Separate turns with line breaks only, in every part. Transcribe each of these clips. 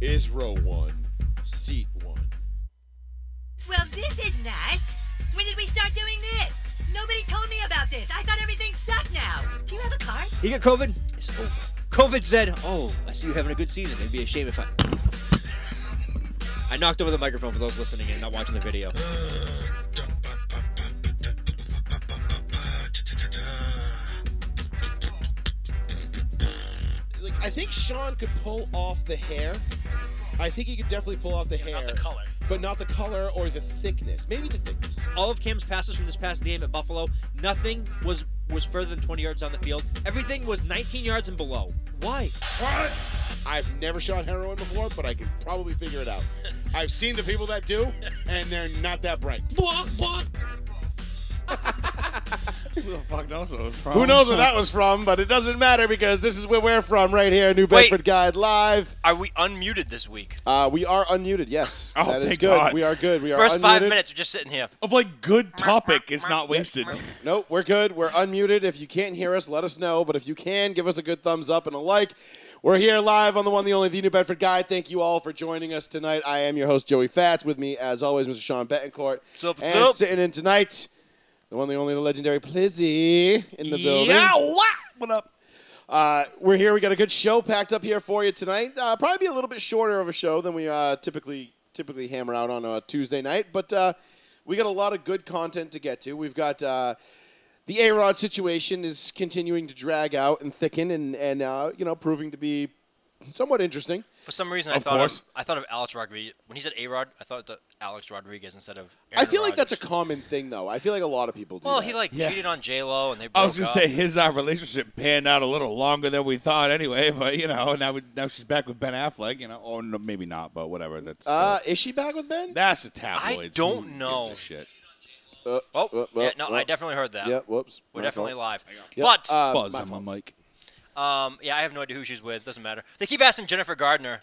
is row one, seat one.
Well, this is nice. When did we start doing this? Nobody told me about this. I thought everything sucked now. Do you have a card?
You get COVID? It's over. COVID said, Oh, I see you having a good season. It'd be a shame if I. I knocked over the microphone for those listening and not watching the video.
Like I think Sean could pull off the hair. I think he could definitely pull off the hair,
Not the color.
but not the color or the thickness. Maybe the thickness.
All of Cam's passes from this past game at Buffalo, nothing was was further than 20 yards on the field. Everything was 19 yards and below. Why?
I've never shot heroin before, but I can probably figure it out. I've seen the people that do, and they're not that bright.
Who the fuck knows what it was from?
Who knows where that was from, but it doesn't matter because this is where we're from right here, New
Wait.
Bedford Guide Live.
Are we unmuted this week?
Uh, we are unmuted, yes.
Oh,
that is
thank
good.
God.
We are good. We are
First
unmuted.
five minutes, we're just sitting here.
Of like good topic is not wasted.
Nope, we're good. We're unmuted. If you can't hear us, let us know. But if you can, give us a good thumbs up and a like. We're here live on the one, the only, the New Bedford Guide. Thank you all for joining us tonight. I am your host, Joey Fats. With me, as always, Mr. Sean Betancourt.
up, what's
and
up?
sitting in tonight, the one, the only, the legendary Plizzy in the building.
Yeah, what? What up?
Uh, we're here. We got a good show packed up here for you tonight. Uh, probably be a little bit shorter of a show than we uh, typically typically hammer out on a Tuesday night, but uh, we got a lot of good content to get to. We've got uh, the A Rod situation is continuing to drag out and thicken, and and uh, you know proving to be somewhat interesting.
For some reason, I
Of
thought
course.
of I thought of Alex Rodriguez when he said A Rod. I thought of Alex Rodriguez instead of.
I
Aaron
feel like that's a
Rodgers.
common thing, though. I feel like a lot of people do.
Well,
that.
he like
Yeah.
cheated on J Lo and they broke
I was gonna
up.
say his uh, relationship panned out a little longer than we thought, anyway. But you know, now we, now she's back with Ben Affleck, you know, or no, maybe not, but whatever. That's
uh, is she back with Ben?
that's a tabloid.
I
Who
don't
gives a
know.
Shit.
Uh,
Oh,
uh,
yeah,
uh,
no,
uh,
I definitely heard that.
Yeah, whoops.
We're
My
definitely
fault.
live.
Yep,
But
uh,
Buzz
my
on
fault.
my mic.
um, yeah, I have no idea who she's with. Doesn't matter. They keep asking Jennifer Gardner,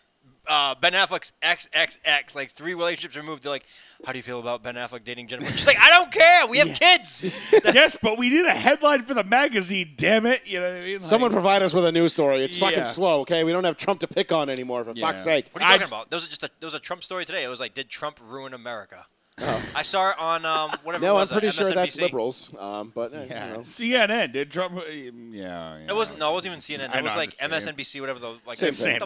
uh, Ben Affleck's ex ex ex, like three relationships removed. They're like, "How do you feel about Ben Affleck dating Jennifer?" She's like, "I don't care. We have kids."
yes, but we need a headline for the magazine. Damn it! You know what I mean? Like,
Someone provide us with a news story. It's
Yeah.
fucking slow, okay? We don't have Trump to pick on anymore, for fuck's sake.
What are you
I-
talking about? There was just a, there was a Trump story today. It was like, did Trump ruin America?
Oh.
I saw it on um, whatever. it
No, I'm
was, uh,
pretty sure that's
MSNBC.
liberals. Um, but eh, you
Yeah.
know.
CNN did Trump. Yeah, yeah.
It wasn't. No, it wasn't even CNN.
I
It was
know,
like
I'm just saying.
MSNBC, whatever the like
Same
the,
thing.
the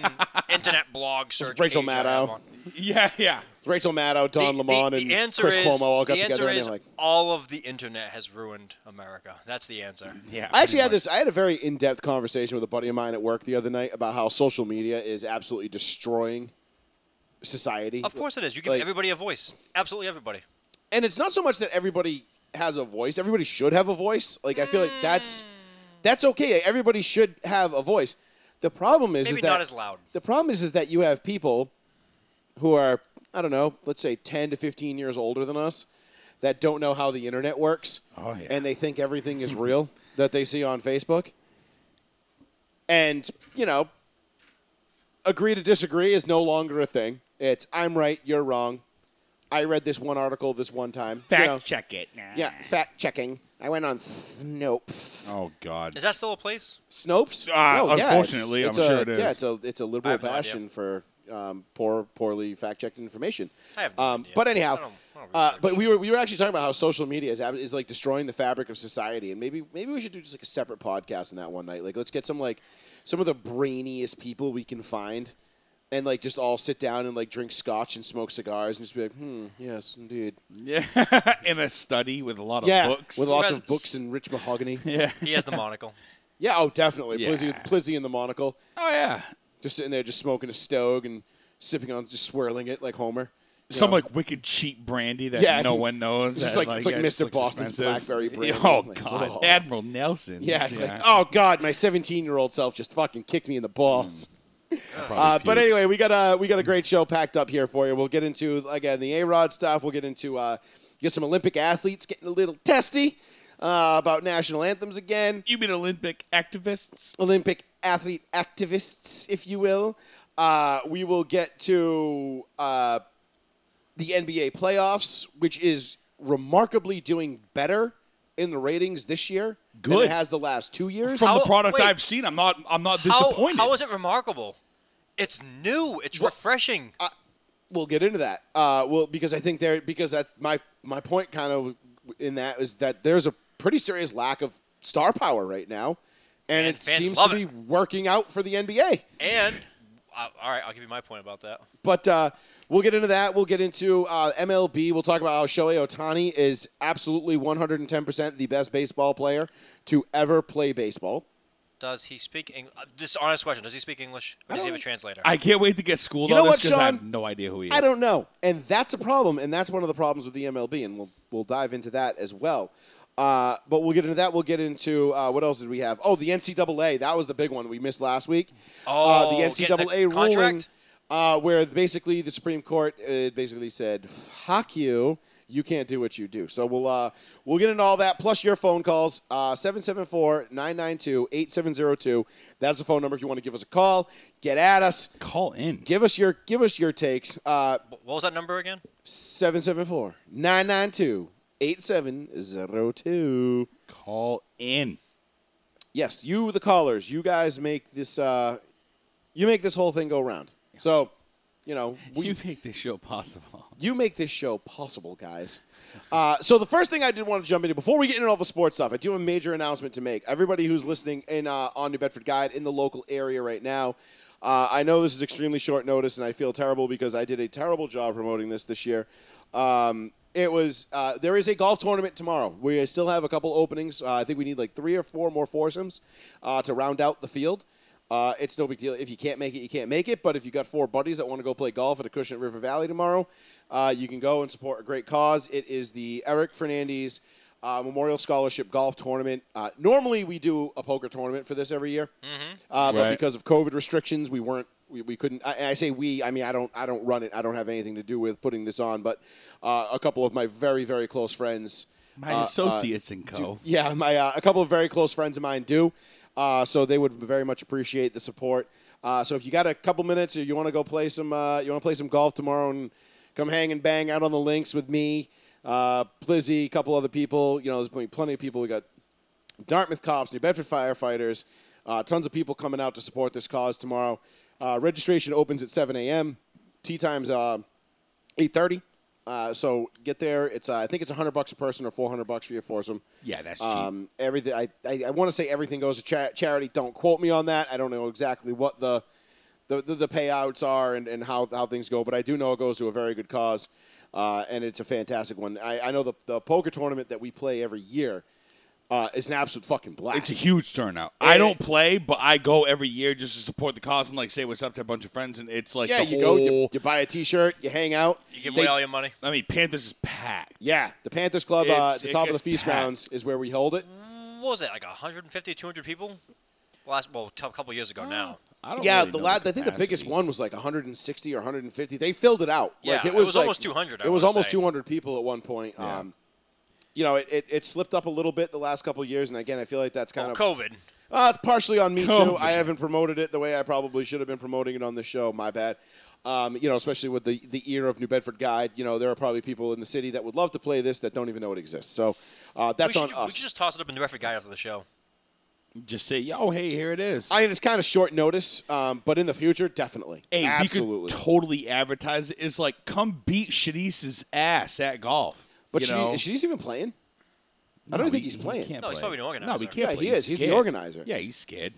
main internet blog search.
Rachel
page I have
Maddow.
on.
Yeah, yeah.
Rachel Maddow,
The-
Don
the-
Lemon,
the
and
answer
Chris
is-
Cuomo all got
the
together.
answer
And
is
they're like,
all of the internet has ruined America. That's the answer.
Yeah.
I actually
pretty
had
much.
this. I had a very in-depth conversation with a buddy of mine at work the other night about how social media is absolutely destroying society.
Of course it is. You give
Like-
everybody a voice. Absolutely everybody.
and it's not so much that everybody has a voice. Everybody should have a voice. Like I feel like that's that's okay. Everybody should have a voice. The problem is,
Maybe
is that
not as loud.
The problem is, is that you have people who are I don't know, let's say ten to fifteen years older than us, that don't know how the internet works,
Oh, yeah.
and they think everything is real that they see on Facebook, and you know, agree to disagree is no longer a thing. It's I'm right, you're wrong. I read this one article this one time. You
fact
know,
check it. Nah.
Yeah, fact checking. I went on Snopes.
Oh God.
Is that still a place?
Snopes?
Ah,
No, yeah, it's-
unfortunately,
it's,
I'm
a,
sure it
Yeah,
is.
it's a it's a liberal
have no idea.
bastion for um, poor, poorly fact-checked information.
I have no
um,
idea.
But anyhow,
I don't- I don't
uh,
research.
but we were we were actually talking about how social media is ab- is like destroying the fabric of society, and maybe maybe we should do just like a separate podcast on that one night. Like, let's get some like some of the brainiest people we can find. And like, just all sit down and like drink scotch and smoke cigars and just be like, hmm, yes, indeed,
Yeah. In a study with a lot of
yeah,
books.
with lots of
Yes.
books and rich mahogany.
yeah.
He has the monocle.
yeah, oh, definitely,
Yeah.
Plizzy, Plizzy and the monocle.
Oh yeah.
just sitting there, just smoking a stogue and sipping on, just swirling it like Homer. You
Some
know?
like wicked cheap brandy that
Yeah.
no one knows.
It's
that,
like- it's like
it's,
Mr. Boston's
expensive.
Blackberry brandy.
Oh
Like,
God,
oh.
Admiral Nelson.
yeah, like, oh god, my 17 year old self just fucking kicked me in the balls. Uh, but anyway, we got a we got a great show packed up here for you. We'll get into again the A Rod stuff. We'll get into uh, get some Olympic athletes getting a little testy uh, about national anthems again.
you mean Olympic activists?
Olympic athlete activists, if you will. Uh, we will get to uh, the NBA playoffs, which is remarkably doing better in the ratings this year than it
Good.
has the last two years.
From
How-
the product
wait.
I've seen, I'm not. I'm not
How,
disappointed.
how is it remarkable? It's new. It's
What-
refreshing.
we'll get into that. Uh, well, because I think there, because that my my point kind of in that is that there's a pretty serious lack of star power right now, and
And
it
fans
seems
love
to be working out for the NBA.
and uh, all right, I'll give you my point about that.
But uh, we'll get into that. We'll get into uh, MLB. We'll talk about how Shohei Otani is absolutely 110% the best baseball player to ever play baseball.
Does he speak English? This honest question. Does he speak English? Or does he have a translator?
I can't wait to get schooled
You
on
know
this
what,
'cause I
Sean?
have no idea who he is.
I don't know. And that's a problem. And that's one of the problems with the MLB. And we'll, we'll dive into that as well. Uh, but we'll get into that. We'll get into uh, what else did we have? Oh, the NCAA. That was the big one we missed last week. uh,
Oh,
the
getting the
NCAA ruling
contract?
uh, where basically the Supreme Court uh, basically said, "Fuck you, you can't do what you do." So we'll uh, we'll get into all that plus your phone calls uh, 774-992-8702. That's the phone number if you want to give us a call. Get at us.
Call in.
Give us your give us your takes. Uh,
what was that number again?
774-992-8702.
Call in.
Yes, you the callers, you guys make this uh, you make this whole thing go round. So, you know, we
you make this show possible.
You make this show possible, guys. Uh, so the first thing I did want to jump into before we get into all the sports stuff, I do have a major announcement to make. Everybody who's listening in uh, on New Bedford Guide in the local area right now, uh, I know this is extremely short notice, and I feel terrible because I did a terrible job promoting this this year. Um, it was uh, there is a golf tournament tomorrow. We still have a couple openings. Uh, I think we need like three or four more foursomes uh, to round out the field. Uh, it's no big deal. If you can't make it, you can't make it. But if you got four buddies that want to go play golf at Acushnet River Valley tomorrow, uh, you can go and support a great cause. It is the Eric Fernandez uh, Memorial Scholarship Golf Tournament. Uh, normally, we do a poker tournament for this every year, uh, but
Right.
because of COVID restrictions, we weren't. We, we couldn't. I, and I say we. I mean, I don't. I don't run it. I don't have anything to do with putting this on. But uh, a couple of my very, very close friends.
My
uh, uh,
associates and co.
yeah, my uh, a couple of very close friends of mine do. Uh, so they would very much appreciate the support. Uh, so if you got a couple minutes, or you want to go play some, uh, you want to play some golf tomorrow, and come hang and bang out on the links with me, uh, Plizzy, a couple other people. You know, there's plenty- plenty of people. We got Dartmouth cops, New Bedford firefighters, uh, tons of people coming out to support this cause tomorrow. Uh, registration opens at 7 a.m. Tea times uh, 8:30. Uh, so get there. It's uh, I think it's 100 bucks a person or 400 bucks for your foursome.
Yeah, that's cheap.
Um, everything I, I, I want to say everything goes to cha- charity. Don't quote me on that. I don't know exactly what the the, the, the payouts are and, and how, how things go, but I do know it goes to a very good cause, uh, and it's a fantastic one. I, I know the, the poker tournament that we play every year uh, is an absolute fucking blast.
It's a huge turnout. I don't play, but I go every year just to support the cause and like say what's up to a bunch of friends. And it's like
yeah,
the
you
whole,
go, you, you buy a T-shirt, you hang out.
You give
They-
away all your money.
I mean, Panthers is packed.
yeah, the Panthers Club, uh,
It's-
at the
it
top of the
gets
feast
packed.
grounds, is where we hold it.
What was it? Like 150, 200 people? Last well, a couple years ago now.
I don't
Yeah,
really
the
know
la- I think the biggest
capacity.
one was like 160 or 150. They filled it out.
Yeah,
like, it
it
was,
was
like-
almost 200, I
it was
wanna
almost
say.
200 people at one point. Um, you know, it, it, it slipped up a little bit the last couple of years, and again, I feel like that's kind
Well,
of
COVID.
uh, it's partially on me too.
COVID.
I haven't promoted it the way I probably should have been promoting it on the show. My bad. Um, you know, especially with the the ear of New Bedford Guide. You know, there are probably people in the city that would love to play this that don't even know it exists. So uh,
We
that's
should,
on
we
us.
should just toss it up in the referee guide after the show.
Just say, yo, hey, here it is.
I mean, it's kind of short notice, um, but in the future, definitely,
hey,
absolutely.
we could totally advertise it. It's like, come beat Shadice's ass at golf.
But
you
she,
know?
is she even playing? I don't
No,
think
he-
he's
he
playing.
can't
No, he's
play.
probably an organizer.
No, he can't
Yeah,
play.
he is. He's the
scared.
organizer.
Yeah, he's scared.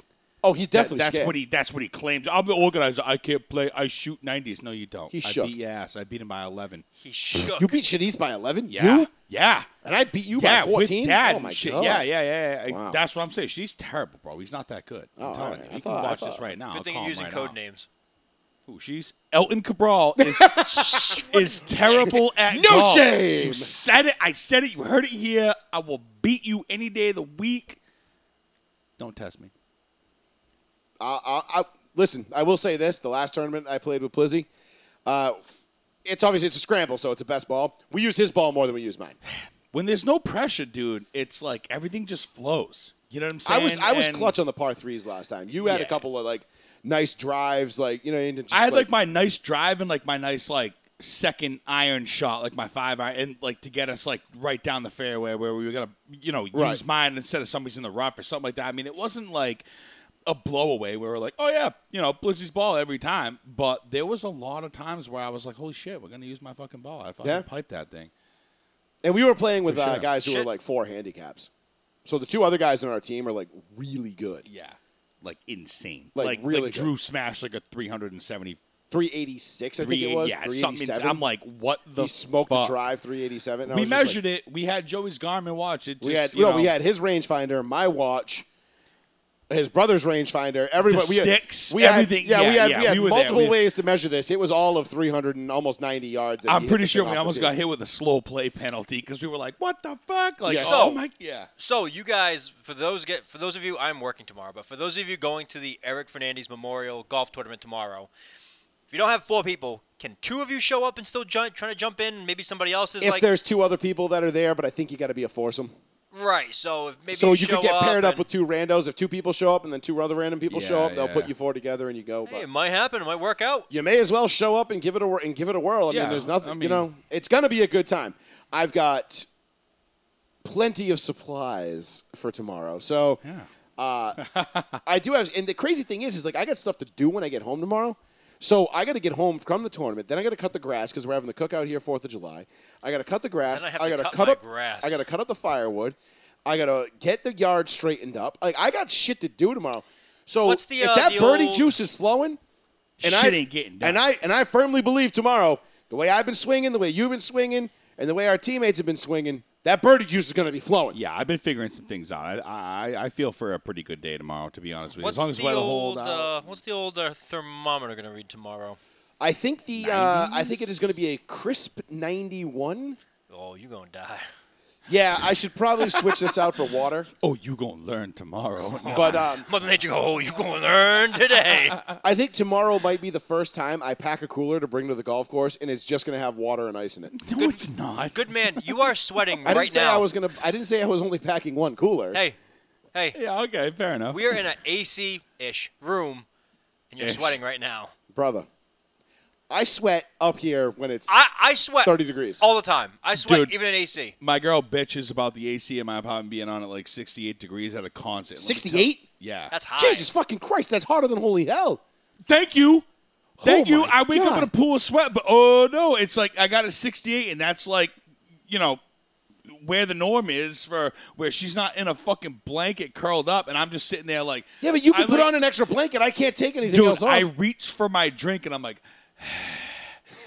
Oh, he's
That-
definitely
that's
scared.
what he. That's what he claims. I'm the organizer. I can't play. I shoot 90s. No, you don't.
He
I
shook.
beat your ass. I beat him by 11.
He shook.
you beat Shanice by 11?
Yeah.
You?
Yeah.
And I beat you
yeah,
by 14?
with dad
oh,
and
my
shit.
God.
Yeah, yeah, yeah. yeah.
Wow.
That's what I'm saying. She's terrible, bro. He's not that good. I'm
Oh,
telling
alright.
you.
I
You
thought- I
can watch
thought-
this right now.
Good
I'll
thing
call
you're
him
using
right
code
now.
names.
Ooh, she's Elton Cabral is, is terrible at
No
golf.
shame.
You said it. I said it. You heard it here. I will beat you any day of the week. Don't test me.
I, I, I, listen, I will say this. The last tournament I played with Plizzy, uh, it's obviously it's a scramble, so it's a best ball. We use his ball more than we use mine.
When there's no pressure, dude, it's like everything just flows. You know what I'm
I
saying?
was I was
And
clutch on the par threes last time. You had a
Yeah.
couple of like nice drives, like you know. And just,
I had like my nice drive and like my nice like second iron shot, like my five iron, and like to get us like right down the fairway where we were gonna, you know,
Right.
use mine instead of somebody's in the rough or something like that. I mean, it wasn't like a blowaway where we're like, oh yeah, you know, Blizzy's ball every time. But there was a lot of times where I was like, holy shit, we're gonna use my fucking ball. I fucking
Yeah.
piped that thing.
And we were playing with uh,
sure.
guys who were
Shit.
like four handicaps. So the two other guys on our team are like really good.
Yeah, like insane.
Like,
Like, like,
really good.
Drew smashed like a 370.
386, I think it was.
yeah, something.
387.
I'm like, what the?
he smoked
fuck?
a drive 387. and I
We
was just like-
measured it. We had Joey's Garmin watch. It just,
we had
you
no,
know,
we had his rangefinder, my watch, his brother's rangefinder. Everybody,
The
we had,
sticks,
we had-
everything.
Yeah, we
Yeah,
had,
yeah,
we had
we were there.
multiple
We-
ways to measure this. It was all of 300 and almost 90 yards. that he
I'm
hit
pretee
this
sure
thing
we
off the
almost
tee.
got hit with a slow play penalty because we were like, what the fuck? Like,
Yeah.
oh
So-
my, yeah.
So you guys, for those get for those of you, I'm working tomorrow, but for those of you going to the Eric Fernandez Memorial Golf Tournament tomorrow, if you don't have four people, can two of you show up and still ju- trying to jump in? Maybe somebody else is
If
like
there's two other people that are there, but I think you got to be a foursome.
right. So if maybe
So you
show
could get paired up
and-
with two randos. If two people show up and then two other random people show
Yeah,
up, they'll put
yeah.
you four together and you go.
Hey,
But
it might happen. It might work out.
you may as well show up and give it a whir- and give it a whirl. I
Yeah,
mean, there's nothing.
I
you
mean-
know, it's gonna be a good time. I've got plenty of supplies for tomorrow, so uh, I do have. And the crazy thing is, is like I got stuff to do when I get home tomorrow. So I got to get home from the tournament. Then I got to cut the grass because we're having the cookout here Fourth of July. I got to cut the grass.
Then I have to
got
cut
cut
my
up
grass.
I got to cut up the firewood. I got to get the yard straightened up. Like I got shit to do tomorrow. So
What's the,
if
uh,
that
the
birdie
old-
juice is flowing, and
Shit
I,
ain't getting done.
And I and I firmly believe tomorrow, the way I've been swinging, the way you've been swinging, and the way our teammates have been swinging, that birdie juice is going to be flowing.
Yeah, I've been figuring some things out. I, I, I feel for a pretty good day tomorrow, to be honest with you.
What's
as long as
the
weather
old
hold out.
uh, What's the old uh, thermometer gonna read tomorrow?
I think the uh, I think it is going to be a crisp 91.
Oh, you gonna die.
Yeah, I should probably switch this out for water.
Oh, you gonna learn tomorrow?
But um,
Mother Nature, go, oh, you gonna learn today.
I think tomorrow might be the first time I pack a cooler to bring to the golf course, and it's just going to have water and ice in it.
no, it's not.
Good man, you are sweating
I didn't
right
say
now.
I was going to. I didn't say I was only packing one cooler.
hey, hey,
Yeah, okay, fair enough.
We are in an AC ish room, and you're
Ish.
sweating right now.
brother, I sweat up here when it's
I, I sweat
30 degrees.
all the time. I sweat
Dude.
even in AC.
my girl bitches about the AC in my apartment being on at like 68 degrees at a concert. Let me tell-
68.
Yeah.
That's hot.
Jesus fucking Christ, that's hotter than holy hell.
Thank you. Thank
Oh
you.
my
I wake up
God.
in a pool of sweat, but oh no, it's like I got a 68, and that's like, you know, where the norm is for where she's not in a fucking blanket curled up, and I'm just sitting there like.
Yeah, but you can
I
put
like-
on an extra blanket. I can't take anything
Dude,
else off.
I reach for my drink, and I'm like.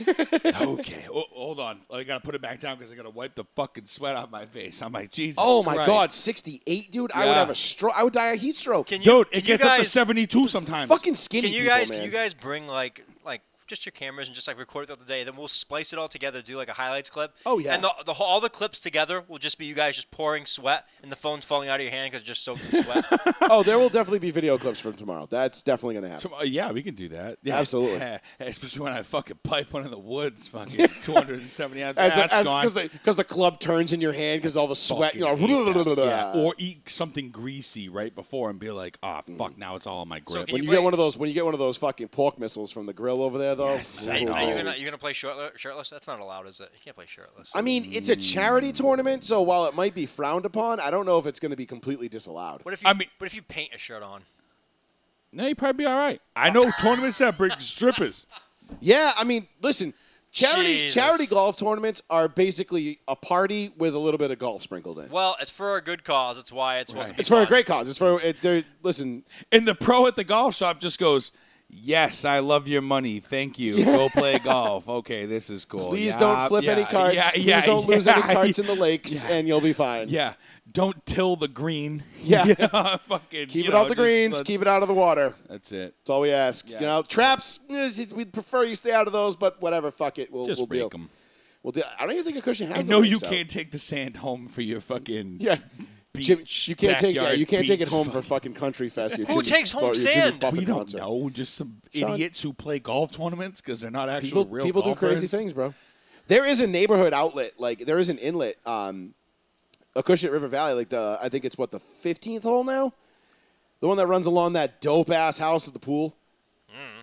okay, oh, hold on. I gotta put it back down because I gotta wipe the fucking sweat off my face. I'm like, Jesus.
oh my
Christ.
God, 68, dude. I would
Yeah.
have a stroke. I would die of heat stroke.
Can you,
dude!
can
It
you
gets
guys,
up to 72 sometimes.
fucking skinny
Can you
people,
guys
man.
can you guys bring like like just your cameras and just like record throughout the day? Then we'll splice it all together, do like a highlights clip.
Oh, yeah.
And the, the whole- all the clips together will just be you guys just pouring sweat, and the phone's falling out of your hand because it's just soaked in sweat.
oh, there will definitely be video clips from tomorrow. That's definitely going to happen.
Tom- uh, yeah, we can do that. Yeah,
Absolutely.
Especially when I fucking pipe one in the woods, fucking 270 ounces.
As
As,
the, as,
gone.
cause the, 'cause the club turns in your hand because all the sweat, you know,
Fucking hate that. Yeah, Or eat something greasy right before and be like, ah,
Mm-hmm.
fuck, now it's all in my grip.
can
when
you
you,
break-
get one of those, when you get one of those fucking pork missiles from the grill over there, though.
Yes,
Are
I
you
know.
Ooh.
gonna you gonna play shirtless? Shirtless? That's not allowed, is it? You can't play shirtless.
I mean, it's a charity tournament, so while it might be frowned upon, I don't know if it's going to be completely disallowed.
what if you?
I mean-
what if you paint a shirt on?
no, you probably be all right. I know tournaments that bring strippers.
Yeah, I mean, listen, charity
Jesus.
charity golf tournaments are basically a party with a little bit of golf sprinkled in.
Well, it's for a good cause. It's why it's supposed to
Right.
be.
it's for a
fun.
great cause. It's for it, they're listen.
And the pro at the golf shop just goes, Yes, I love your money. Thank you. Go play golf. Okay, this is cool.
Please
Yeah,
don't flip
yeah,
any carts.
yeah,
Please
yeah,
don't lose any
yeah,
carts in the lakes,
yeah.
and you'll be fine.
Yeah. Don't till the green.
Yeah.
You know, fucking,
Keep
you
it off
know,
the
just
greens.
let's-
Keep it out of the water.
That's it.
That's all we ask.
Yeah.
You know, traps. eh, We'd prefer you stay out of those, but whatever. Fuck it. We'll
Just
we'll
break
deal.
'em.
We'll deal. I don't even think a cushion has.
I
the
know you
rakes out.
can't take the sand home for your fucking
Yeah.
beach.
Jim, you can't take yeah,
backyard
you can't take it
beach.
home for fucking country fest. Your
Who
Jimmy
takes home
Buffett- your Jimmy
sand?
Buffett
We don't
concert.
know. Just some
Sean-
idiots who play golf tournaments because they're not actually
people
real.
people do crazy
golfers.
things, bro. There is a neighborhood outlet, like there is an inlet, um, Acushnet River Valley, like the I think it's what the fifteenth hole now, the one that runs along that dope ass house with the pool.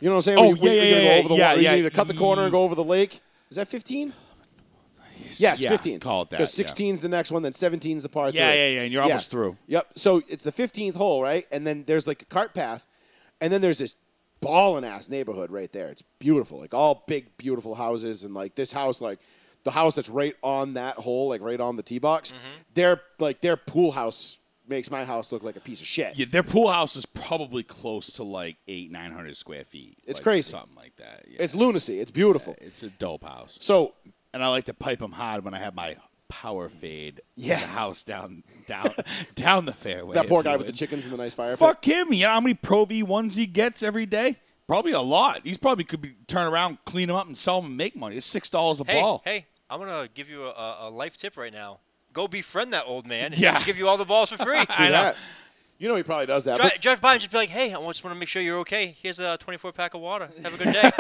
You know what I'm saying?
Oh,
Where you-
yeah,
where
yeah,
you gotta
yeah,
go over the
yeah,
water. You
yeah.
either cut the corner and go over the lake. Is that fifteen?
Yes.
Yes,
yeah,
15.
Call it that.
Because
yeah.
16 is the next one, then 17 is the par
Yeah,
three.
yeah, yeah, and you're almost through.
Yep. So it's the 15th hole, right? And then there's like a cart path, and then there's this ballin' ass neighborhood right there. It's beautiful, like all big, beautiful houses, and like this house, like the house that's right on that hole, like right on the tee box.
Mm-hmm.
Their like their pool house makes my house look like a piece of shit.
Yeah, their pool house is probably close to like eight, nine hundred square feet.
It's
like,
crazy.
Something like that. Yeah.
It's lunacy. It's beautiful.
It's a dope house.
So
And I like to pipe them hard when I have my power fade. in
Yeah.
The house down, down, down the fairway.
that poor
if you
guy with the
would.
chickens and the nice fire pit.
Fuck him. You know how many Pro V ones he gets every day? Probably a lot. He's probably could be turn around, clean them up, and sell them and make money. It's six dollars a
Hey,
ball.
hey, I'm gonna give you a- a, a life tip right now. Go befriend that old man. and
Yeah.
He'll just give you all the balls for free.
Do that. You know he probably does that.
Drive, drive by and just be like, "Hey, I just want to make sure you're okay. Here's a 24 pack of water. Have a good day."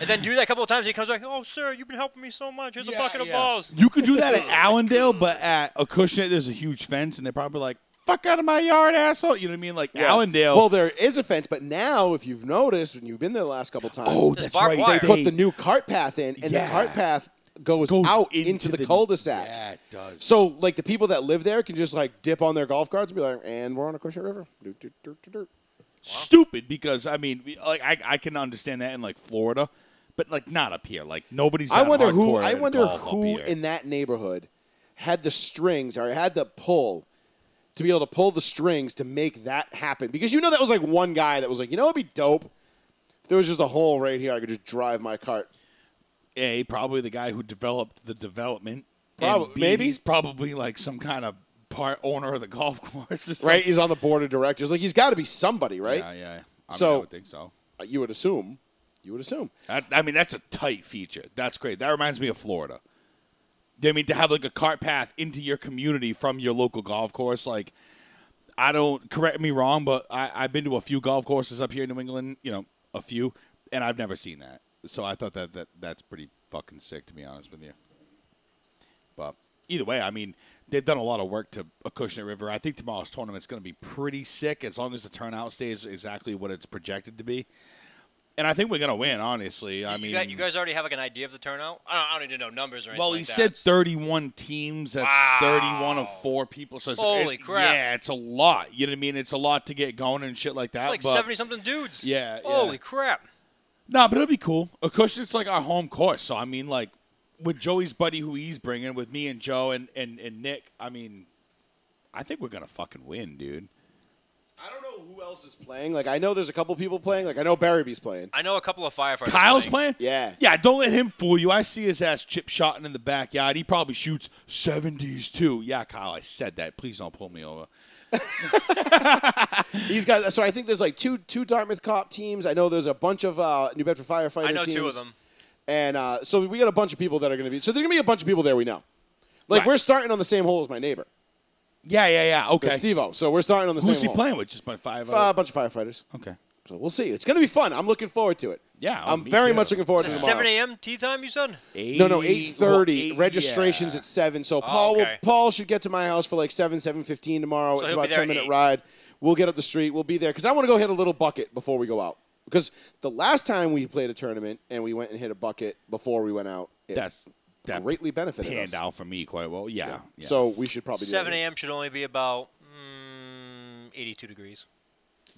and then do that a couple of times. He comes back, "Oh, sir, you've been helping me so much. Here's a
Yeah,
bucket
yeah.
of balls."
You could do that at Allendale, but at Acushnet, there's a huge fence, and they're probably like, "Fuck out of my yard, asshole!" You know what I mean? Like
Yeah.
Allendale.
Well, there is a fence, but now if you've noticed when you've been there the last couple times,
oh,
There's
that's
barbed
right.
wire.
they put the new cart path in, and
Yeah.
the cart path goes,
Goes
out
into
into, the,
the-
cul-de-sac.
Yeah, it does.
So, like the people that live there can just like dip on their golf carts and be like, "And we're on a Acushnet River." Doot, doot, doot, doot, doot.
stupid because I mean, we- like I, I can understand that in like Florida, but like not up here. Like nobody's.
I
that
wonder who.
hardcore
I
at
wonder
golf up
who
here.
in that neighborhood had the strings or had the pull to be able to pull the strings to make that happen. Because you know that was like one guy that was like, "You know, it'd be dope." If there was just a hole right here. I could just drive my cart.
A, probably the guy who developed the development.
Prob-
and B,
maybe.
he's probably like some kind of part owner of the golf course. Or
Right? He's on the board of directors. Like he's got to be somebody, right?
something. Yeah, yeah. I mean, I
So-
would think so.
You would assume. You would assume.
I, I mean, that's a tight feature. That's great. That reminds me of Florida. I mean, to have like a cart path into your community from your local golf course, like I don't correct me wrong, but I, I've been to a few golf courses up here in New England. You know, a few, and I've never seen that. So I thought that, that that's pretty fucking sick, to be honest with you. But either way, I mean, they've done a lot of work to Acushnet River. I think tomorrow's tournament's going to be pretty sick as long as the turnout stays exactly what it's projected to be. And I think we're going to win, honestly. I
you,
mean,
guys, you guys already have like an idea of the turnout. I don't, I don't need to know numbers or anything.
well, he
like that.
said 31 teams. That's 31 of four people. So it's,
Holy
it's-
crap.
Yeah, it's a lot. You know what I mean? It's a lot to get going and shit like
It's
that.
like
but-
70 something dudes.
Yeah, yeah.
Holy crap.
No, but it'll be cool. Of course, it's like our home course. So I mean, like with Joey's buddy who he's bringing, with me and Joe and and, and Nick. I mean, I think we're gonna fucking win, dude.
I don't know who else is playing. Like I know there's a couple people playing. Like I know Barryby's playing.
I know a couple of firefighters.
Kyle's
playing.
playing.
Yeah.
yeah. Don't let him fool you. I see his ass chip shotting in the backyard. He probably shoots seventies too. Yeah, Kyle, I said that. Please don't pull me over.
These guys. So I think there's like two two Dartmouth cop teams. I know there's a bunch of uh, New Bedford firefighter.
I know
teams.
two of them.
And uh, so we got a bunch of people that are going to be. So there's going to be a bunch of people there. We know. Like
Right.
we're starting on the same hole as my neighbor,
Yeah, yeah, yeah. Okay.
Steve O. So we're starting on the
Who's
same
he
hole.
playing with? Just my five.
Uh, a
other-
bunch of firefighters.
okay.
So we'll see. It's going to be fun. I'm looking forward to it.
Yeah, oh,
I'm
me
very
too.
much looking forward
Is it
to tomorrow.
7 a.m. tea time, you said?
No, no,
well,
eight thirty.
eight-
Registrations
yeah.
at seven. So Paul will,
Oh, okay. Paul
Paul should get to my house for like seven, seven fifteen tomorrow. it's
he'll be
about
there
ten
at
minute
eight.
ride. We'll get up the street. We'll be there because I want to go hit a little bucket before we go out. Because the last time we played a tournament and we went and hit a bucket before we went out, it
That's that
greatly benefited
panned
us.
out for me quite well. Yeah. yeah.
So we should probably do
7
that.
a.m. should only be about mm, 82 degrees.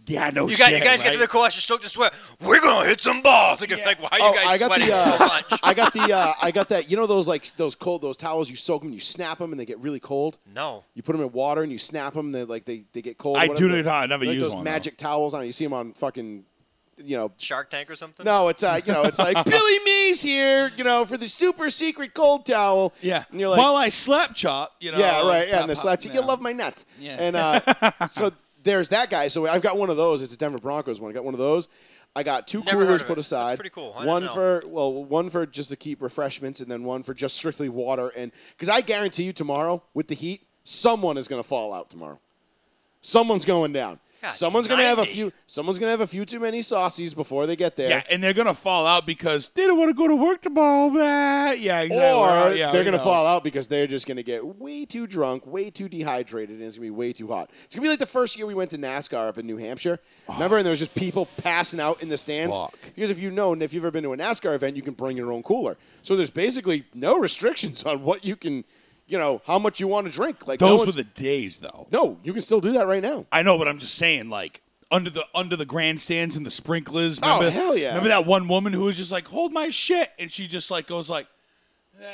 yeah, no
You guys,
shit,
you guys get to
right?
the course, you're soaked in sweat. We're gonna hit some balls. Like, like why
Oh,
are you guys sweating so
uh,
much?
I got the, uh, I got that. You know those like those cold, those towels. You soak them, you snap them, and they get really cold.
no.
You put them in water and you snap them. They like they, they get cold. or
I do
whatever.
know you're talking. I never
like
use
those
one, though.
magic towels on. it. You see them on fucking, you know.
Shark Tank or something?
No, it's uh, you know, it's like Billy Mays here, you know, for the super secret cold towel.
Yeah.
and you're like,
while I slap chop, you know.
yeah, right, yeah, and the
pop,
slap, you
pop,
you
yeah.
love my nuts.
Yeah.
And uh, so there's that guy. So I've got one of those. It's a Denver Broncos one. I got one of those. I got two
Never heard
coolers
of
put
it.
aside.
That's pretty cool. I didn't
One
know.
for well, one for just to keep refreshments, and then one for just strictly water. And because I guarantee you, tomorrow with the heat, someone is going to fall out tomorrow. Someone's going down.
God,
someone's gonna have a
90.
few. Someone's gonna have a few too many saucies before they get there.
Yeah, and they're gonna fall out because they don't want to go to work tomorrow. Blah. Yeah, exactly.
Or
Yeah,
they're
we
going to
know.
fall out because they're just going to get way too drunk, way too dehydrated, and it's going to be way too hot. It's going to be like the first year we went to NASCAR up in New Hampshire. Remember? And there was just people passing out in the stands.
Fuck.
Because if you know, and if you've ever been to a NASCAR event, you can bring your own cooler. So there's basically no restrictions on what you can, you know, how much you want to drink. Like no
Those were
one's-
the days, though.
no, you can still do that right now.
I know, but I'm just saying, like under the under the grandstands and the sprinklers.
Oh,
Remember,
hell yeah.
Remember that one woman who was just like, "Hold my shit," and she just like goes like, eh,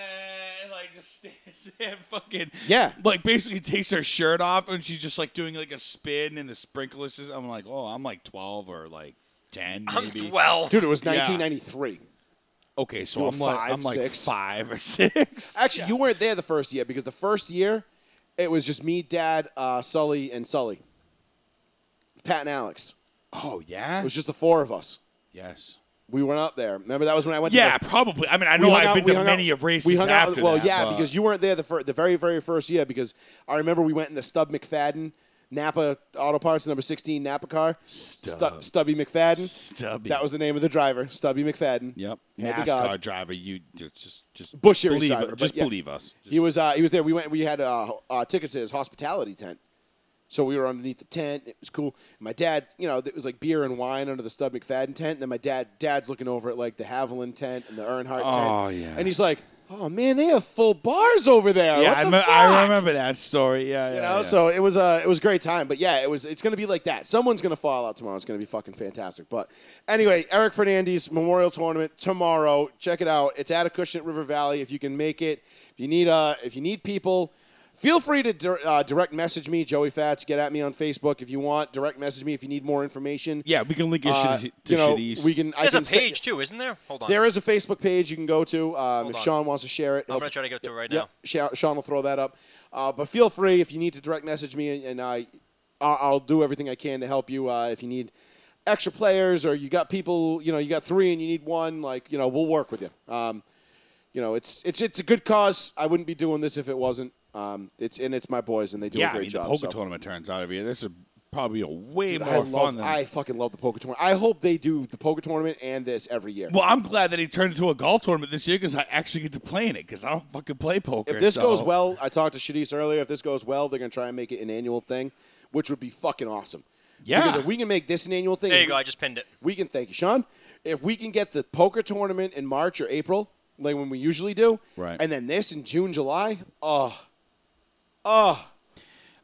and, like just stands there, and fucking
Yeah.
like basically takes her shirt off and she's just like doing like a spin in the sprinkler system. I'm like, oh, I'm like 12 or like 10,
I'm
maybe.
12.
Dude, it was
Yeah.
1993.
Okay, so
You were
I'm like,
five,
I'm like
six?
five or six.
Actually, you weren't there the first year because the first year it was just me, Dad, uh, Sully, and Sully, Pat and Alex.
Oh yeah.
It was just the four of us.
yes.
We went up there. Remember that was when I went.
Yeah,
to the,
probably. I mean, I
we
know
hung
I've
out-
been
we
to
hung
many
out,
of races
We hung out.
after
well,
that,
yeah,
but-
because you weren't there the fir- the very very first year. Because I remember we went in the Stub McFadden Napa Auto Parts number sixteen Napa car.
Stub.
Stubby McFadden.
Stubby.
That was the name of the driver, Stubby McFadden.
Yep.
Hand to
NASCAR
God.
driver, you you just just
Bush Series
believe,
driver, but
just
yeah.
believe us. Just-
He was uh, he was there. We went. We had uh, uh, tickets to his hospitality tent, so we were underneath the tent. It was cool. My dad, you know, it was like beer and wine under the Stub McFadden tent. And then my dad, dad's looking over at like the Haviland tent and the Earnhardt tent.
Oh, yeah.
And he's like, "Oh man, they have full bars over there.
yeah,
what
I,
the
me-
fuck?"
I remember that story. Yeah, yeah.
You know,
yeah.
so it was a uh, it was a great time, but yeah, it was it's gonna be like that. Someone's gonna fall out tomorrow. It's gonna be fucking fantastic. But anyway, Eric Fernandez Memorial Tournament tomorrow. Check it out. It's at Acushnet River Valley. If you can make it, if you need uh if you need people, feel free to dir- uh, direct message me, Joey Fats. Get at me on Facebook if you want. Direct message me if you need more information.
yeah, we can link your
Uh,
shit to
you know,
shitties.
we can. I
There's a
can se-
page, too, isn't there? Hold on.
there is a Facebook page you can go to um, if
on.
Sean wants to share it.
I'm going to try to get to it right now.
Sha- Sean will throw that up. Uh, but feel free if you need to direct message me, and, and I, I- I'll do everything I can to help you. Uh, if you need extra players, or you got people, you know, you got three and you need one, like you know, we'll work with you. Um, you know, it's it's it's a good cause. I wouldn't be doing this if it wasn't. Um, it's and it's my boys, and they do
yeah,
a
I
great
mean,
job.
the poker
so.
tournament turns out to be this is probably a way
Dude,
more
I
fun
love,
than.
I fucking love the poker tournament. I hope they do the poker tournament and this every year.
well, I'm glad that he turned into a golf tournament this year because I actually get to play in it because I don't fucking play poker.
If this
so-
goes well, I talked to Shadis earlier. If this goes well, they're going to try and make it an annual thing, which would be fucking awesome.
Yeah.
Because if we can make this an annual thing,
There you
if
go.
we-
I just pinned it.
We can thank you, Sean. If we can get the poker tournament in March or April, like when we usually do,
Right.
and then this in June, July, oh,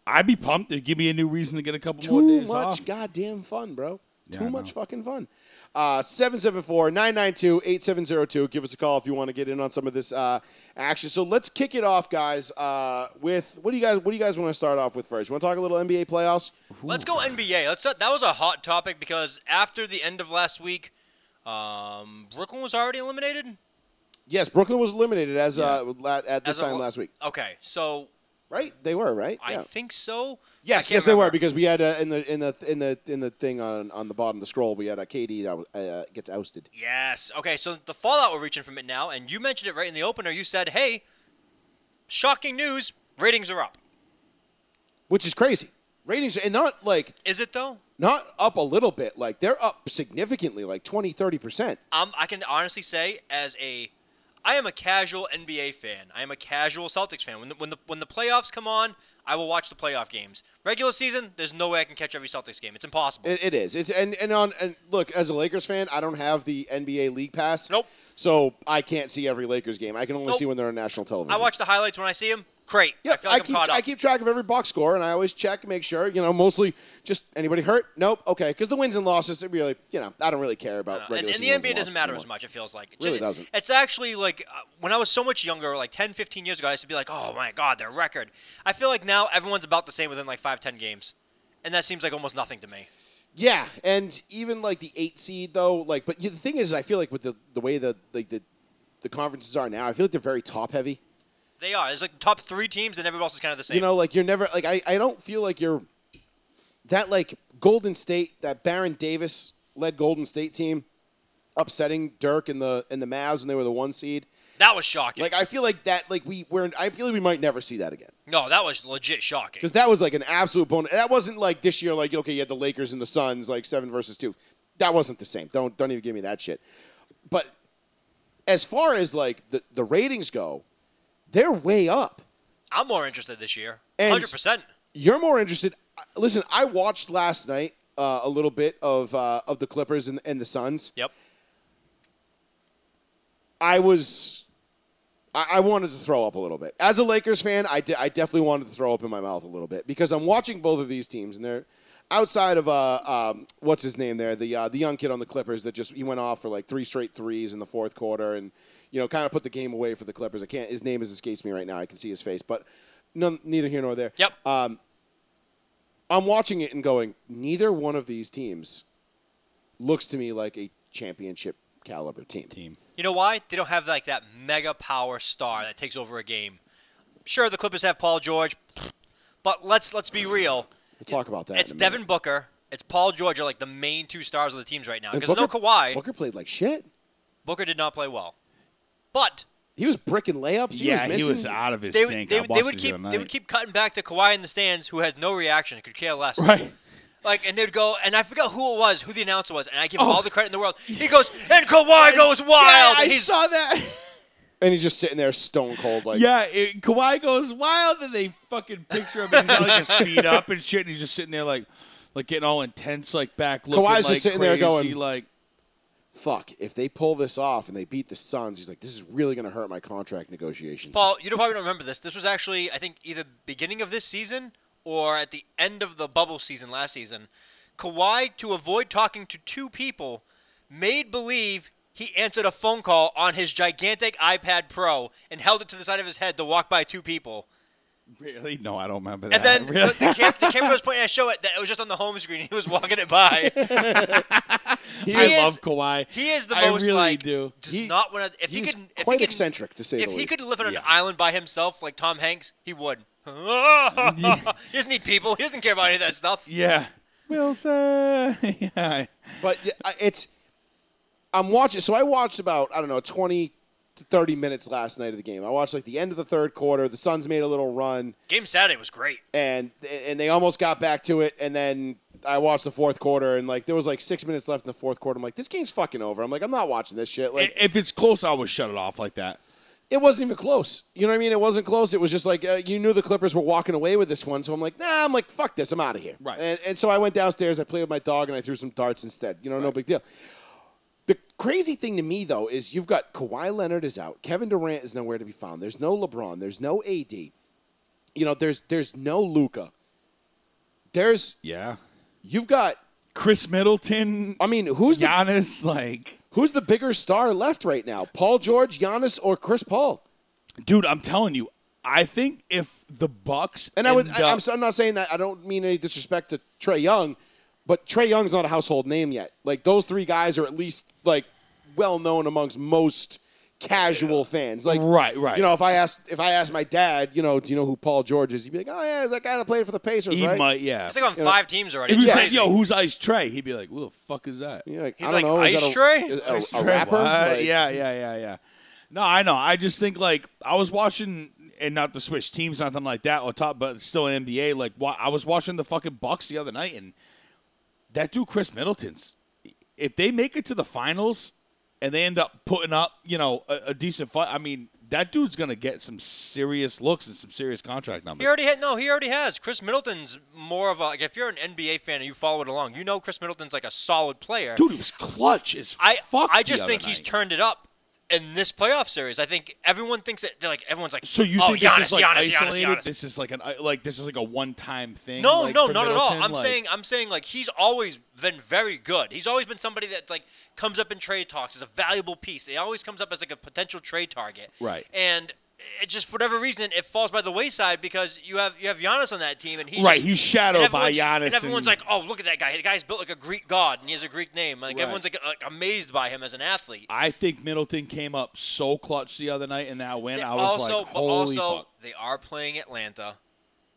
I'd be pumped. It'd give me a new reason to get a couple more
too
days
much
off.
oh, goddamn fun, bro.
Yeah, I
too much
know.
fucking fun. Uh, 774-992-8702. Give us a call if you want to get in on some of this uh, action. So let's kick it off, guys. Uh, with what do you guys what do you guys want to start off with first? You want to talk a little NBA playoffs?
Let's go NBA. Let's that was a hot topic because after the end of last week, um, Brooklyn was already eliminated.
Yes, Brooklyn was eliminated as uh, la- at this
As of
time
wh-
last week,
Okay, so
right? They were right.
I think so.
Yes,
I can't
yes, they were
remember.
because we had uh, in the in the in the in the thing on on the bottom of the scroll we had a KD that was- uh, gets ousted.
Yes. Okay, so the fallout we're reaching from it now, and you mentioned it right in the opener. You said, "Hey, shocking news! Ratings are up."
which is crazy. Ratings and not like
Is it though?
not up a little bit, like they're up significantly, like 20, 30 percent.
Um, I can honestly say, as a, I am a casual NBA fan. I am a casual Celtics fan. When the, when the when the playoffs come on, I will watch the playoff games. Regular season, there's no way I can catch every Celtics game. It's impossible.
It, it is. It's and and on and look, as a Lakers fan, I don't have the NBA League Pass.
Nope.
So I can't see every Lakers game. I can only
Nope.
see when they're on national television.
I watch the highlights when I see them. Great.
Yeah,
I feel like I am
keep
caught up.
I keep track of every box score, and I always check, make sure. You know, mostly just anybody hurt? Nope. Okay, because the wins and losses, it really, you know, I don't really care about.
Uh, and,
regular
and the
season wins
NBA doesn't
losses
matter
anymore.
as much. It feels like it
Really
ju-
doesn't.
It's actually like uh, when I was so much younger, like 10, 15 years ago, I used to be like, "Oh my God, their record." I feel like now everyone's about the same within like five, ten games, and that seems like almost nothing to me.
Yeah, and even like the eight seed though, like, but the thing is, I feel like with the the way the like the the conferences are now, I feel like they're very top heavy.
They are. There's like top three teams, and everybody else is kind of the same.
You know, like you're never like I I don't feel like you're that like Golden State that Baron Davis led Golden State team. upsetting Dirk and the and the Mavs when they were the one seed.
That was shocking.
Like I feel like that. Like we we're. I feel like we might never see that again
no, that was legit shocking.
because that was like an absolute bonus. That wasn't like this year. Like okay, you had the Lakers and the Suns like seven versus two. That wasn't the same. Don't don't even give me that shit. But as far as like the the ratings go, they're way up.
I'm more interested this year.
And-
100%.
You're more interested. I- Listen, I watched last night uh, a little bit of uh, of the Clippers and, and the Suns.
Yep.
I was. I I wanted to throw up a little bit. As a Lakers fan, I, de- I definitely wanted to throw up in my mouth a little bit because I'm watching both of these teams, and they're outside of uh, um, what's his name there, the uh, the young kid on the Clippers that just he went off for like three straight threes in the fourth quarter, and you know kind of put the game away for the Clippers. I can't. His name is escapes me right now. I can see his face, but none, neither here nor there.
Yep.
Um, I'm watching it and going, neither one of these teams looks to me like a championship caliber team.
You know why? They don't have like that mega power star that takes over a game. Sure, the Clippers have Paul George, but let's let's be real.
We'll talk about that. in
It's
a minute.
Devin Booker. It's Paul George are like the main two stars of the teams right now.
And
Because no Kawhi, Booker.
Booker played like shit.
did not play well. But
He was bricking layups. He
yeah,
was missing.
he was out of his
they, would
sink.
they,
I
would-
watched
they would
it
keep
the other
they
night.
would keep cutting back to Kawhi in the stands, who has no reaction, could care less.
right.
Like, and they'd go, and I forgot who it was, who the announcer was, and I give him all the credit in the world. He goes, and Kawhi goes wild,
Yeah,
and
I
he's
saw that.
and he's just sitting there stone cold. Like,
yeah, it, Kawhi goes wild, and they fucking picture him. And he's got like his feet up and shit, and he's just sitting there like, like getting all intense, like back looking.
Kawhi's
like,
just sitting there
crazy,
going-
like,
fuck. If they pull this off and they beat the Suns, he's like, this is really going to hurt my contract negotiations.
Paul, you don't probably don't remember this. This was actually, I think, either beginning of this season or at the end of the bubble season last season. Kawhi, to avoid talking to two people, made believe he answered a phone call on his gigantic iPad Pro and held it to the side of his head to walk by two people.
really? No, I don't remember
And
that.
then
really?
the, the, cam- the camera was pointing at show it that it was just on the home screen. And he was walking it by.
He
I
is-
love Kawhi.
He is the
I
most
really
like
do.
does
He-
not want to. If he
he's
could, if
quite
he could,
eccentric, to say
If
the
he
least.
could live on
Yeah.
an island by himself like Tom Hanks, he would. he doesn't need people. He doesn't care about any of that stuff.
Yeah. Wilson. yeah. I-
But yeah, I- it's. I'm watching. So I watched about I don't know 20 to 30 minutes last night of the game. I watched like the end of the third quarter. The Suns made a little run.
Game Saturday was great.
and and they almost got back to it and then I watched the fourth quarter and like there was like six minutes left in the fourth quarter. I'm like, this game's fucking over. I'm like, I'm not watching this shit. Like, it,
If it's close, I would shut it off like that.
wasn't even close. You know what I mean? It wasn't close. It was just like uh, you knew the Clippers were walking away with this one. So I'm like, nah. I'm like, fuck this. I'm out of here.
Right.
And, and so I went downstairs. I played with my dog and I threw some darts instead. You know, no big deal. The crazy thing to me though is you've got Kawhi Leonard is out. Kevin Durant is nowhere to be found. There's no LeBron. There's no AD. You know, there's there's no Luca. There's
Yeah.
you've got
Chris Middleton,
I mean, who's the,
Giannis, like,
who's the bigger star left right now? Paul George, Giannis, or Chris Paul?
dude, I'm telling you, I think if the Bucks
And I would
end
I,
up-
I'm, so- I'm not saying that I don't mean any disrespect to Trey Young, but Trey Young's not a household name yet. Like those three guys are at least like well known amongst most casual fans. Like
Right, right.
You know, if I asked if I asked my dad, you know, do you know who Paul George is? He'd be like, oh yeah, is that guy that played for the Pacers,
he
right?
might, yeah.
It's like on five teams already.
if you
It's
said,
crazy.
"Yo, who's Ice Trey?" He'd be like, "Who the fuck is that?"
You're like,
He's
I don't
like,
know. Is
Ice
that a,
Trey?
is a-
Ice
a,
Trey,
rapper?
what?
Like-
yeah, yeah, yeah, yeah. No, I know. I just think like I was watching, and not to switch teams, nothing like that, or top, but still in NBA. Like wa- I was watching the fucking Bucks the other night, and that dude Chris Middleton's. If they make it to the finals, and they end up putting up, you know, a, a decent fight. I mean, that dude's gonna get some serious looks and some serious contract numbers.
He already had no. He already has. Chris Middleton's more of a like. If you're an NBA fan and you follow it along, you know Chris Middleton's like a solid player.
dude, he was clutch as
I
fuck.
I
the
just
other
think he's
night.
turned it up in this playoff series. I think everyone thinks that they're like everyone like.
So you
oh,
think
Giannis,
this is like
Giannis, Giannis,
isolated?
Giannis.
This is like an i- like this is like a one time thing?
No,
like,
no,
for
not at all.
Middleton?
I'm
Like-
saying, I'm saying, like he's always been very good. He's always been somebody that like comes up in trade talks as a valuable piece. He always comes up as like a potential trade target.
Right.
And it just for whatever reason it falls by the wayside because you have you have Giannis on that team and he's
Right,
just-
he's shadowed
and
by
everyone's-
Giannis
And everyone's
and-
like, oh, look at that guy. The guy's built like a Greek god and he has a Greek name. Like
Right.
everyone's like, like amazed by him as an athlete.
I think Middleton came up so clutch the other night in that win.
They
I was
also,
like,
but
holy
also
fuck.
they are playing Atlanta.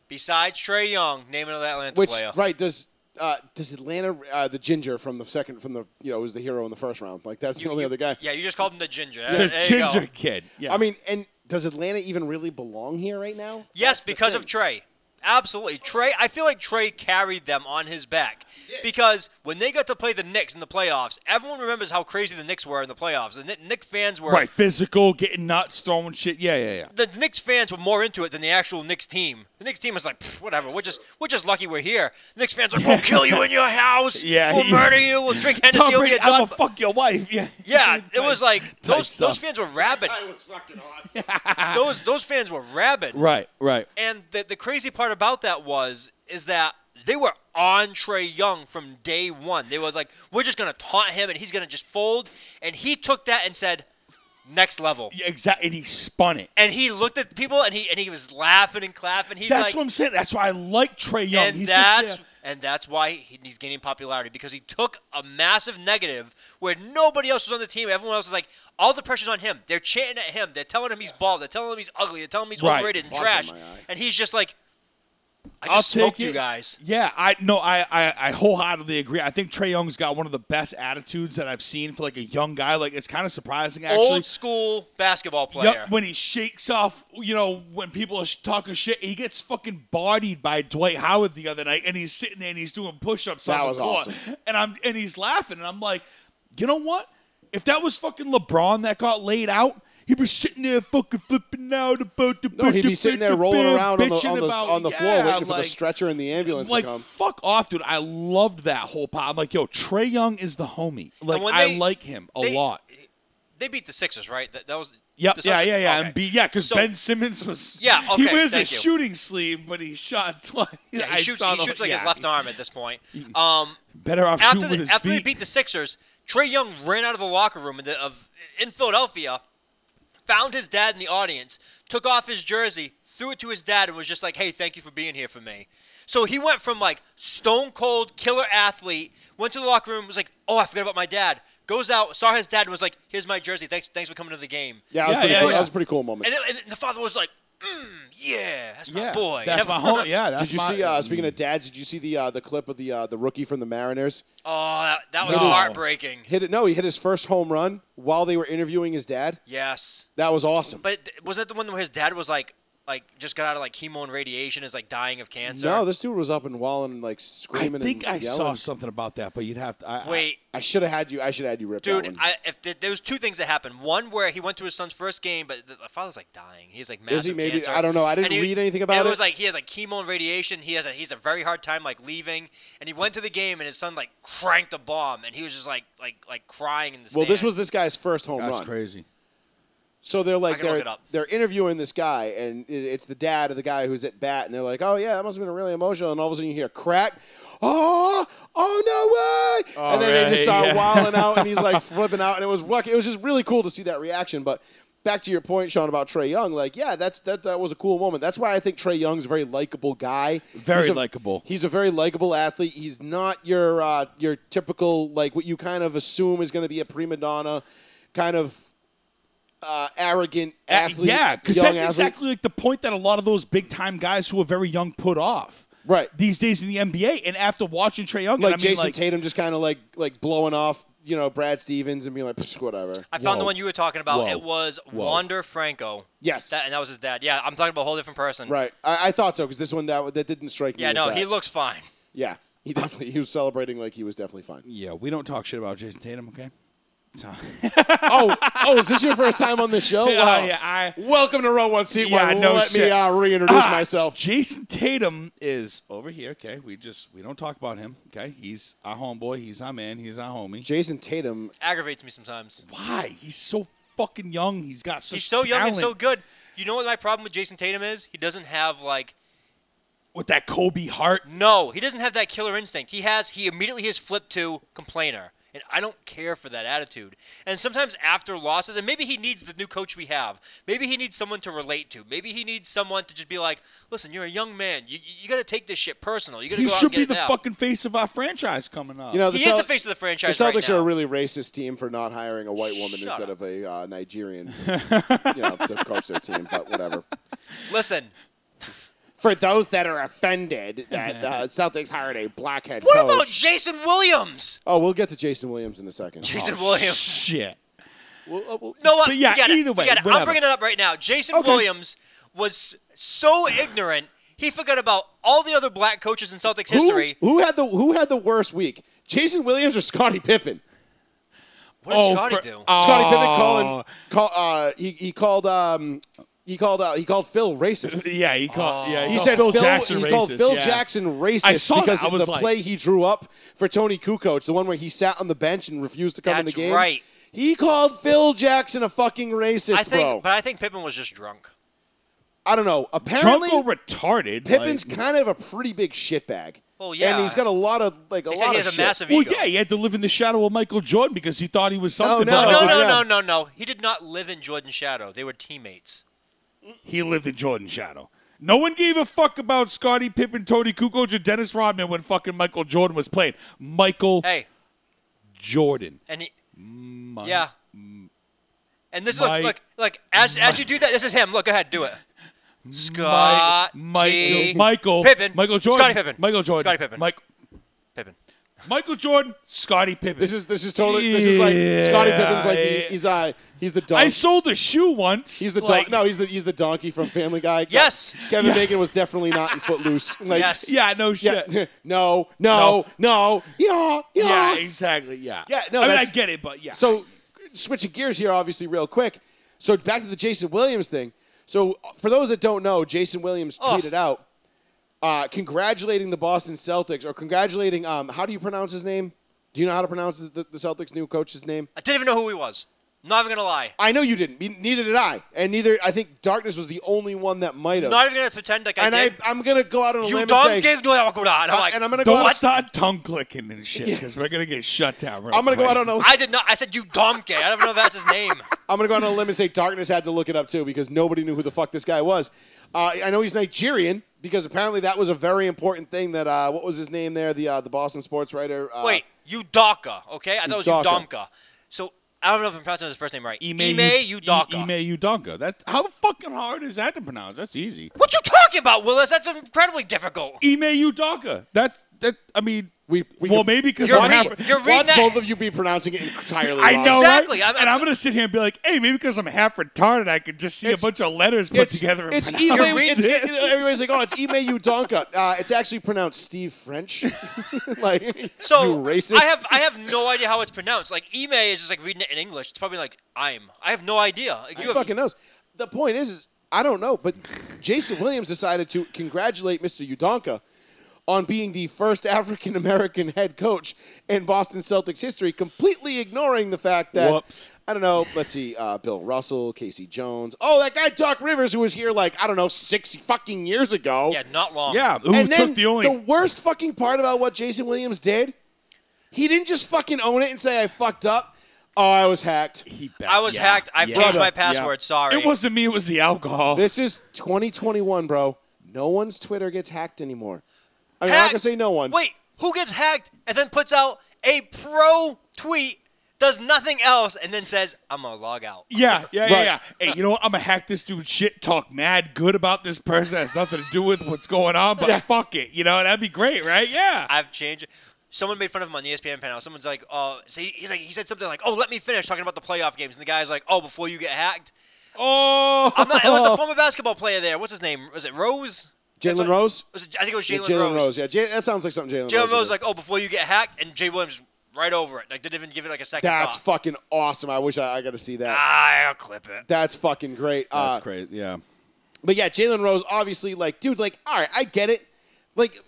Besides Trey Young, name another Atlanta
Which
player.
right does Uh, does Atlanta uh, the ginger from the second from the you know was the hero in the first round? Like that's the only other guy.
Yeah, you just called him the ginger.
The
there you go.
ginger kid. Yeah.
I mean, and does Atlanta even really belong here right now?
Yes, because of Trey. Absolutely. Trey, I feel like Trey carried them on his back. Because when they got to play the Knicks in the playoffs, everyone remembers how crazy the Knicks were in the playoffs. The Knick- Knicks fans were
right. Physical, getting nuts, throwing shit. Yeah, yeah, yeah.
the Knicks fans were more into it than the actual Knicks team. The Knicks team was like, "Pfft, whatever, we're just we're just lucky we're here. Knicks fans like, we'll kill you in your house,
Yeah,
we'll
yeah.
murder you, we'll drink Hennessy
Tom
over
Brady,
your
I'm gonna
dog.
fuck your wife. Yeah.
Yeah, it was like
Type
those
stuff.
those fans were rabid.
That was fucking awesome.
Those those fans were rabid.
Right, right.
And the, the crazy part about that was is that they were on Trey Young from day one. They were like, we're just gonna taunt him and he's gonna just fold. And he took that and said, next level.
Yeah, exactly. And he spun it.
And he looked at the people and he and he was laughing and clapping. He's
That's
like,
what I'm saying. That's why I like Trey Young.
and
He's
that's
just,
and that's why he- he's gaining popularity because he took a massive negative where nobody else was on the team. Everyone else was like, all the pressure's on him. They're chanting at him. They're telling him he's bald. They're telling him he's ugly. They're telling him he's
Right.
overrated and
Fuck in
trash.
my eye.
And he's just like, I
I'll
just smoked
take
you
it.
guys.
Yeah, I no, I, I I wholeheartedly agree. I think Trey Young's got one of the best attitudes that I've seen for like a young guy. Like it's kind of surprising actually.
Old school basketball player.
Yup, when he shakes off, you know, when people are sh- talking shit, he gets fucking bodied by Dwight Howard the other night, and he's sitting there and he's doing push-ups
That
on
was
the court,
awesome.
and I'm and he's laughing, and I'm like, you know what? If that was fucking LeBron that got laid out, he'd be sitting there fucking flipping out about the.
No, he'd be sitting there rolling around on the on the,
about,
on the floor
yeah,
waiting for the
like-
stretcher and the ambulance
like
to come.
fuck off, dude! I loved that whole pop. I'm like, yo, Trey Young is the homie. Like,
when
I
they-
like him a
they-
lot.
They beat the Sixers, right? That, that was.
Yep,
the
yeah,
Sixers?
yeah, yeah,
Okay.
and be yeah, because
So-
Ben Simmons was
Yeah,
he
okay,
wears a
thank you.
shooting sleeve, but he shot twice.
Yeah, he
I
shoots,
saw
he
the-
shoots like his
yeah.
left arm at this point. Um,
Better off
after
shooting
the,
with his
after they
feet.
beat the Sixers, Trey Young ran out of the locker room in, the, of, in Philadelphia, found his dad in the audience, took off his jersey, threw it to his dad, and was just like, "Hey, thank you for being here for me." So he went from like stone cold killer athlete, went to the locker room, was like, "Oh, I forgot about my dad." Goes out, saw his dad, and was like, "Here's my jersey. Thanks, thanks for coming to the game."
Yeah, that was
Yeah,
pretty
yeah,
cool.
yeah.
That was a pretty cool moment.
And, it, and the father was like, mm, "Yeah, that's my
yeah,
boy."
That's
And
my
I-
home. Yeah, that's
Did you
my,
see? Uh, speaking of dads, did you see the uh, the clip of the uh, the rookie from the Mariners
Oh, that, that was
No.
heartbreaking.
hit it? No, he hit his first home run while they were interviewing his dad.
Yes.
That was awesome.
But th- wasn't that the one where his dad was like, like just got out of like chemo and radiation, is like dying of cancer?
no, this dude was up and walling, like
I
screaming.
think
and
I
yelling.
saw something about that, but you'd have to. I, I-
Wait,
I should have had you. I should have had you rip that one.
dude. I, if th- there was two things that happened. One where he went to his son's first game, but the, the father's like dying. He's like massive
Is he? Maybe.
cancer.
I don't know. I didn't
And he-
read anything about it.
and It was like he has like chemo and radiation. He has a he's a very hard time like leaving. And he went to the game, and his son like cranked a bomb, and he was just like like like crying in the.
well, this
stands.
was this guy's first home
that's
run.
crazy.
So they're like
can look
they're
it up.
they're interviewing this guy, and it- it's the dad of the guy who's at bat, and they're like, "Oh yeah, that must have been really emotional." And all of a sudden you hear crack. Oh, oh no way! and then they just
Alright,
start
yeah.
wilding out, and he's like flipping out, and it was luck- it was just really cool to see that reaction. But back to your point, Sean, about Trey Young, like yeah, that's that that was a cool moment. That's why I think Trey Young's a very likable guy.
Very
He's a-
likable.
He's a very likable athlete. He's not your uh, your typical like what you kind of assume is going to be a prima donna kind of uh, arrogant athlete.
yeah, because
young
that's
athlete.
exactly like the point that a lot of those big time guys who are very young put off.
Right.
These days in the NBA, and after watching Trey Young, and
like
I mean,
Jason
like,
Tatum just kind of like like blowing off you know Brad Stevens and being like "Psh, whatever.
I found the
Whoa.
one you were talking about.
Whoa.
It was
Whoa.
Wander Franco.
Yes.
That, and that was his dad. Yeah, I'm talking about a whole different person.
Right, I, I thought so because this one that, that didn't strike me.
Yeah,
as
no,
that.
he looks fine.
Yeah, he definitely he was celebrating like he was definitely fine.
Yeah, we don't talk shit about Jason Tatum, okay? So-
oh, oh, is this your first time on this
Oh,
show?
Yeah,
Wow.
yeah, I-
Welcome to Row One Seat
Yeah,
One.
no
Let me
shit.
uh, reintroduce
Ah,
myself.
Jason Tatum is over here. Okay, we just we don't talk about him. Okay, he's our homeboy. He's our man. He's our homie.
Jason Tatum.
Aggravates me sometimes.
Why? He's so fucking young. He's got such
He's so young and so
talent.
good. You know what my problem with Jason Tatum is? He doesn't have like
with that Kobe heart.
no, he doesn't have that killer instinct. He has he immediately has flipped to complainer. And I don't care for that attitude. And sometimes after losses, and maybe he needs the new coach we have. Maybe he needs someone to relate to. Maybe he needs someone to just be like, "Listen, you're a young man. You, you got to take this shit personal. You got to
He
go out and
should be
get
the
it now."
fucking face of our franchise coming up.
You know, the
he
Cel-
is the face of the
the
franchise right
Celtics
now.
are a really racist team for not hiring a white woman
Shut
instead
up.
of a uh, Nigerian, you know, to coach their team. But whatever.
Listen,
for those that are offended that uh, Celtics hired a blackhead
What
coach.
about Jason Williams?
oh, we'll get to Jason Williams in a second.
Jason Williams.
Shit.
No, what?
But yeah,
Forget it.
either way,
Forget it.
whatever.
I'm bringing it up right now. Jason Williams was so ignorant, he forgot about all the other black coaches in Celtics
Who-
history.
Who, had the Who had the worst week? Jason Williams or Scottie Pippen?
What did
Oh,
Scotty
for-
do?
oh.
Scottie Pippen calling call, uh, he he called um he called uh, he called Phil racist.
Yeah, he called.
Oh.
Yeah,
He
called
said
Phil
Phil,
Jackson
he
racist.
called Phil
yeah.
Jackson
I
racist
saw that.
because
I
of
was
the
like-
play he drew up for Tony Kukoc, the one where he sat on the bench and refused to come in the
That's
game.
right.
He called Phil Jackson a fucking racist,
I think,
bro.
but I think Pippen was just drunk.
I don't know. Apparently,
Trunco retarded.
Pippen's
like-
kind of a pretty big shitbag.
Well, Oh, yeah.
And he's got a lot of like a
They said
lot
he
of
has a
shit.
massive
Well,
ego.
yeah, he had to live in the shadow of Michael Jordan because he thought he was something.
no,
but
No,
Oh,
no,
yeah.
no, no, no. He did not live in Jordan's shadow. They were teammates.
He lived in Jordan's shadow. No one gave a fuck about Scottie Pippen, Tony Kukoc, or Dennis Rodman when fucking Michael Jordan was playing. Michael
Hey,
Jordan.
and he, yeah. And this
Mike-
look, look, look. As as you do that, this is him. Look, go ahead, do it. Scott,
Michael, Michael,
Pippen,
Michael Jordan,
Scottie Pippen,
Michael Jordan,
Scottie Pippen,
Mike,
Pippen.
Michael Jordan, Scottie Pippen.
This is this is totally this is like Scottie Pippen's like he-
Yeah.
he's uh he's the
I
donkey.
sold a shoe once.
He's the
like,
don- no he's the he's the donkey from Family Guy. Ke-
Yes.
Kevin Bacon was definitely not in Footloose. Like,
Yes.
Yeah, no
Yeah.
shit.
no, no, no. Yeah.
Yeah,
Yeah.
exactly. Yeah.
Yeah, no,
I mean, I
that's-
get it, but yeah.
So switching gears here, obviously, real quick. So back to the Jason Williams thing. So for those that don't know, Jason Williams
Oh.
tweeted out uh, congratulating the Boston Celtics or congratulating um, how do you pronounce his name? Do you know how to pronounce his- the, the Celtics' new coach's name?
I didn't even know who he was. Not even gonna lie.
I know you didn't. Me- Neither did I. And neither I think Darkness was the only one that might have.
Not even gonna pretend like I
and I,
did.
I'm gonna go out on a
you
limb
don't
and say,
give no I'm
Uh,
like,
and I'm gonna go
don't
out.
start tongue clicking and shit because we're gonna get shut down. Real
I'm gonna go
quick.
out on a.
I did not. I said you donkey. I don't even know if that's his name.
I'm gonna go out on a limb and say Darkness had to look it up too because nobody knew who the fuck this guy was. Uh, I know he's Nigerian because apparently that was a very important thing that uh, what was his name there the uh, the Boston sports writer. Uh,
Wait, Udaka. Okay, I thought it was
Udoka.
Udomka. So I don't know if I'm pronouncing his first name right.
Ime,
Ime Udaka.
Ime Udonka. That's how fucking hard is that to pronounce? That's easy.
What you talking about, Willis? That's incredibly difficult.
Ime Udonka. That's that. I mean,
We- we
well
could-
maybe because
You're
I'm
re-
half.
you're
watch
reading that-
both of you be pronouncing it entirely
I
wrong.
know
Exactly.
Right?
I'm-
and I'm gonna sit here and be like, hey, maybe because I'm half retarded, I could just see a
It's-
bunch of letters put
It's
together. And
it's Ime.
pronounce
It's,
it.
it- everybody's like, oh, it's Ime Udonka. Uh, it's actually pronounced Steve French. like,
So
you racist.
I have I have no idea how it's pronounced. Like Ime is just like reading it in English. It's probably like I'm. I have no idea. Like, you
Who
have-
fucking knows? The point is, is I don't know, but Jason Williams decided to congratulate Mr. Udonka on being the first African American head coach in Boston Celtics history, completely ignoring the fact that
Whoops.
I don't know. Let's see, uh, Bill Russell, Casey Jones. Oh, that guy Doc Rivers, who was here like I don't know six fucking years ago.
yeah, not long.
yeah, who
and then
took the only?
worst fucking part about what Jason Williams did, he didn't just fucking own it and say I fucked up. Oh, I was hacked.
He
I was
yeah,
hacked. I've
yeah.
changed
Brother,
my password.
Yeah.
Sorry.
It wasn't me. It was the alcohol.
This is 2021, bro. No one's Twitter gets hacked anymore. I mean, I'm not
Hacked?
gonna say no one.
Wait, who gets hacked and then puts out a pro tweet, does nothing else, and then says, "I'm gonna log out."
Yeah, yeah, yeah,
Right.
yeah. Hey, you know what? I'm gonna hack this dude's shit, talk mad good about this person. That has nothing to do with what's going on, but fuck it. You know, that'd be great, right? Yeah.
I've changed. it. Someone made fun of him on the E ESPN panel. Someone's like, "Oh," so he- he's like, he said something like, "Oh, let me finish talking about the playoff games," and the guy's like, "Oh, before you get hacked."
Oh,
I'm not, it was a former basketball player there. What's his name? Was it Rose?
Jalen Rose.
Was it, I think it was
Yeah,
Jalen
Jalen
Rose.
Rose. Yeah, Jay, that sounds like something Jalen Rose.
Jalen
would
Rose
do.
like, oh, before you get hacked, and Jay Williams right over it. Like didn't even give it like a second.
that's
thought.
fucking awesome. I wish I, I got to see that.
I'll clip it.
That's fucking great. uh,
crazy. Yeah.
But yeah, Jalen Rose, obviously, like, dude, like, all right, I get it. Like,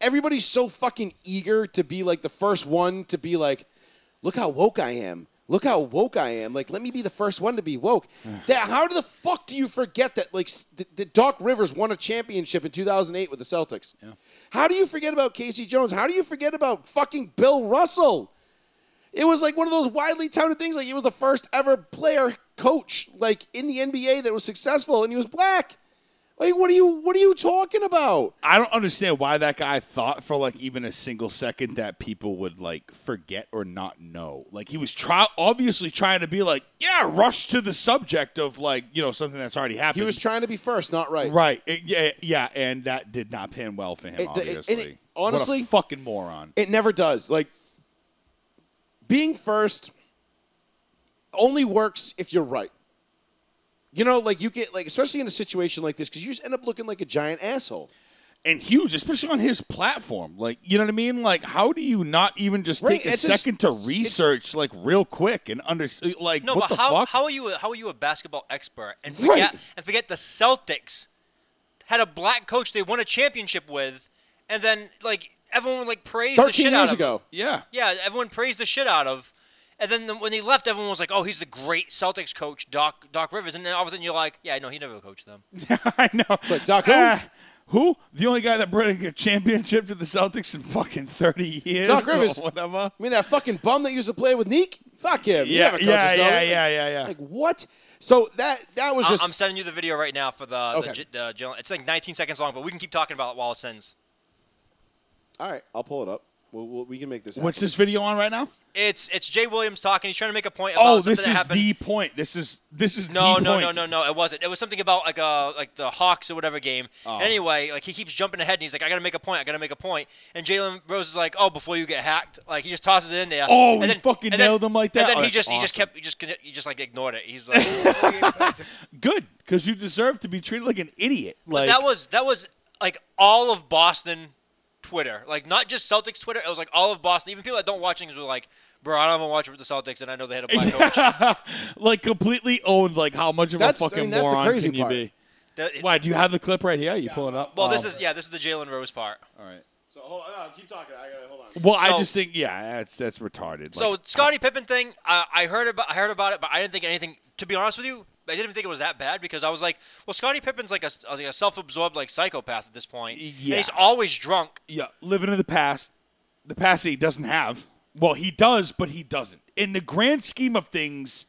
everybody's so fucking eager to be like the first one to be like, look how woke I am. Look how woke I am. Like, let me be the first one to be woke. that, how the fuck do you forget that, like, s- that that Doc Rivers won a championship in 2008 with the Celtics? How do you forget about Casey Jones? How do you forget about fucking Bill Russell? It was like one of those widely touted things. Like, he was the first ever player coach, like, in the NBA that was successful, and he was black. Like, what are you? What are you talking about?
I don't understand why that guy thought for like even a single second that people would like forget or not know. Like he was try obviously trying to be like, yeah, rush to the subject of like you know something that's already happened.
He was trying to be first, not right.
right, It- yeah, yeah, and that did not pan well for him.
It- it- it-
obviously,
it-
What a
honestly-
fucking moron.
It never does. Like being first only works if you're right. You know, like you get like especially in a situation like this because you just end up looking like a giant asshole.
and huge, especially on his platform. Like, you know what I mean? Like, how do you not even just
Right,
take a
it's just-
second
it's-
to research, like, real quick and understand? Like,
No,
what
but
the
how,
fuck?
how are you a- how are you a basketball expert and
Right.
forget and forget the Celtics had a black coach they won a championship with, and then like everyone like praised the shit
Thirteen
out
years
of
ago,
yeah,
Yeah, everyone praised the shit out of. And then the, when he left, everyone was like, "Oh, he's the great Celtics coach, Doc Doc Rivers." And then all of a sudden, you're like, "Yeah, no, he never coached them."
I know.
like, Doc, who?
Ah, who? The only guy that brought a championship to the Celtics in fucking thirty years,
Doc
or
Rivers.
whatever.
I mean that fucking bum that used to play with Neek. Fuck him. He
Yeah,
never coaches
yeah,
though.
yeah,
Like-
yeah, yeah, yeah.
Like what? So that that was
I-
just
I'm sending you the video right now for the
Okay.
the, j- the general. It's like 19 seconds long, but we can keep talking about it while it sends.
all right. I'll pull it up. We'll, we'll, we can make this. Happen.
What's this video on right now?
It's it's Jay Williams talking. He's trying to make a point about
Oh,
something
this
that
is
happened.
the point. This is this is
No,
the
no,
point.
no, no, no. It wasn't. It was something about like uh like the Hawks or whatever game.
Oh.
Anyway, like he keeps jumping ahead and he's like, I gotta make a point. I gotta make a point. And Jalen Rose is like, Oh, before you get hacked, like he just tosses it in there.
Oh,
and
he fucking
and then-
nailed him like that?
And then
Oh,
he
that's
just he just
awesome.
kept he just he just like ignored it. He's like,
Good, because you deserve to be treated like an idiot. Like
that was that was like all of Boston Twitter, like not just Celtics Twitter. It was like all of Boston. Even people that don't watch things were like, Bro, I don't even watch for the Celtics, and I know they had a black coach.
like completely owned. Like how much of
That's-
a
I
fucking
mean, that's the
moron
crazy
can
part.
you be?
That-
Why do you have the clip right here? You pull it up.
well, this
Um,
is yeah, this is the Jalen Rose part.
all right.
So hold on. No, keep talking. I gotta hold on.
Well, I
So-
just think yeah, that's that's retarded.
So
Like,
Scottie Pippen thing, uh, I heard about I heard about it, but I didn't think anything. To be honest with you, I didn't think it was that bad because I was like, well, Scottie Pippen's like a, like a self-absorbed like psychopath at this point, and
Yeah.
he's always drunk.
yeah, living in the past, the past that he doesn't have. Well, he does, but he doesn't. In the grand scheme of things,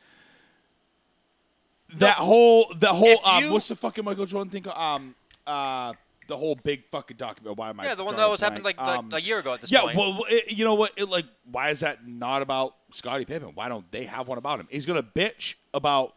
that whole that whole
If
um,
you-
what's the fucking Michael Jordan thing? Um, uh, the whole big fucking document. Why am I?
Yeah, the one
drawing
that
a
was happened like,
blank?
like
Um,
a year ago at this
Yeah,
point.
well, it, you know what? It, like, why is that not about Scottie Pippen? Why don't they have one about him? He's gonna bitch about,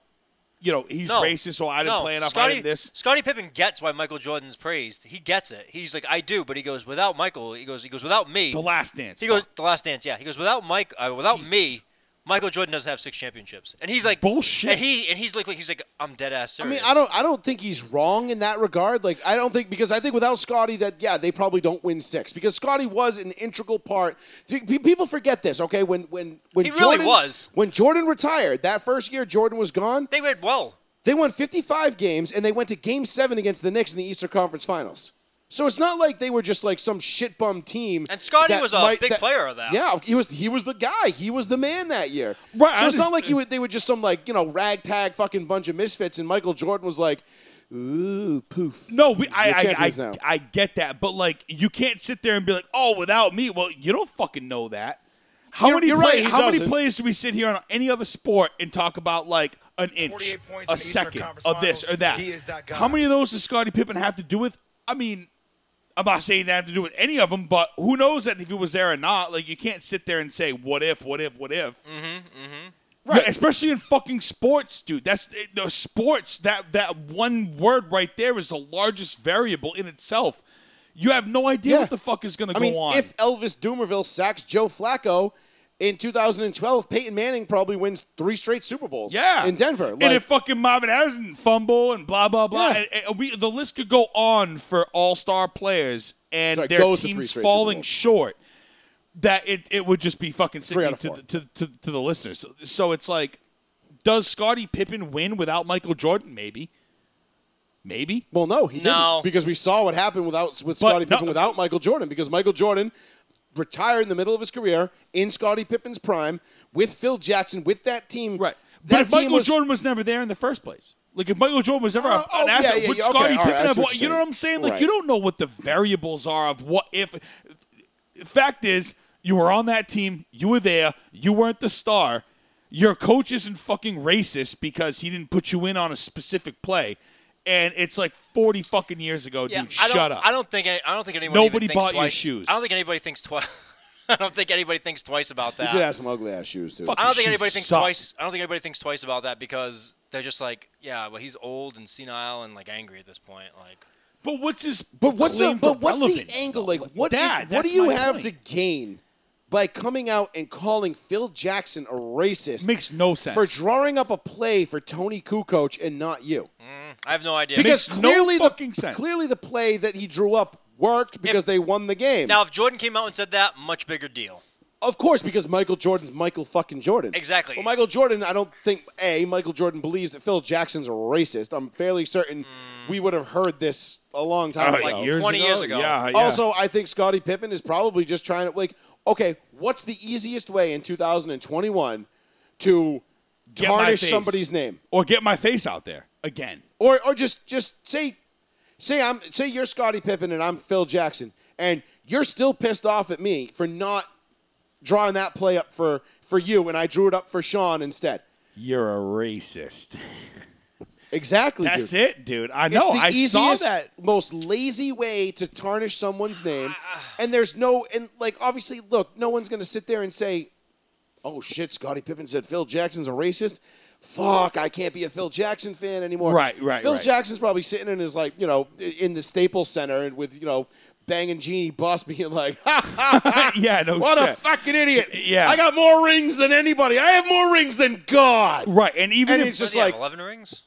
you know, he's
no,
racist, so I didn't
no.
play enough. I
Scottie,
didn't this.
Scottie Pippen gets why Michael Jordan's praised. He gets it. He's like, I do, but he goes without Michael. He goes, he goes without me.
The Last Dance.
he goes
Fuck.
the last dance. Yeah, he goes without Mike, uh, without me. Michael Jordan doesn't have six championships, and he's like
Bullshit.
And he and he's like, like he's like, I'm dead ass
I mean,
serious.
I don't, I don't think he's wrong in that regard. Like, I don't think because I think without Scotty, that yeah, they probably don't win six because Scotty was an integral part. See, pe- People forget this, okay? When when when
He really
Jordan,
was.
when Jordan retired that first year, Jordan was gone.
They read well.
They won 55 games and they went to Game Seven against the Knicks in the Eastern Conference Finals. So it's not like they were just like some shit bum team.
And Scotty
that
was a big player of that.
Yeah, he was. He was the guy. He was the man that year.
Right,
So
I
it's not
just-
like he would, they were just some like you know ragtag fucking bunch of misfits. And Michael Jordan was like, ooh, poof.
No, we, I,
You're
I,
champions
I,
now.
I get that, but like, you can't sit there and be like, "Oh, without me." Well, you don't fucking know that. How
You're-
many
you're
play-
right, he
how many
doesn't.
plays do we sit here on any other sport and talk about like an inch,
48 points in
a
the Eastern
second,
Conference
of this
Finals.
or that?
He is that guy.
How many of those does Scottie Pippen have to do with? I mean, I'm not saying that have to do with any of them, but who knows that if he was there or not? Like, you can't sit there and say, "What if? What if? What if?" Yeah, especially in fucking sports, dude. That's it- the sports that that one word right there is the largest variable in itself. You have no idea
Yeah.
what the fuck is going to
I
go
mean,
on.
if Elvis Doomerville sacks Joe Flacco in 2012, Peyton Manning probably wins three straight Super Bowls.
yeah,
in Denver.
and
Like-
if fucking Marvin Harrison fumble and blah blah blah,
Yeah.
and, and we, the list could go on for all star players and
So it
their
goes to three
teams
straight Super
falling
Bowls.
short. That it, it would just be fucking
Three out
sickening
of
to,
four.
the- to, to to the listeners. So, so it's like, does Scottie Pippen win without Michael Jordan? Maybe, maybe.
Well, no, he
No.
didn't because we saw what happened without with Scottie
no-
Pippen without Michael Jordan because Michael Jordan retired in the middle of his career in Scottie Pippen's prime with Phil Jackson with that team.
Right. But
That
if
team
Michael
was-
Jordan was never there in the first place. Like if Michael Jordan was ever
Uh,
a,
oh,
an
yeah,
athlete,
yeah,
would
yeah, okay,
Scottie
all right,
Pippen
I see
have?
what
what-
you're
You know
saying.
what I'm saying? Like
Right.
you don't know what the variables are of what if. Fact is, you were on that team. You were there. You weren't the star. Your coach isn't fucking racist because he didn't put you in on a specific play. and it's like 40 fucking years ago,
Yeah,
dude.
I don't,
shut up.
I don't think any, I don't think anyone.
Nobody
even thinks
bought your
twice.
shoes.
I don't think anybody thinks twice. I don't think anybody thinks twice about that.
You did have some ugly ass shoes too.
Fuck.
I don't think
Shoes
anybody thinks
suck.
twice. I don't think anybody thinks twice about that because they're just like, yeah, well, he's old and senile and like angry at this point. Like,
but what's his?
But what's the
claim to
but what's the
relevance,
angle?
though?
Like what do you-
That-
what do
that's
you
my
have
point.
to gain by coming out and calling Phil Jackson a racist?
Makes no sense.
for drawing up a play for Tony Kukoc and not you.
I have no idea.
Because
Makes no
clearly
fucking
the
sense.
clearly the play that he drew up worked because they won the game.
now, if Jordan came out and said that, much bigger deal.
of course, because Michael Jordan's Michael fucking Jordan.
Exactly.
Well, Michael Jordan, I don't think a Michael Jordan believes that Phil Jackson's a racist. I'm fairly certain we would have heard this a long time
Oh,
ago.
like years
20
ago?
years ago.
Yeah, yeah.
Also, I think Scottie Pippen is probably just trying to like, okay, what's the easiest way in 2021 to
Get my
tarnish
face.
somebody's name?
or get my face out there again.
or or just just say say I'm say you're Scottie Pippen and I'm Phil Jackson and you're still pissed off at me for not drawing that play up for for you and I drew it up for Sean instead.
You're a racist.
Exactly,
That's
dude.
it, dude. I
It's
know.
the
I saw
easiest,
that.
most lazy way to tarnish someone's name, and there's no and like obviously, look, no one's gonna sit there and say, "Oh shit, Scottie Pippen said Phil Jackson's a racist." Fuck, I can't be a Phil Jackson fan anymore.
Right, right,
Phil
right.
Jackson's probably sitting in his like you know in the Staples Center and with you know banging Jeannie Buss being like, "Ha ha ha."
Yeah, no
What a
shit.
fucking idiot!
Yeah.
I got more rings than anybody. I have more rings than God.
Right, and even
And
if
it's just
Does he have
like-
Eleven rings.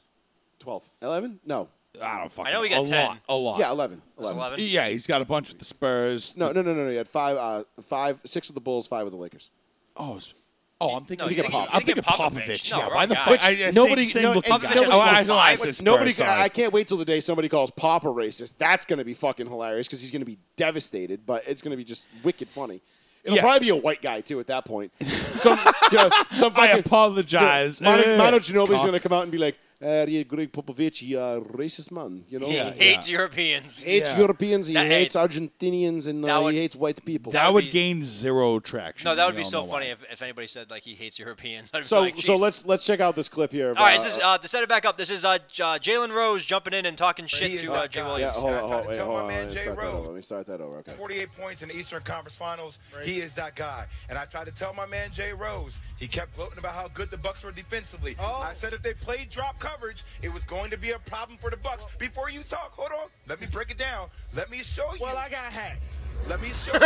12, 11? No,
I don't fucking.
I know he
know.
got
a
10.
lot, a lot.
yeah, 11. 11.
Eleven.
yeah. He's got a bunch with the Spurs.
No, no, no, no, no. You had five, uh, five, six with the Bulls, five with the Lakers.
Oh, it's- oh, I'm thinking.
No, you
get Pop-
I'm
you get
thinking Popovich.
Popovich. No,
yeah,
wrong
why the
guy.
fuck?
Which
I, I,
nobody-
same, same
no-
looking
and
guy.
nobody-
oh, I, I, know, I
Which
said Spurs,
Nobody.
sorry.
I can't wait till the day somebody calls Papa racist. That's going to be fucking hilarious because he's going to be devastated, but it's going to be just wicked funny. It'll
Yeah.
probably be a white guy too at that point.
Some,
You know, some
I
fucking.
apologize.
Mano,
Eh.
Mano Ginobili's going to come out and be like, uh, yeah, Greg Popovich, he, uh, racist man. You know,
He
yeah. he
hates Europeans.
hates
Yeah.
Europeans, he
That-
hates Argentinians, and
that
uh,
would-
he hates white people.
That would
be-
gain zero traction.
no, that would
We
be
all
so
know
funny
why.
if, if anybody said like he hates Europeans. I'd be
so,
like,
so
"Jesus."
let's let's check out this clip here. of,
All right,
uh,
this is uh, to set it back up. This is uh, J- uh, Jalen Rose jumping in and talking shit to uh, Jay
Yeah,
yeah,
Williams.
hold on, hold
I'm
on,
trying to
wait,
tell
hold
my
on.
man
Let me
Jay
start that
Rose.
over. Let me start that over. Okay.
48 points in the Eastern Conference Finals. He is that guy. And I tried to tell my man Jay Rose. He kept gloating about how good the Bucks were defensively. I said if they played drop coverage, it was going to be a problem for the Bucks. Before you talk, hold on. Let me break it down. Let me show you. Well, I got hacked. Let me show you.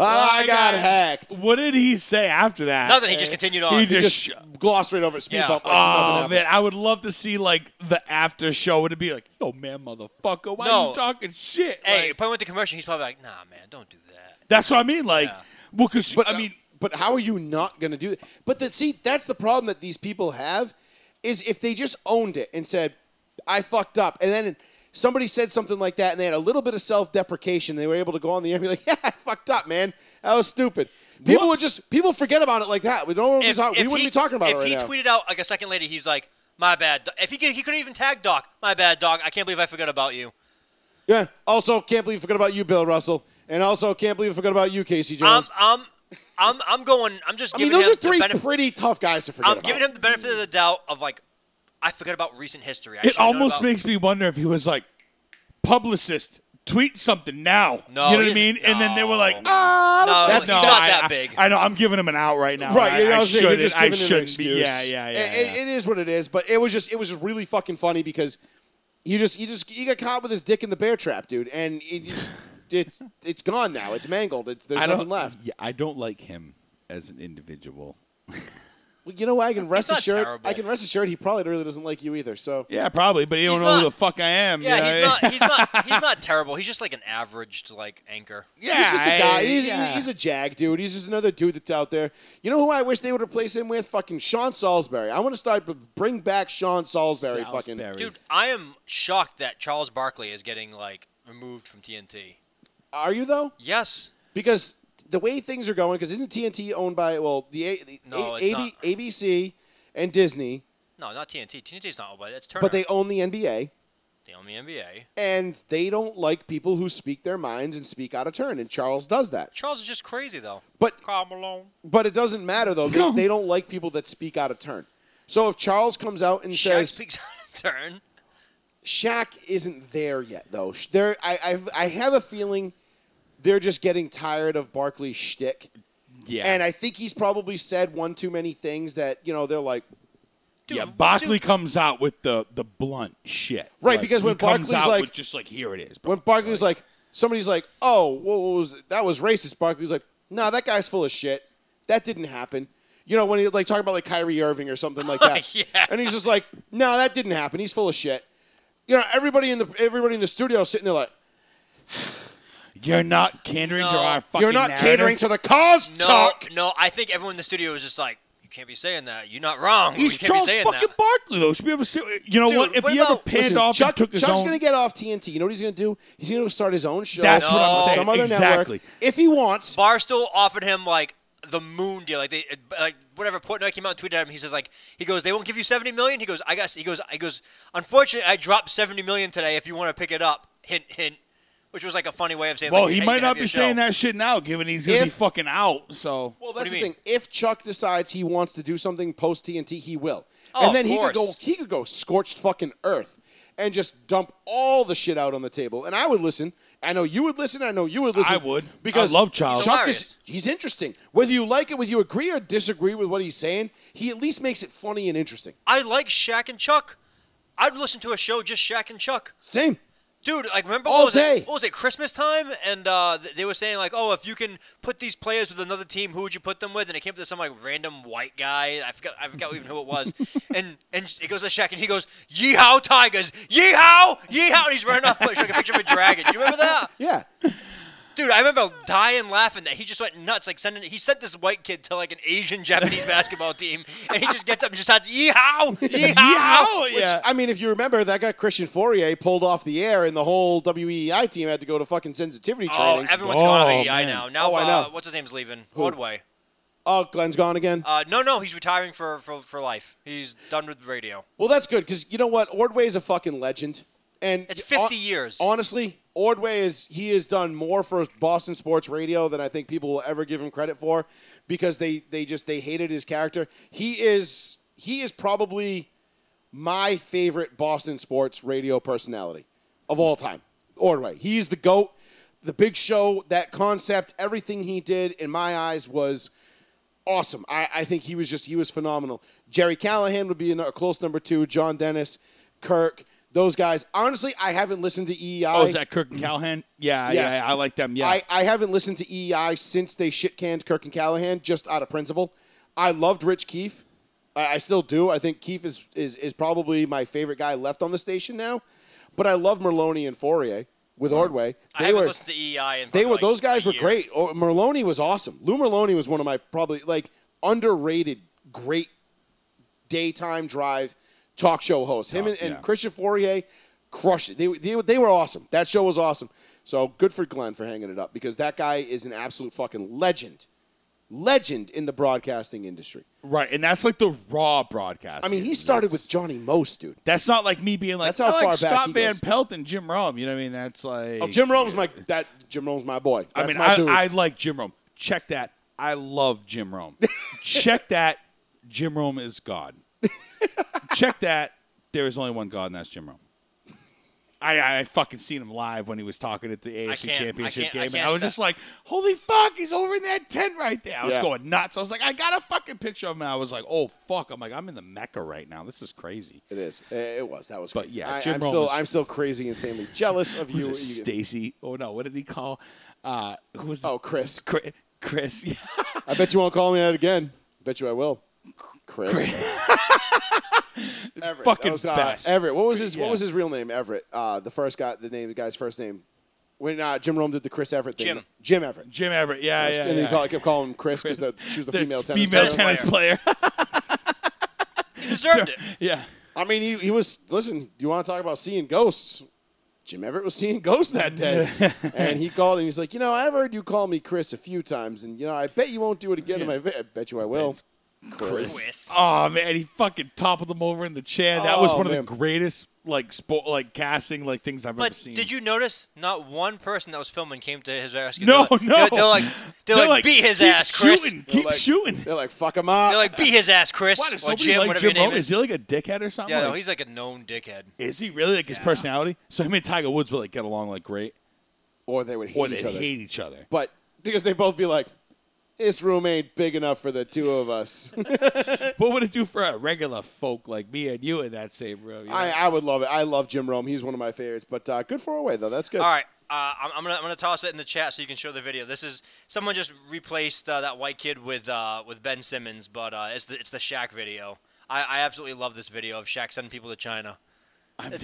Oh, I got
God.
hacked.
What did he say after that?
Nothing. He just continued on.
He
He
just.
just glossed right over it, speed
Yeah.
bump like
Oh
nothing
man,
happened.
I would love to see like the after show. Would it be like, "Yo, man, motherfucker, why are
No.
you talking shit?"
Hey,
Like,
if I went to commercial, he's probably like, "Nah, man, don't do that."
that's what I mean. Like,
Yeah. uh,
well, because
But uh,
I mean,
but how are you not going to do that? But the, see, that's the problem that these people have is if they just owned it and said, "I fucked up," and then somebody said something like that, and they had a little bit of self-deprecation, they were able to go on the air and be like, "Yeah, I fucked up, man. That was stupid." People
What?
would just people forget about it like that. We don't.
If,
talk, we
if
wouldn't
he,
be talking about
if
it right
he
now.
tweeted out like a second later, he's like, "My bad." Doc." If he could, he couldn't even tag Doc. My bad, Doc. I can't believe I forgot about you.
yeah. Also, can't believe I forgot about you, Bill Russell, and also can't believe I forgot about you, Casey
I'm,
Jones.
I'm, I'm, I'm going. I'm just
I mean,
giving
those
him
are three
the benefit.
pretty tough guys to forget
I'm
about.
giving him the benefit of the doubt of like, I forgot about recent history. I
it
should've known
almost
about-
makes me wonder if he was like, "Publicist, tweet something now."
No,
you know
he
what I mean?
isn't-
And then they were like,
no.
"Ah,
No,
That's-
that's not
no, I-
that
I-
big.
I, know. I'm giving him an out right now.
Right,
Oh, I,
you know,
I
I was saying, you're
shouldn't-
just
I
giving him an
shouldn't be-
excuse.
Yeah, yeah, yeah.
It- it-
yeah.
it is what it is, but it was just it was really fucking funny because you just you just you got caught with his dick in the bear trap, dude, and it just it's it's gone now. It's mangled. It's, there's
I
nothing
don't.
left.
Yeah, I don't like him as an individual.
Well, you know what? I can rest
not
assured.
terrible.
I can rest assured he probably really doesn't like you either. So
Yeah, probably, but you
He's
don't know who
not-
the fuck I am. you
Yeah,
know
he's
what I mean?
not. He's not. He's not terrible. He's just like an average to like anchor.
Yeah,
he's just a guy.
I-
He's,
yeah.
he's a jag, dude. He's just another dude that's out there. You know who I wish they would replace him with? Fucking Sean Salisbury. I want to start b- bring back Sean Salisbury. Fucking
Salisbury.
Dude, I am shocked that Charles Barkley is getting like removed from TNT.
are you though?
Yes.
because the way things are going, because isn't TNT owned by well the, A, the
No,
A-
it's
AB
not.
ABC and Disney,
No, not TNT. TNT's not owned by that's Turner.
but they own the NBA
they own the NBA.
and they don't like people who speak their minds and speak out of turn, and Charles does that.
Charles is just crazy though.
But
Carl Malone.
but it doesn't matter though; they, they don't like people that speak out of turn. So if Charles comes out and
Shaq
says
speaks out of turn.
Shaq isn't there yet, though. Sh- There, I, I've, I have a feeling they're just getting tired of Barkley's shtick,
Yeah.
and I think he's probably said one too many things that you know they're like,
yeah,
dude,
Barkley comes out with the the blunt shit.
Right,
Like,
because when
he comes
Barkley's
out
like-
with just like here it is. bro.
when Barkley's like, somebody's like, oh, what was that was racist? Barkley's like, nah, that guy's full of shit. That didn't happen. You know, when he like talking about like Kyrie Irving or something like that,
Yeah.
and he's just like, no, that didn't happen. He's full of shit. You know, everybody in the everybody in the studio is sitting there like,
you're not catering to
No.
our fucking.
you're not
narrative.
catering to the cause,
No,
Chuck.
no, I think everyone in the studio was just like, "You can't be saying that. You're not wrong.
He's
you can't
Charles
be saying
fucking
that."
Barkley though. Should we ever see? You know
Dude,
what? If
what
he ever
about-
panned off
Chuck,
and took his
Chuck's
own,
gonna get off TNT. You know what he's gonna do? He's gonna start his own show.
That's
what I'm
on
saying.
Some other
Exactly.
network, if he wants.
Barstool offered him like the moon deal, like they, like whatever. Portnoy came out and tweeted at him. He says like, he goes, "They won't give you seventy million? He goes, "I guess." He goes, "I goes." Unfortunately, I dropped seventy million today. If you want to pick it up, hint, hint. Which was like a funny way of saying.
well,
like,
he
hey, you
might
can
not
have
be
your
saying
show.
that shit now, given he's gonna be
If-
fucking out. So
Well, that's
do
the
you mean?
thing. If Chuck decides he wants to do something post TNT, he will.
Oh,
and then
of
he could go.
course.
He could go scorched fucking earth, and just dump all the shit out on the table. And I would listen. I know you would listen. I know you would listen.
I would.
because
I love Charles.
Chuck
Hilarious.
is he's interesting. Whether you like it, whether you agree or disagree with what he's saying, he at least makes it funny and interesting.
I like Shaq and Chuck. I'd listen to a show just Shaq and Chuck.
Same.
Dude, like remember
All
what was
day.
it? What was it? Christmas time, and uh, th- they were saying like, oh, if you can put these players with another team, who would you put them with? And it came up to some like random white guy. I forgot. I forgot even who it was. and and it goes to Shaq, and he goes, "Yeehaw, Tigers! Yeehaw, yeehaw!" And he's running off like a picture of a dragon. You remember that?
Yeah.
Dude, I remember dying laughing that he just went nuts. Like sending, he sent this white kid to like an Asian Japanese basketball team, and he just gets up and just starts yeehaw, yeehaw.
Yeehaw, Oh, yeah.
I mean, if you remember, that got Christian Fourier pulled off the air, and the whole WEI team had to go to fucking sensitivity
Oh,
training.
everyone's gone
Oh,
on EI
man.
now. Now,
Oh, I
uh,
know.
what's his name's leaving? Broadway.
oh, Glenn's gone again.
Uh, no, no, he's retiring for, for, for life. He's done with radio.
Well, that's good because you know what, Ordway is a fucking legend, and
It's 50 years.
Honestly, Ordway is he has done more for Boston sports radio than I think people will ever give him credit for, because they they just they hated his character. He is he is probably my favorite Boston sports radio personality of all time. Ordway, he is the goat. The Big Show, that concept, everything he did in my eyes was awesome. I, I think he was just he was phenomenal. Jerry Callahan would be in a close number two. John Dennis, Kirk, those guys. Honestly, I haven't listened to EEI.
oh, is that Kirk and Callahan? Yeah, yeah,
Yeah.
yeah, I like them. Yeah,
I, I haven't listened to EEI since they shit canned Kirk and Callahan just out of principle. I loved Rich Keefe. I, I still do. I think Keefe is, is is probably my favorite guy left on the station now. But I love Merlone and Fourier with Ordway.
I haven't listened to EI
They
in probably,
were
like,
those guys
a
were
year.
great. Oh, Merlone was awesome. Lou Merlone was one of my probably like underrated great daytime drive talk show hosts. Him and, and
yeah.
Christian Fourier crushed it. They, they they were awesome. That show was awesome. So good for Glenn for hanging it up because that guy is an absolute fucking legend. Legend in the broadcasting industry.
right, and that's like the raw broadcast.
I mean, he started with Johnny Most, dude.
That's not like me being like
That's how
I
far
like
back
Scott
he
Van
goes.
Pelt and Jim Rome. You know what I mean? That's like
Oh, Jim Rome's my that Jim Rome's my boy.
I
That's
mean,
my
I,
dude.
I like Jim Rome. Check that. I love Jim Rome. Check that. Jim Rome is God. Check that. There is only one God, and that's Jim Rome. I, I fucking seen him live when he was talking at the AFC
can't- I
Championship
can't- I
game, and I
can't
was
sta-
just like, "Holy fuck, he's over in that tent right there!" I was
Yeah.
going nuts. I was like, "I got a fucking picture of him." And I was like, "Oh fuck!" I'm like, "I'm in the Mecca right now. This is crazy."
It is. It it was. That was.
But
crazy.
yeah,
I,
Jim
I'm
Rome
still.
was-
I'm still crazy, insanely jealous of you.
Who's it?
You-
Stacy? Oh no, what did he call? Uh, who was?
Oh, Chris.
Chris. Chris. Yeah.
I bet you won't call me that again. Bet you I will. Chris. Everett.
Fucking
That was, uh,
best.
Everett. What was his
Yeah.
What was his real name? Everett. Uh, the first guy. The name. The guy's first name. When uh, Jim Rome did the Chris Everett thing.
Jim.
Jim Everett.
Jim Everett. Yeah, yeah.
and then
yeah.
he call, kept calling him Chris because she was the, female tennis
female
player.
tennis player.
He deserved it.
yeah.
I mean, he, he was. Listen, do you want to talk about seeing ghosts? Jim Everett was seeing ghosts that day, and he called and he's like, you know, I've heard you call me Chris a few times, and you know, I bet you won't do it again. And I, bet, I bet you I will. Chris.
With
Oh man, he fucking toppled him over in the chair. That was
Oh,
one of
man.
the greatest like sport like casting like things I've ever
But
seen.
did you notice not one person that was filming came to his rescue?
No,
they're,
no.
They're, they're like, they're, like, beat his
keep
ass, Chris.
Shooting,
They're
keep
like-
shooting.
They're like, fuck him up.
They're like, beat his ass, Chris.
Why does
or
nobody
Jim,
like
whatever
Jim
your name
Bowen? Is
is.
he like a dickhead or something?
Yeah, no,
Like,
he's like a known dickhead.
is he really like his personality? So him and Tiger Woods would like get along like great,
or they would hate
or they
each other.
hate each other.
But because they both be like, this room ain't big enough for the two of us.
What would it do for a regular folk like me and you in that same room? you know?
I, I would love it. I love Jim Rome. He's one of my favorites. But uh, good for away though. That's good.
All right, uh, I'm, I'm gonna I'm gonna toss it in the chat so you can show the video. This is someone just replaced uh, that white kid with uh, with Ben Simmons, but uh, it's the it's the Shaq video. I, I absolutely love this video of Shaq sending people to China.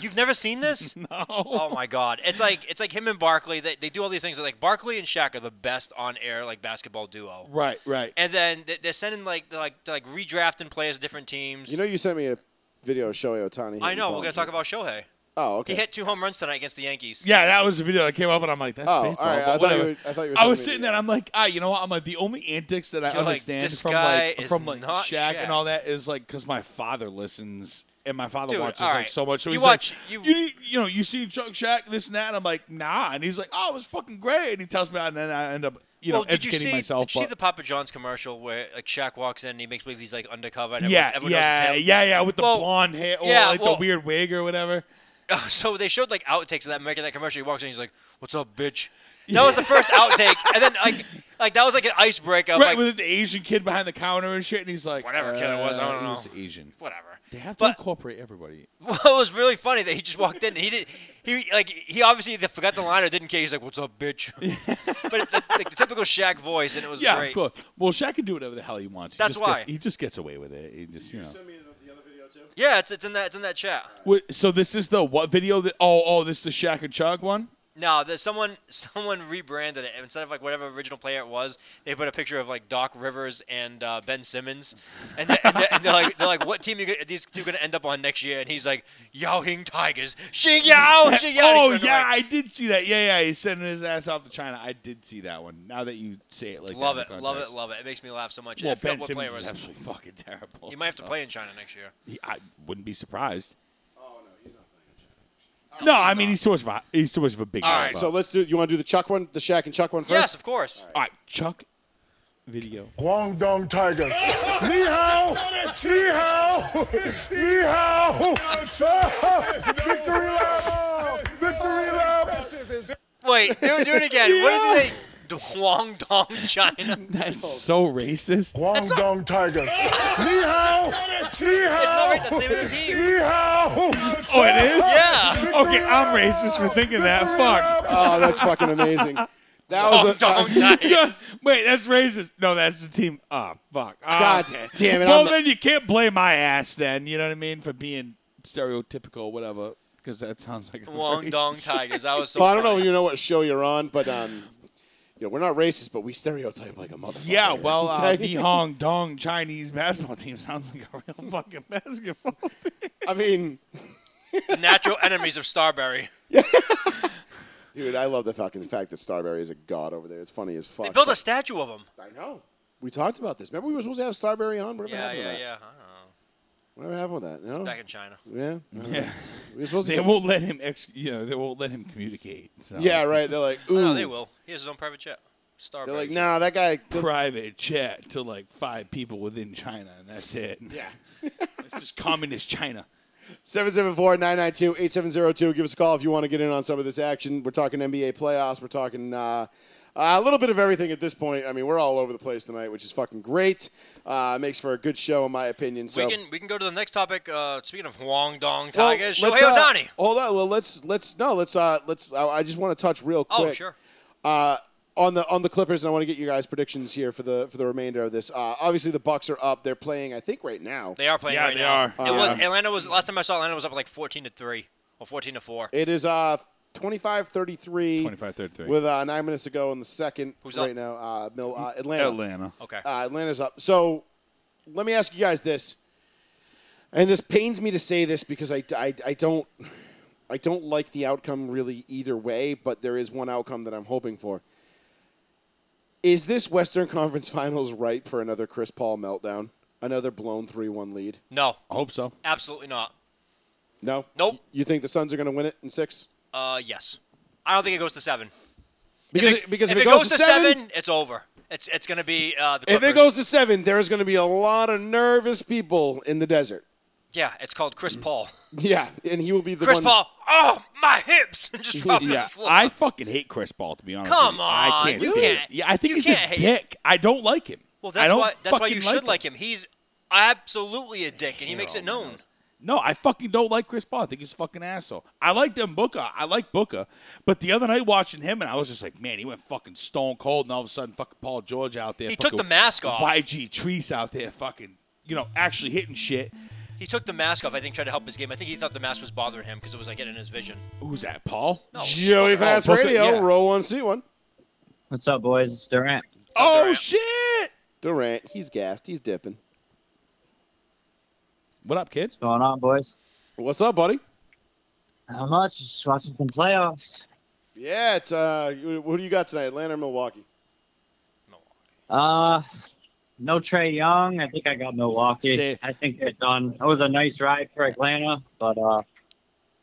You've never seen this? no. Oh my God! It's like it's like him and Barkley. They, they do all these things. Like Barkley and Shaq are the best on air like basketball duo.
right, right.
And then they- they're sending like they're like they're like redrafting players to different teams.
You know, you sent me a video of Shohei Otani.
I know. We're gonna talk about Shohei.
Oh,
He
okay.
hit two home runs tonight against the Yankees.
yeah, that was the video that came up, and I'm like, that's
Oh,
baseball.
all right,
but
I thought you
whatever.
were- I thought you were
I was
sending me
sitting
the-
there, and I'm like, ah, you know what? I'm like, the only antics that I
You're like,
understand
this
from
guy
like
is
from like
not
Shaq
Shaq.
and all that is like because my father listens. And my father
Dude,
watches
all
like
right.
so much. So
You
he's
watch-
like,
you-
you, need- you know, you seen Chuck Shaq, this and that. And I'm like, nah. And he's like, oh, it was fucking great. And he tells me, and then I end up, you know,
well, did you
educating
see,
myself.
Did you see
but-
the Papa John's commercial where like Shaq walks in and he makes believe he's like undercover? And
yeah,
everyone, everyone
yeah,
knows it's him?
yeah, yeah, with the
Well,
blonde hair or
yeah,
like
well-
the weird wig or whatever.
So they showed like outtakes of that making that commercial. He walks in, he's like, "What's up, bitch?" That was the first outtake, and then like like that was like an icebreaker. of,
right,
like,
with the Asian kid behind the counter and shit, and he's like,
Whatever kid it was, I
uh,
don't
he
know.
was Asian.
whatever.
They have to
But-
incorporate everybody.
Well, it was really funny that he just walked in. And he did. He like he obviously either forgot the line or didn't care. He's like, "What's up, bitch?" but the, the, the typical Shaq voice, and it was
Yeah,
great.
of course. Well, Shaq can do whatever the hell he wants. He
That's
just
why.
gets, he just gets away with it. He just, you know.
me the, other video too.
Yeah, it's, it's in that it's in that chat.
Wait, so this is the what video? That, oh, oh, this is the Shaq and Chug one.
No, there's someone someone rebranded it instead of like whatever original player it was. They put a picture of like Doc Rivers and uh, Ben Simmons, and they're, and, they're, and they're like they're like, what team you gonna, these two gonna end up on next year? And he's like, Yao Hing Tigers, Xing Yao, Xing Yao.
oh
And he's running
yeah,
away.
I did see that. Yeah, yeah, he's sending his ass off to China. I did see that one. Now that you say it like
love
that
it,
in
love it,
context.
love it. It makes me laugh so much. I
Well,
forgot
Ben
what
Simmons
player it
is
was.
absolutely fucking terrible.
You might have to
so-
play in China next year.
He, I wouldn't be surprised.
Oh no, he's not playing.
No, I mean he's too much of a he's too much of a big.
All
guy,
right,
but-
So let's do. You want to do the Chuck one, the Shaq and Chuck one first?
Yes, of course.
all right, Chuck, video.
Guangdong Tigers. Ni hao! Ni hao! Ni hao! Victory lap! Victory lap!
Wait, do, do it again. What is it? The Huang Dong China.
That's so racist.
Guangdong Tigers. Ni hao! Ni hao!
That's the name of the team.
Ni hao!
Oh, it is.
Yeah.
Okay, I'm racist for thinking that. Fuck.
Oh, that's fucking amazing. That was a. uh,
Huang Dong China.
Yes. Wait, that's racist. No, that's the team. Oh, fuck. Ah,
God
okay.
damn it,
Well,
I'm the-
then you can't blame my ass. Then you know what I mean for being stereotypical, whatever. Because that sounds like a
Huang
racist-
Dong Tigers. That was so.
well, I don't
funny.
know. if You know what show you're on, but um, you know we're not racist, but we stereotype like a motherfucker.
Yeah, well, uh,
Okay?
the Hong Dong Chinese basketball team sounds like a real fucking basketball team.
I mean,
The natural enemies of Starberry.
dude, I love the fucking fact that Starberry is a god over there. It's funny as fuck.
They built a statue of him.
I know. We talked about this. Remember, we were supposed to have Starberry on. Whatever
Yeah,
happened
yeah,
to that?
yeah.
Whatever happened with that? You know?
Back in China.
yeah.
Yeah.
We were supposed to.
They
get-
won't let him ex. You know, they won't let him communicate. So.
Yeah, right. They're like, ooh.
No, Oh, they will. He has his own private jet. Starberry.
They're like, nah, that guy.
private chat to like five people within China, and that's it.
Yeah.
This is communist China.
774-992-8702. Give us a call if you want to get in on some of this action. We're talking NBA playoffs. We're talking uh, a little bit of everything at this point. I mean, we're all over the place tonight, which is fucking great. Uh, makes for a good show, in my opinion. So.
we can we can go to the next topic. Uh, speaking of Huang Dong
Well,
Tigers,
let's,
Shohei
uh,
Otani.
hold on. Well, let's let's no, let's uh, let's. I, I just want to touch real
Oh,
quick.
sure.
Uh, on the on the Clippers, and I want to get you guys predictions here for the for the remainder of this. Uh, obviously, the Bucks are up. They're playing, I think, right now.
They are playing
Yeah,
right
they
now.
are.
It was Atlanta was last time I saw Atlanta was up like 14 to three or 14 to four.
It is uh 25 33.
25-33.
With uh, nine minutes to go in the second
Who's
right
up?
now. Uh, Mil- uh, Atlanta.
Atlanta.
Okay.
Uh, Atlanta's up. So let me ask you guys this. And this pains me to say this because I, I, I don't I don't like the outcome really either way, but there is one outcome that I'm hoping for. Is this Western Conference Finals right for another Chris Paul meltdown? Another blown 3 1 lead?
no,
I hope so.
absolutely not.
No.
Nope.
You think the Suns are going to win it in six?
Uh, yes. I don't think it goes to seven.
Because
if
it, because if, it goes, to seven,
it's over. It's it's gonna be uh, the
if
Clippers.
it goes to seven, there's going to be a lot of nervous people in the desert.
yeah, it's called Chris Paul.
Yeah, and he will be the
Chris
one.
Paul. Oh, my hips! And just drop to
Yeah,
the floor.
I fucking hate Chris Paul. To be honest,
Come
with you. I
on,
can't.
you
stand
can't-
it. Yeah, I think
you
he's
can't
a
hate-
dick. I don't like him.
well,
I
that's
don't
why that's why
fucking
you should
him.
like him. He's absolutely a dick, and he oh, makes it known.
No, I fucking don't like Chris Paul. I think he's a fucking asshole. I like them Booker. I like Booker. But the other night watching him, and I was just like, man, he went fucking stone cold, and all of a sudden, fucking Paul George out there.
He took
fucking
the mask off.
YG Treese out there, fucking, you know, actually hitting shit.
He took the mask off. I think tried to help his game. I think he thought the mask was bothering him because it was like getting in his vision.
Who's that, Paul?
No.
Joey Fats
Booker,
Radio,
yeah.
roll one, see one.
What's up, boys? It's Durant.
oh
Durant.
shit!
Durant, he's gassed, he's dipping.
What up, kids?
What's going on, boys?
What's up, buddy?
How much? Just watching some playoffs.
Yeah, it's uh, who do you got tonight, Atlanta or Milwaukee?
Uh, no Trey Young. I think I got Milwaukee.
Say-
I think they're done. It was a nice ride for Atlanta, but uh,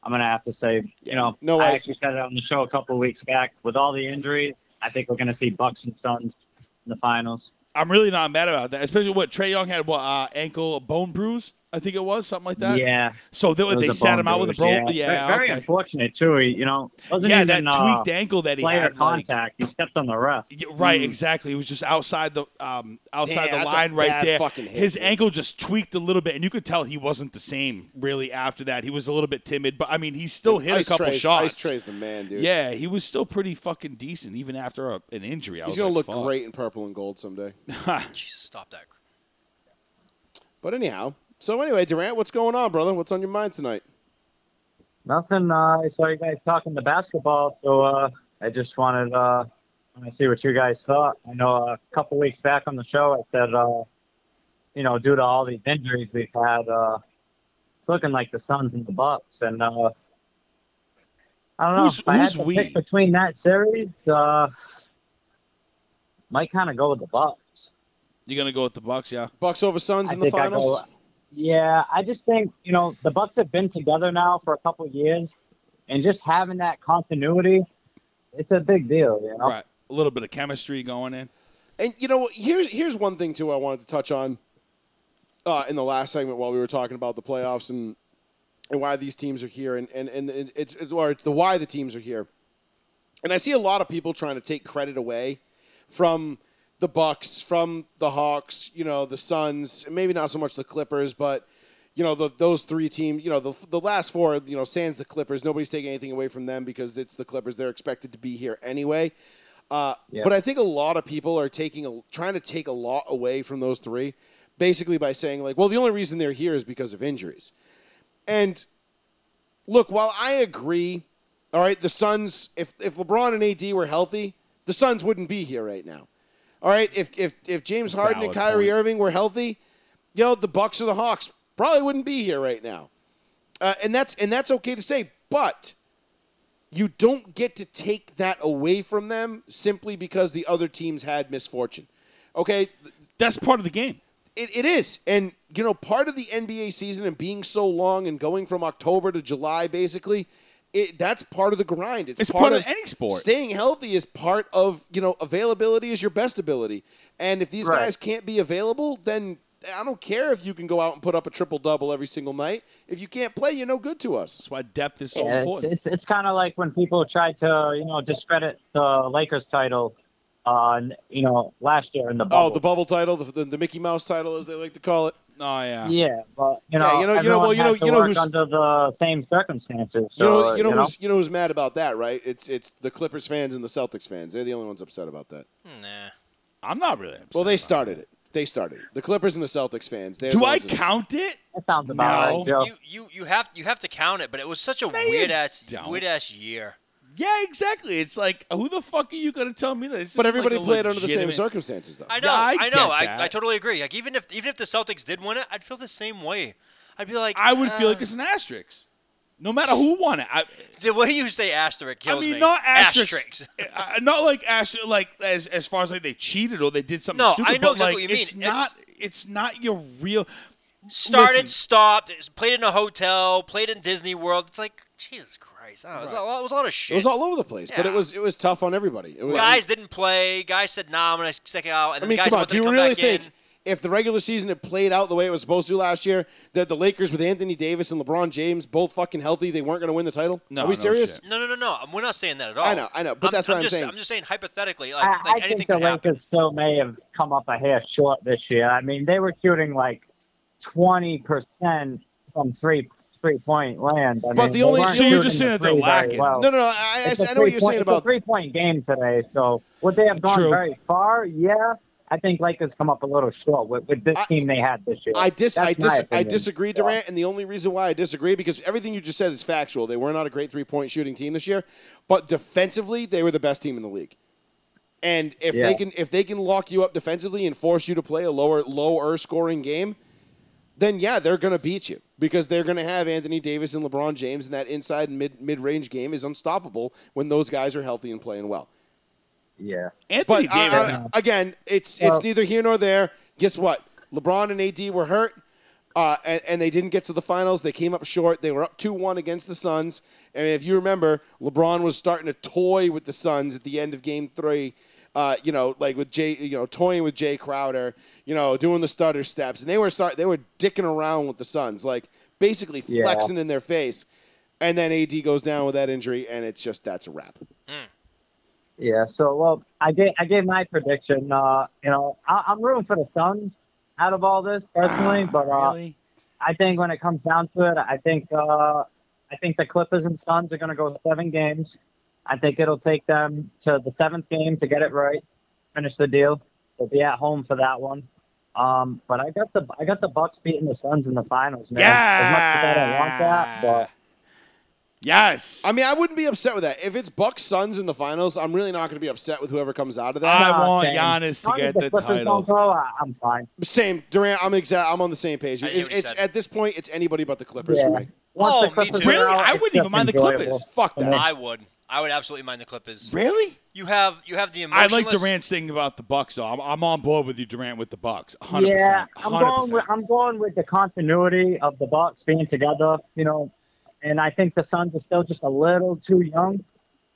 I'm gonna have to say, you know,
No,
I
I-
actually said it on the show a couple weeks back. With all the injuries, I think we're gonna see Bucks and Suns in the finals.
I'm really not mad about that, especially what Trey Young had what uh, ankle bone bruise, I think it was something like that.
yeah,
So they,
it was
they
a
sat
bone
him out with a
bruise,
bone. Yeah,
Ve- very
okay.
unfortunate too. He, you know, wasn't
yeah, that
even uh,
tweaked ankle that he
player
had. like-
contact. He stepped on the ref.
Yeah, right,
Mm.
exactly. It was just outside the um, outside
Damn,
the
that's a
line right
bad
there.
fucking hit,
His
dude.
ankle just tweaked a little bit, and you could tell he wasn't the same really after that. He was a little bit timid, but I mean, he still hit
Ice
a couple
Trey's,
shots.
Ice Trey's the man, dude.
Yeah, he was still pretty fucking decent even after a, an injury. I
he's
was
gonna
like,
look
"Fuck."
great in purple and gold someday.
Jesus, stop that.
But anyhow, so anyway, Durant, what's going on, brother? What's on your mind tonight?
Nothing. Uh, I saw you guys talking the basketball, so uh, I just wanted uh, to see what you guys thought. I know a couple weeks back on the show, I said, uh, you know, due to all these injuries we've had, uh, it's looking like the Suns and the Bucks, and uh, I don't know.
Who's-
if I had
who's
to
we?
pick between that series, uh, might kind of go with the Bucks.
You're gonna go with the Bucks, yeah.
Bucks over Suns
I
in the
think I
finals.
go- yeah, I just think you know the Bucks have been together now for a couple of years, and just having that continuity, it's a big deal. You know,
Right, a little bit of chemistry going in.
And you know, here's here's one thing too I wanted to touch on uh, in the last segment while we were talking about the playoffs and and why these teams are here and and and it- it's it's, or it's the why the teams are here. And I see a lot of people trying to take credit away from the Bucks, from the Hawks, you know, the Suns, maybe not so much the Clippers, but you know, the, those three teams, you know, the, the last four, you know, sans the Clippers, nobody's taking anything away from them because it's the Clippers. They're expected to be here anyway. Uh,
Yeah.
But I think a lot of people are taking a, trying to take a lot away from those three, basically by saying like, well, the only reason they're here is because of injuries. And look, while I agree, all right, the Suns, if if LeBron and AD were healthy, the Suns wouldn't be here right now. All right, if if if James Harden and
Valid
Kyrie
point.
Irving were healthy, you know, the Bucks or the Hawks probably wouldn't be here right now. Uh, and that's and that's okay to say, but you don't get to take that away from them simply because the other teams had misfortune. Okay,
That's part of the game.
it, it is. And, you know, part of the NBA season and being so long and going from October to July, basically, it, that's part of the grind. It's,
It's part of any sport.
Staying healthy is part of, you know, availability is your best ability. And if these
Right.
guys can't be available, then I don't care if you can go out and put up a triple double every single night. If you can't play, you're no good to us.
That's why depth is so
Yeah, it's
important.
it's, it's kind of like when people tried to you know discredit the Lakers title, on you know last year in the bubble.
Oh, the bubble title, the, the, the Mickey Mouse title, as they like to call it.
oh yeah.
yeah, but you know,
Yeah, you know- you know-
everyone
well, you know-
has to
you know
work
who's-
under the same circumstances.
You know,
So, uh,
you know, who's, you know who's mad about that, right? It's it's the Clippers fans and the Celtics fans. They're the only ones upset about that.
Nah.
I'm not really. upset
Well, they
about
started it. They started it. The Clippers and the Celtics fans. They're
it. Do
the
I
ones that-
count it?
that sounds about
No.
right, Joe.
You, you you have you have to count it, but it was such a
you
weird ass
don't.
weird ass year.
Yeah, exactly. It's like who the fuck are you gonna tell me that? It's
But
just
everybody
like a
played under the same
legitimate-
circumstances, though.
I know,
Yeah, I
I,
get
know,
that.
I, I totally agree. Like even if even if the Celtics did win it, I'd feel the same way. I'd be like,
I would feel
uh,
like it's an asterisk, no matter who won it. I,
the way you say asterisk
I
kills
mean,
me.
not asterisk,
Asterisks.
I- I- not like asterisk, like as as far as like they cheated or they did something
No,
stupid.
I know
but,
exactly what
like,
you mean.
It's
It's-
not. It's not your real.
Started,
Listen.
stopped, played in a hotel, played in Disney World. It's like Jesus Christ. I don't know. It was, a lot, it was a lot of shit.
It was all over the place, but it
Yeah.
was it was tough on everybody. It was,
guys didn't play. Guys said, "Nah, I'm gonna stick it out." And
I
then
mean,
the guys
come on.
wanted
Do
to
you
come
really
back
think
in.
if the regular season had played out the way it was supposed to last year, that the Lakers with Anthony Davis and LeBron James both fucking healthy, they weren't going to win the title?
No,
Are we
no
serious?
shit.
No, no, no, no. We're not saying that at all.
I know, I know, but
I'm,
that's what I'm
just,
saying.
I'm just saying hypothetically, like,
I,
like
I
anything
think the
could happen.
Lakers still may have come up a hair short this year. I mean, they were shooting like twenty percent from three three point land. I
But
mean,
the
they
only-
weren't
so you're
shooting
just
the
saying that they're
three very
lacking.
well.
No, no, no. I, I,
It's a
I know what you're
three-point-
saying
it's
about
a three-point game today. So would they have gone
True.
very far? Yeah, I think Lakers come up a little short with, with this
I-
team they had this year.
I dis I
That's my
dis I
opinion.
disagree, Durant, and the only reason why I disagree because everything you just said is factual. They were not a great three point shooting team this year, but defensively they were the best team in the league. And if
Yeah.
they can if they can lock you up defensively and force you to play a lower lower scoring game, then yeah, they're gonna beat you because they're gonna have Anthony Davis and LeBron James, and that inside mid mid range game is unstoppable when those guys are healthy and playing well.
Yeah.
Anthony
But uh,
Davis.
uh, again, it's
Well-
it's neither here nor there. Guess what? LeBron and AD were hurt, uh, and, and they didn't get to the finals. They came up short. They were up two one against the Suns, and if you remember, LeBron was starting to toy with the Suns at the end of Game Three. Uh, you know, like with Jay, you know, toying with Jay Crowder, you know, doing the stutter steps, and they were start they were dicking around with the Suns, like basically
Yeah.
flexing in their face. And then AD goes down with that injury, and it's just that's a wrap.
Yeah. So, well, I gave I gave my prediction. Uh, you know, I, I'm rooting for the Suns out of all this personally,
Ah,
but uh,
Really?
I think when it comes down to it, I think uh, I think the Clippers and Suns are going to go seven games. I think it'll take them to the seventh game to get it right, finish the deal. They'll be at home for that one. Um, but I got the I got the Bucks beating the Suns in the finals, man. As much as I don't want that, but
Yes.
I mean, I wouldn't be upset with that. If it's Bucks Suns in the finals, I'm really not going to be upset with whoever comes out of that.
I
Nah,
want
same.
Giannis
as long
to get
as the
the
Clippers
title.
don't go, I, I'm fine.
same, Durant. I'm exact. I'm on the same page.
Uh, I hear
It's,
what you
it's
said.
at this point, it's anybody but the Clippers for
Yeah.
me.
Once
Oh,
the
me
Clippers
too.
are
Really?
out,
I
it's
wouldn't even
just
mind the
enjoyable.
Clippers.
Fuck that.
I would. I would absolutely mind the Clippers.
Really?
You have you have the
I
emotionless.
like Durant's thing about the Bucks. Though I'm, I'm on board with you, Durant, with the Bucks. 100%.
Yeah, I'm
100%.
going. With, I'm going with the continuity of the Bucks being together. You know, and I think the Suns are still just a little too young.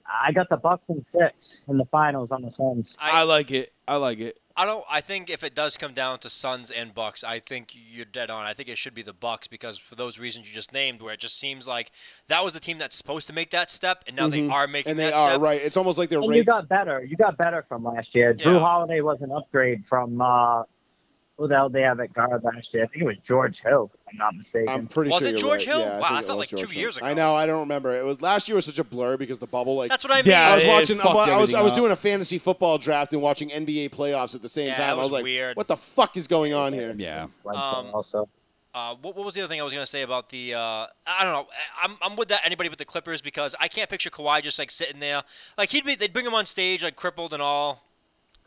I got the Bucks in six in the finals on the Suns.
I,
I,
like it. I like it.
I don't. I think if it does come down to Suns and Bucks, I think you're dead on. I think it should be the Bucks because for those reasons you just named, where it just seems like that was the team that's supposed to make that step, and now
Mhm.
Mm-hmm.
they are making
And they
that
are
step.
right. It's almost like they're
And you
right.
got better. You got better from last year. Drew
Yeah.
Holiday was an upgrade from uh, who the hell they have at guard last year. I think it was George Hill, if I'm not mistaken.
I'm pretty
Was
sure.
it
you're
George
right.
Hill?
Yeah,
Wow,
think
I
it
felt
was
like two
George
years
Hill.
ago.
I know. I don't remember. It was last year was such a blur because the bubble. Like
That's what I mean.
Yeah,
I was
it
watching. I,
fucked
wa- I was I
everything
was
up.
doing a fantasy football draft and watching NBA playoffs at the same
Yeah,
time.
that
I
was
was like,
weird.
what the fuck is going on here?
Yeah.
Like,
um,
also.
Uh, what, what was the other thing I was gonna say about the? Uh, I don't know. I- I'm, I'm with that anybody but the Clippers because I can't picture Kawhi just like sitting there. Like he'd be, they'd bring him on stage like crippled and all.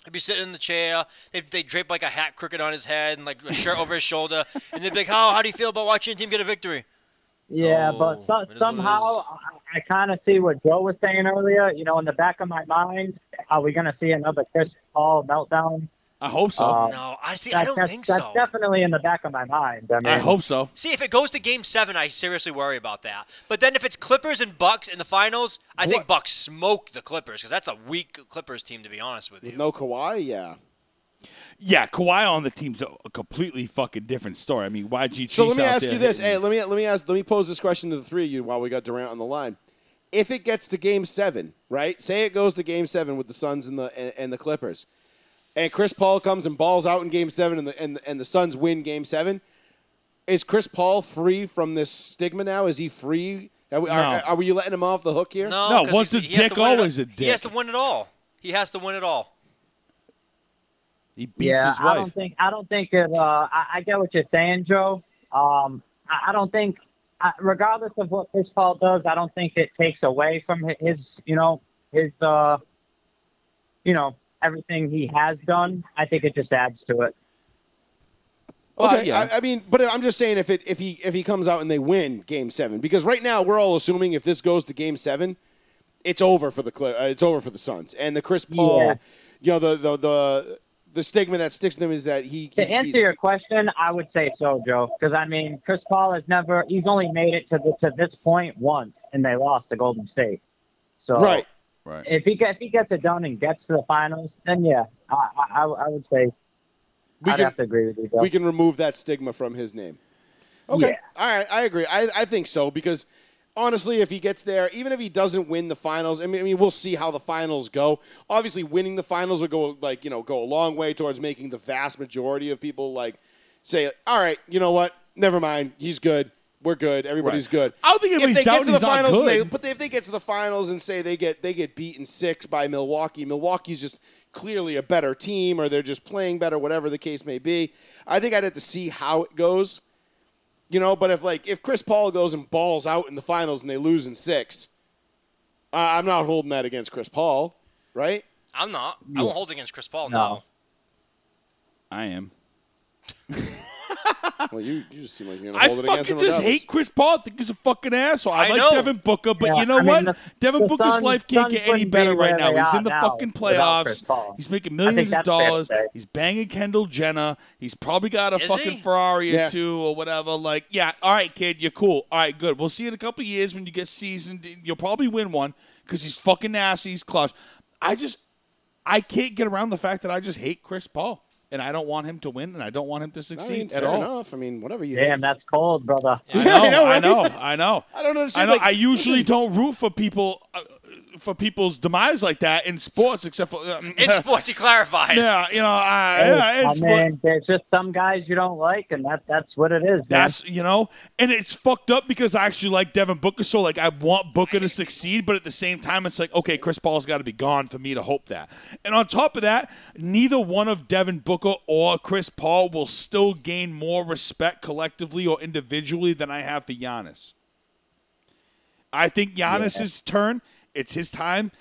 He'd be sitting in the chair. They'd, they'd drape like a hat crooked on his head and like a shirt over his shoulder, and they'd be like, "How how do you feel about watching your team get a victory?"
Yeah,
Oh,
but
it
so,
is what it
somehow
is.
I, I kind of see what Joe was saying earlier. You know, in the back of my mind, are we going to see another Chris Paul meltdown?
I hope so.
Um,
Uh,
No, I see.
That-
I don't
that's,
think
that's
so.
definitely in the back of my mind. I mean,
I hope so.
See, if it goes to Game Seven, I seriously worry about that. But then if it's Clippers and Bucks in the finals, I think
What?
Bucks smoke the Clippers because that's a weak Clippers team to be honest with you.
No Kawhi. Yeah.
Yeah, Kawhi on the team's a a completely fucking different story. I mean, YG.
So let me ask you this. Hey, let me let me ask let me pose this question to the three of you while we got Durant on the line. If it gets to game seven, right? Say it goes to game seven with the Suns and the and, and the Clippers, and Chris Paul comes and balls out in game seven and the and, the- and the Suns win game seven. Is Chris Paul free from this stigma now? Is he free? Are we, are,
No.
are we letting him off the hook here?
No,
No,
'cause
once
he's-
a
he has to
dick,
win it-
always a
He has to
dick.
win it all. He has to win it all.
he beats
yeah,
his
I
wife.
don't think I don't think it. Uh, I, I get what you're saying, Joe. Um, I, I don't think, I, regardless of what Chris Paul does, I don't think it takes away from hi- his, you know, his, uh, you know, everything he has done. I think it just adds to it.
Well,
Okay,
Oh, yeah.
I, I mean, but I'm just saying if it if he if he comes out and they win Game Seven, because right now we're all assuming if this goes to Game Seven, it's over for the Cl- uh, it's over for the Suns and the Chris Paul,
Yeah.
you know the the the the stigma that sticks to him is that he.
To
he-
answer
he's-
your question, I would say so, Joe. Because I mean, Chris Paul has never—he's only made it to the, to this point once, and they lost to Golden State. So
right.
Right.
if he get- if he gets it done and gets to the finals, then yeah, I I, I- I would say
We
I'd
can-
have to agree with you, Joe.
we can remove that stigma from his name. Okay.
Yeah.
All right. I agree. I, I think so because honestly, if he gets there, even if he doesn't win the finals, I mean, I mean, we'll see how the finals go. Obviously, winning the finals will go like you know go a long way towards making the vast majority of people like say, all right, you know what? Never mind. He's good. We're good. Everybody's
Right.
good.
I don't think
if
anybody's
they get
doubting
to the
he's not
finals, and they,
good.
but if they get to the finals and say they get they get beaten six by Milwaukee, Milwaukee's just clearly a better team, or they're just playing better, whatever the case may be. I think I'd have to see how it goes, you know. But if like if Chris Paul goes and balls out in the finals and they lose in six, I I'm not holding that against Chris Paul, right?
I'm not. I won't hold against Chris Paul.
No.
No.
I am.
Well, you, you just seem like you're gonna
Ah. I
hold it
fucking
against
just
him. regardless.
hate Chris Paul. I think he's a fucking asshole. I,
I
like
know.
Devin Booker, but
Yeah,
you know
I mean,
what?
the-
Devin
the
Booker's
Suns-
life can't
Suns
get any
wouldn't
better
be
right
where
now.
they
He's
are
in the
now
fucking
without Chris
playoffs.
Paul.
He's making
think
millions of
that's fair to
dollars.
say.
He's banging Kendall Jenner. He's probably got a
Is
fucking
he?
Ferrari
Yeah.
or two or whatever. Like, yeah, all right, kid, you're cool. All right, good. We'll see you in a couple years when you get seasoned. You'll probably win one because he's fucking nasty. He's clutch. I just, I can't get around the fact that I just hate Chris Paul. And I don't want him to win, and I don't want him to
I
succeed
mean,
at
fair
all.
enough. I mean, whatever you. hate.
Damn, that's cold, brother.
I
Yeah,
know,
I know,
I
right?
know, I know.
I don't
I,
understand.
know,
like,
I usually
listen,
don't root for people uh, for people's demise like that in sports, except for um,
In sports, you clarified.
yeah, you know, I,
Hey,
yeah, in
I
sport-
mean, there's just some guys you don't like, and that that's what it is. man.
That's you know, and it's fucked up because I actually like Devin Booker, so like I want Booker to succeed, but at the same time, it's like okay, Chris Paul's got to be gone for me to hope that. And on top of that, neither one of Devin Booker or Chris Paul will still gain more respect collectively or individually than I have for Giannis. I think Giannis's turn. It's his time.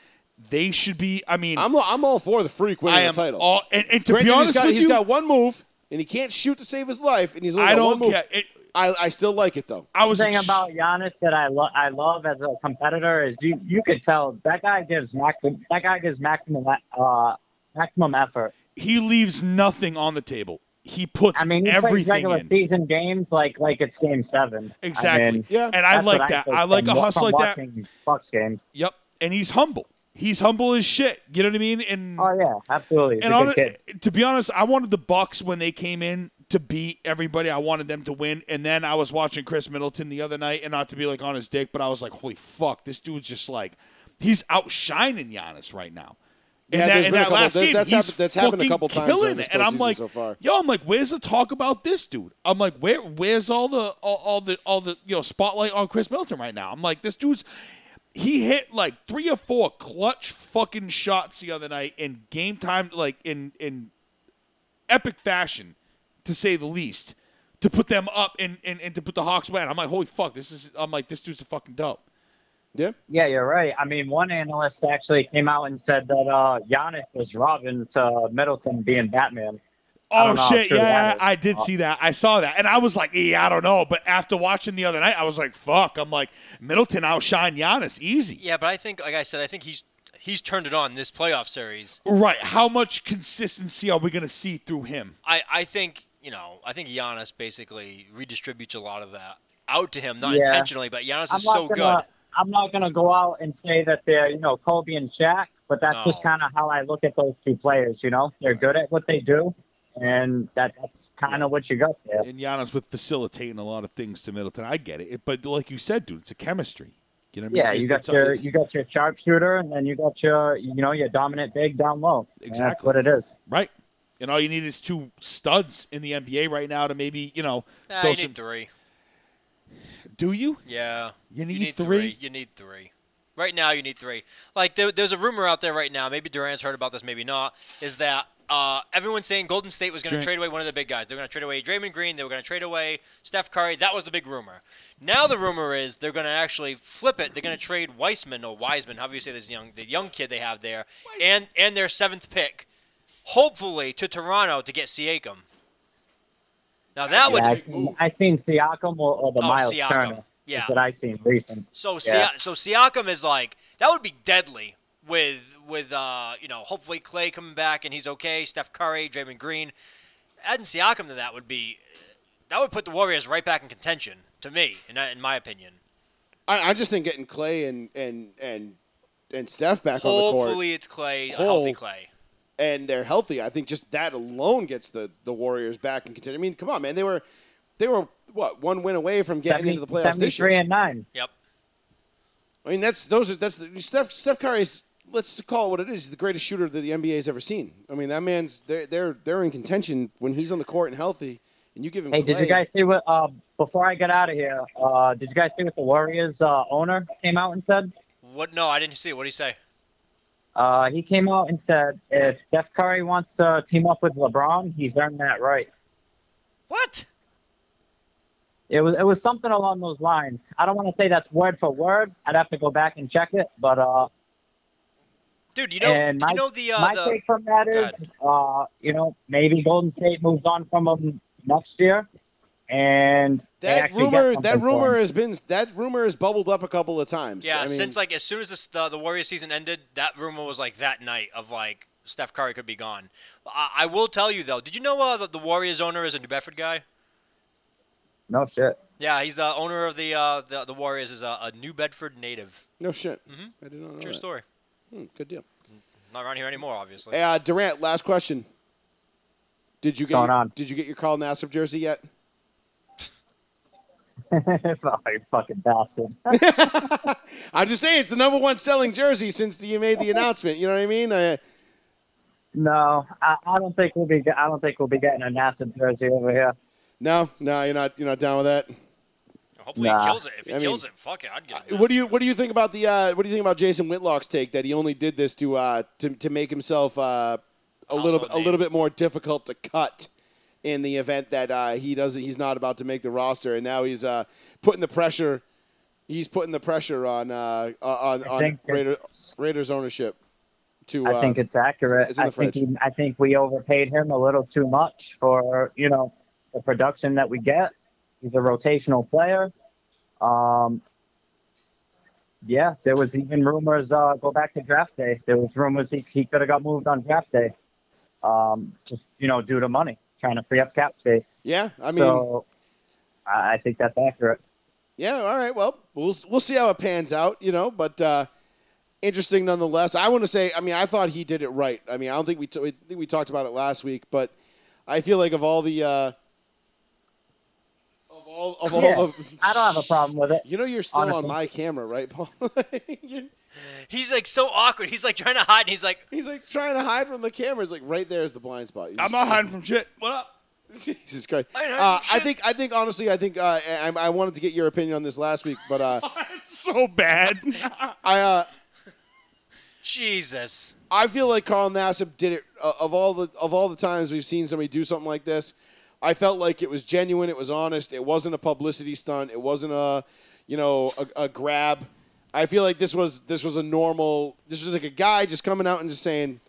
They should be. I mean,
I'm I'm all for the freak winning
I am
the title.
all. And, and to
Granted,
be honest
he's got
with
he's
you,
got one move, and he can't shoot to save his life, and he's only
I
got
don't
one move.
get it.
I, I still like it though.
I was
thing
ex-
about Giannis that I love I love as a competitor is you you could tell that guy gives max that guy gives maximum uh maximum effort.
he leaves nothing on the table. He puts
I mean, he plays
everything
regular
in.
season games like like it's game seven. I
Exactly.
mean,
Yeah.
And I
that's what
like that.
think
I like a
from-
hustle
from
like that.
watching Bucks games.
Yep. And he's humble. He's humble as shit. You know what I mean? And
Oh yeah, absolutely. He's
and
a
on
good kid.
to be honest, I wanted the Bucks when they came in to beat everybody. I wanted them to win. And then I was watching Chris Middleton the other night, and not to be like on his dick, but I was like, holy fuck, this dude's just like he's outshining Giannis right now. In
Yeah,
that,
there's
in
been a
that
couple-
last
that-
game,
that's
he's
happened- that's happened a
fucking
couple times
killing
during this
it. And I'm
postseason
like,
so far.
yo, I'm like, where's the talk about this dude? I'm like, where, where's all the, all, all the, all the, you know, spotlight on Chris Middleton right now? I'm like, this dude's, he hit like three or four clutch fucking shots the other night in game time, like in in epic fashion, to say the least, to put them up and and, and to put the Hawks away. And I'm like, holy fuck, this is. I'm like, this dude's a fucking dope.
Yeah.
Yeah, you're right. I mean, one analyst actually came out and said that uh, Giannis was Robin to Middleton being Batman. I
Oh
don't know how
shit!
true
Yeah,
that
yeah,
is. Oh.
I did see that. I saw that, and I was like, "Yeah, I don't know." But after watching the other night, I was like, "Fuck!" I'm like, Middleton outshine Giannis easy.
Yeah, but I think, like I said, I think he's he's turned it on this playoff series.
Right? How much consistency are we gonna see through him?
I, I think you know, I think Giannis basically redistributes a lot of that out to him, not
Yeah.
intentionally, but Giannis
I'm
is
not
so good.
gonna, I'm not gonna go out and say that they're you know Kobe and Shaq, but that's
No.
just kind of how I look at those two players. You know, they're good at what they do, and that that's kind of what you got there.
And Giannis with facilitating a lot of things to Middleton. I get it, but like you said, dude, it's a chemistry. You know what I mean?
Yeah, you
It-
got
it's-
your you got your sharpshooter, and then you got your you know your dominant big down low. And that's
Exactly.
what it is.
right. And all you need is two studs in the NBA right now to maybe you know.
Nah,
throw
you
some-
need three.
do you?
Yeah,
You need,
you need
three.
You need three. Right now, you need three. Like there, there's a rumor out there right now. Maybe Durant's heard about this. Maybe not. Is that uh, everyone's saying Golden State was going
Dra-
to trade away one of the big guys? They're going to trade away Draymond Green. They were going to trade away Steph Curry. That was the big rumor. Now the rumor is they're going to actually flip it. They're going to trade Weissman or Wiseman, however you say this young the young kid they have there, and and their seventh pick, hopefully to Toronto to get Siakam. Now that
Yeah, I
would
seen, I seen Siakam or, or the
Oh,
Miles
Siakam.
Turner. is
Yeah.
that I seen recent.
So
Yeah.
Sia- so Siakam is like that would be deadly. with with uh, you know hopefully Clay coming back and he's okay. Steph Curry, Draymond Green, adding Siakam to that would be that would put the Warriors right back in contention to me, in, in my opinion.
I, I just think getting Clay and and and and Steph back on the court
Hopefully it's Clay, a healthy
Hope.
Clay.
and they're healthy. I think just that alone gets the the Warriors back in contention. I mean, come on, man, they were they were what one win away from getting into the playoffs this year.
Seventy-three and nine.
Yep.
I mean, that's those are that's the, Steph Steph Curry's. Let's call it what it is. He's the greatest shooter that the NBA's ever seen. I mean, that man's they're they're they're in contention when he's on the court and healthy, and you give him.
Hey,
Clay,
did you guys see what? Uh, before I get out of here, uh, did you guys see what the Warriors uh, owner came out and said?
What? No, I didn't see. What do you say?
Uh, he came out and said, if Steph Curry wants to team up with LeBron, he's earned that right.
What?
It was it was something along those lines. I don't want to say that's word for word. I'd have to go back and check it, but uh,
Dude, you know,
and my,
you know the,
my
uh, the
take from that
Go
is, uh, you know, maybe Golden State moves on from him next year, and they
That
actually get
rumor that
something for
rumor
him.
has been that rumor has bubbled up a couple of times. I
yeah.
mean,
since like as soon as this, the the Warriors season ended, that rumor was like that night of like Steph Curry could be gone. I, I will tell you though, did you know uh, that the Warriors owner is a New Bedford guy?
no shit.
Yeah, he's the owner of the uh, the, the Warriors is a, a New Bedford native.
no shit, I did not know
Mm-hmm. True
that.
story.
Hmm, good deal.
Not around here anymore, obviously.
Hey, uh, Durant, last question. Did you get
Going on?
did you get your Carl Nassib jersey yet?
Sorry, fucking bastard.
I'm just saying it's the number one selling jersey since you made the announcement. You know what I mean? Uh,
no, I, I don't think we'll be. ge- I don't think we'll be getting a NASA jersey over here.
no, no, you're not you're not down with that.
Hopefully
Nah.
he kills it. If he
I mean-
kills it, fuck it, I'd get it.
What do you what do you think about the uh, what do you think about Jason Whitlock's take that he only did this to uh, to, to make himself uh, a little
Household
a little
name.
bit more difficult to cut in the event that uh, he doesn't he's not about to make the roster and now he's uh, putting the pressure he's putting the pressure on uh, on, on
think
Raider,
it's-
Raiders ownership to
I
uh,
think it's accurate.
it's in the
I think
fridge.
he, I think we overpaid him a little too much for you know the production that we get. He's a rotational player. Um, yeah, there was even rumors. Uh, go back to draft day. There was rumors he, he could have got moved on draft day, um, just you know due to money, trying to free up cap space.
yeah I mean
so I I think that's accurate.
Yeah, all right. Well, we'll we'll see how it pans out, you know. But uh, interesting nonetheless. I want to say, I mean, I thought he did it right. I mean, I don't think we t- I think we talked about it last week, but I feel like of all the uh, of all of all
Yeah.
of
I don't have a problem with it.
you know, you're still on
Honestly.
my camera, right, Paul?
He's like so awkward. He's like trying to hide, and he's like,
He's like trying to hide from the camera. He's like right there is the blind spot. You
I'm
just-
not hiding from shit. What up?
Jesus Christ.
I know,
Uh, I
shit.
think I think honestly, I think uh, I, I wanted to get your opinion on this last week, but uh,
It's so bad.
I. Uh,
Jesus.
I feel like Carl Nassib did it uh, of all the of all the times we've seen somebody do something like this. I felt like it was genuine, it was honest, it wasn't a publicity stunt, it wasn't a you know a, a grab. I feel like this was this was a normal. This was like a guy just coming out and just saying,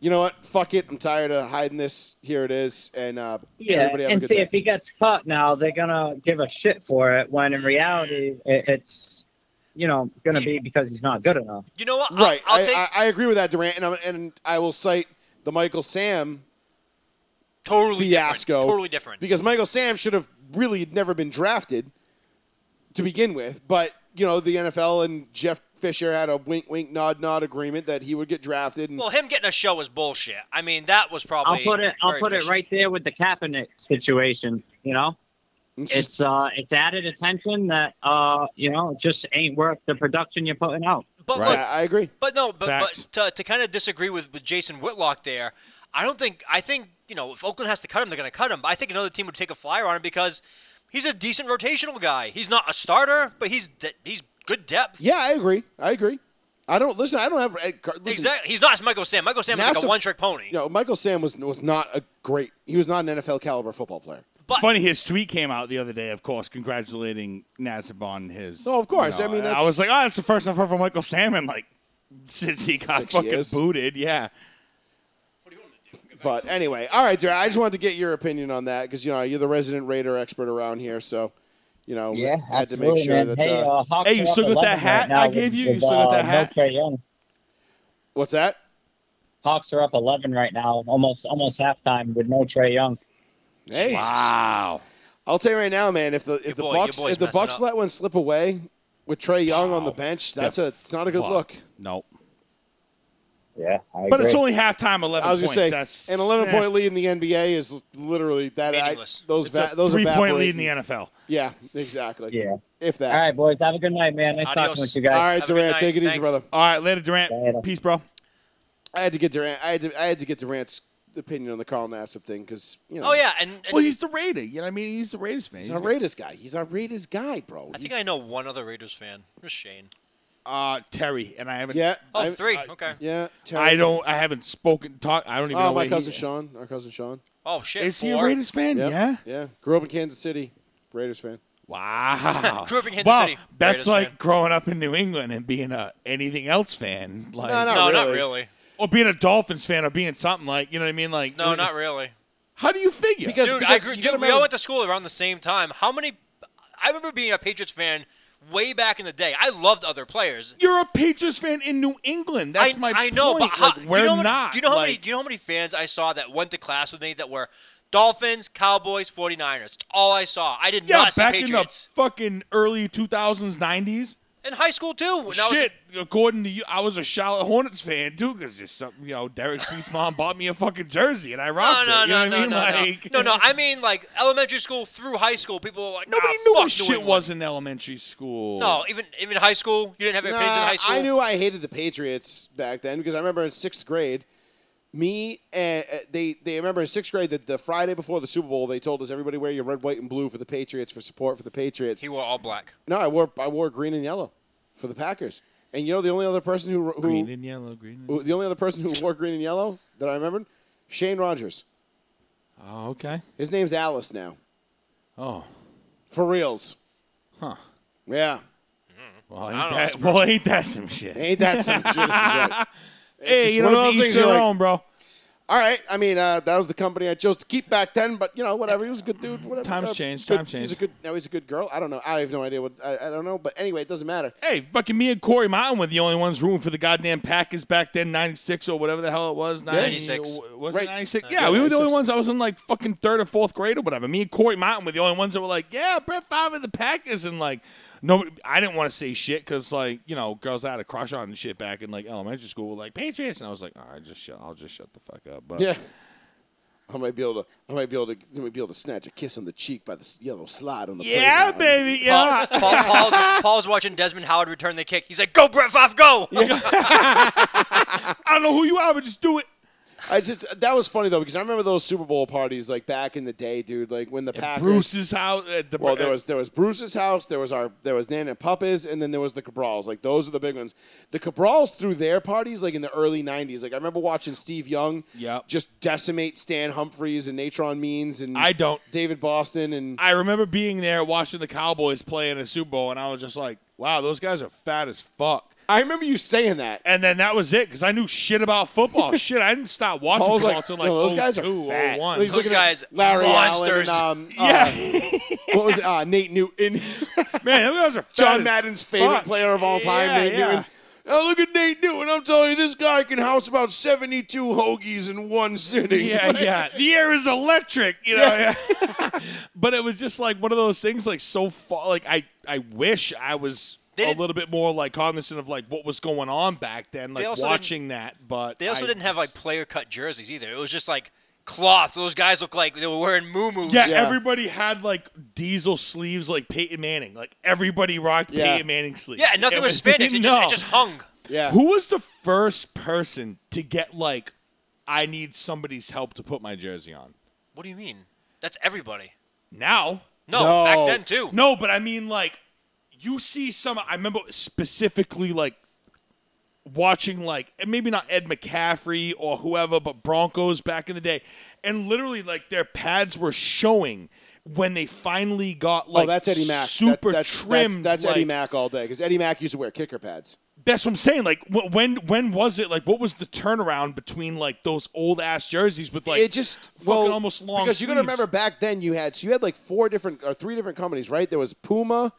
you know what, fuck it, I'm tired of hiding this. Here it is, and uh,
Yeah,
everybody have
and
a good
see
day.
if he gets caught now, they're gonna give a shit for it. When in reality, it, it's you know gonna be because he's not good enough.
You know what? I'll-
Right.
I'll,
I,
take
I, I agree with that, Durant, and, I'm, and I will cite the Michael Sam
totally
fiasco.
Different. Totally different.
Because Michael Sam should have really never been drafted to begin with. But, you know, the NFL and Jeff Fisher had a wink, wink, nod, nod agreement that he would get drafted. And
well, him getting a show was bullshit. I mean, that was
I'll
probably.
put it. I'll
very
put it
fishy.
right there with the Kaepernick situation. You know,
it's just-
it's uh, it's added attention that uh, you know, it just ain't worth the production you're putting out.
But
Yeah,
look,
I agree.
But no, but,
Facts.
but to, to kind of disagree with, with Jason Whitlock there, I don't think I think you know if Oakland has to cut him, they're going to cut him. But I think another team would take a flyer on him because he's a decent rotational guy. He's not a starter, but he's de- he's good depth.
Yeah, I agree. I agree. I don't listen. I don't have eh, Car- listen,
exactly. He's not as Michael Sam. Michael Sam is like
Nassib-
a one trick pony.
You know, Michael Sam was was not a great. He was not an NFL caliber football player.
but
Funny, his tweet came out the other day, of course, congratulating Nassib on his.
Oh, of course. I mean,
and
that's-
I was like, oh, that's the first I've heard from Michael Salmon, like, since he got
Six
fucking
years.
booted. Yeah.
But anyway, all right, Durant. I just wanted to get your opinion on that because you know you're the resident Raider expert around here, so you know had to make sure that.
hey,
uh,
Hawks
Hey, you
are up
still got that
11 right
hat
now
I gave
with-
you? You
with,
still got
uh,
that
no
hat?
Trae Young.
What's that?
Hawks are up 11 right now, almost almost halftime with no Trey Young.
Hey,
Wow.
I'll tell you right now, man. If the if
Your
the
boy- your
Bucks
boy's
if the
messing
Bucks
up.
let one slip away with Trey Young on the
Wow.
bench, that's
Yeah,
a it's not a good
fuck.
look.
Nope.
Yeah, I
But
agree.
it's only halftime. Eleven.
I was gonna
points.
say
That's
an 11
eh,
point lead in the NBA is literally that. I,
Meaningless.
those
it's a
va- those
three
are bad
point lead in the NFL.
Yeah, exactly.
Yeah.
if that.
All right, boys. Have a good night, man. Nice
Adios.
talking with you
All
guys.
right,
Have a good
Durant,
night.
take it easy,
Thanks.
brother.
All right, later, Durant.
Later.
Peace, bro.
I had to get Durant. I had to. I had to get Durant's opinion on the Carl Nassib thing because you know.
Oh yeah, and, and
Mm. Well, he's the Raider. You know what I mean? He's the Raiders fan.
He's our Raiders guy. He's our Raiders guy, bro.
I think
He's-
I know one other Raiders fan. Just Shane.
Uh, Terry and I haven't.
Yeah.
Oh,
I-
three. okay.
Yeah. Terry.
I don't. I haven't spoken. Talk. I don't even
Oh,
know.
my
where he-
cousin Sean. Our cousin Sean.
Oh shit.
Is he
four.
a Raiders fan?
Yep.
Yeah.
Yeah. Grew up in Kansas City. Raiders fan.
Wow.
Grew up in Kansas
wow.
City.
That's
Raiders
like
fan.
growing up in New England and being a anything else fan, like
No, no.
No, not
really.
really.
or being a Dolphins fan or being something like you know what I mean? Like
No, not really.
How do you figure?
Because-
Dude,
because
I grew,
you
dude,
gotta
we all
remember-
went to school around the same time. How many? I remember being a Patriots fan way back in the day. I loved other players.
you're a Patriots fan in New England. That's
I,
my
I know,
point.
but how,
like,
do
we're
you know how many-
not.
Do you know how many?
like-
Do you know how many fans I saw that went to class with me that were Dolphins, Cowboys, 49ers? It's all I saw. I did
yeah,
not see
back in the
Patriots
fucking early 2000s, 90s.
in, high school too. When I was-
Shit, according to you, I was a Charlotte Hornets fan too, because there's something, you know, Derek Sweet's mom bought me a fucking jersey and I
no,
rocked
no,
it. You
no,
know
no,
what
no,
I mean?
no,
like,
no, no. I mean, like elementary school through high school, people were like
Nobody
"Ah,
knew
fuck
what
New
shit
England."
was in elementary school.
No, even even high school, you didn't have your opinions in
Nah,
high school.
I knew I hated the Patriots back then because I remember in sixth grade, me and uh, they they remember in sixth grade that the Friday before the Super Bowl they told us everybody wear your red, white, and blue for the Patriots for support for the Patriots.
He wore all black.
no, I wore I wore green and yellow for the Packers. And you know the only other person who who
green and yellow, green. And...
who- the only other person who wore green and yellow that I remembered, Shane Rogers.
Oh, okay.
His name's Alice now.
Oh,
For reals.
huh.
Yeah.
Well,
don't
ain't
know,
that,
it's
well, ain't that some shit?
Ain't that some shit? It's like- it's
hey,
just
you
one of
know,
those
each
things you're
their
like,
own, bro.
All right. I mean, uh, that was the company I chose to keep back then, but you know, whatever. He was a good dude. Whatever.
Times
uh,
change,
good-
times
He's a
change.
good. Now he's a good girl. I don't know. I have no idea what. I, I don't know. But anyway, it doesn't matter.
Hey, fucking me and Corey Martin were the only ones rooting for the goddamn Packers back then, 96 or whatever the hell it was. 90,
96.
Was
Right. Uh,
it 96? Yeah,
Yeah,
we were the
96.
only ones. I was in like fucking third or fourth grade or whatever. Me and Corey Martin were the only ones that were like, yeah, Brett Favre, the Packers. And like, no, I didn't want to say shit because like, you know, girls I had a crush on and shit back in like elementary school were like, Patriots. And I was like, all right, just shut, I'll just shut the fuck up. But
Yeah. I might be able to. I might be able to. I might be able to snatch a kiss on the cheek by the s- yellow slide on the.
yeah
playground.
baby.
Paul,
Yeah.
Paul, Paul's, Paul's watching Desmond Howard return the kick. He's like, "Go, Brett Favre, go!"
I don't know who you are, but just do it.
I just that was funny though because I remember those Super Bowl parties like back in the day, dude. Like when the Packers.
Bruce's house. At the, uh,
Well, there was there was Bruce's house, there was our there was Nana Papa's, and then there was the Cabrals. Like those are the big ones. The Cabrals threw their parties like in the early '90s. Like I remember watching Steve Young,
Yep.
just decimate Stan Humphries and Natron Means and
I don't.
David Boston and
I remember being there watching the Cowboys play in a Super Bowl, and I was just like, wow, those guys are fat as fuck.
I remember you saying that.
And then that was it because I knew shit about football. shit, I didn't stop watching
I was
football
like,
until
no,
like
those guys are
02,
fat.
01.
He's
Those
looking at
guys,
Larry
monsters.
Allen and, um, uh,
yeah,
what was it? Uh, Nate Newton,
man, those guys are fat
John
as
Madden's favorite
fuck.
player of all time,
Yeah,
Nate
yeah.
Newton. Oh, look at Nate Newton. I'm telling you, this guy can house about 72 hoagies in one sitting.
Yeah, yeah. The air is electric, you know. but it was just like one of those things, like so far. Like I, I wish I was
They
a
didn't-
little bit more like cognizant of like what was going on back then, like
also
watching that. But
They also
I
didn't have like
just-
player cut jerseys either. It was just like cloth. Those guys look like they were wearing moo
Yeah,
Yeah.
everybody had like diesel sleeves, like Peyton Manning. Like everybody rocked
Yeah.
Peyton Manning sleeves.
Yeah, and nothing
It
was spandex. It just,
no.
it just hung.
Yeah.
Who was the first person to get like, I need somebody's help to put my jersey on?
What do you mean? That's everybody.
Now,
No,
No.
back then too.
no, but I mean like, you see some. I remember specifically like watching like and maybe not Ed McCaffrey or whoever, but Broncos back in the day, and literally like their pads were showing. When they finally got like
oh, that's Eddie Mack. That-
super
that's,
trimmed,
That's, that's Eddie
like-
Mack all day because Eddie Mack used to wear kicker pads.
That's what I'm saying. Like wh- when when was it? Like what was the turnaround between like those old ass jerseys with like
it just well
almost long
because you got to
sleeves.
remember back then you had so you had like four different or three different companies, right? There was Puma,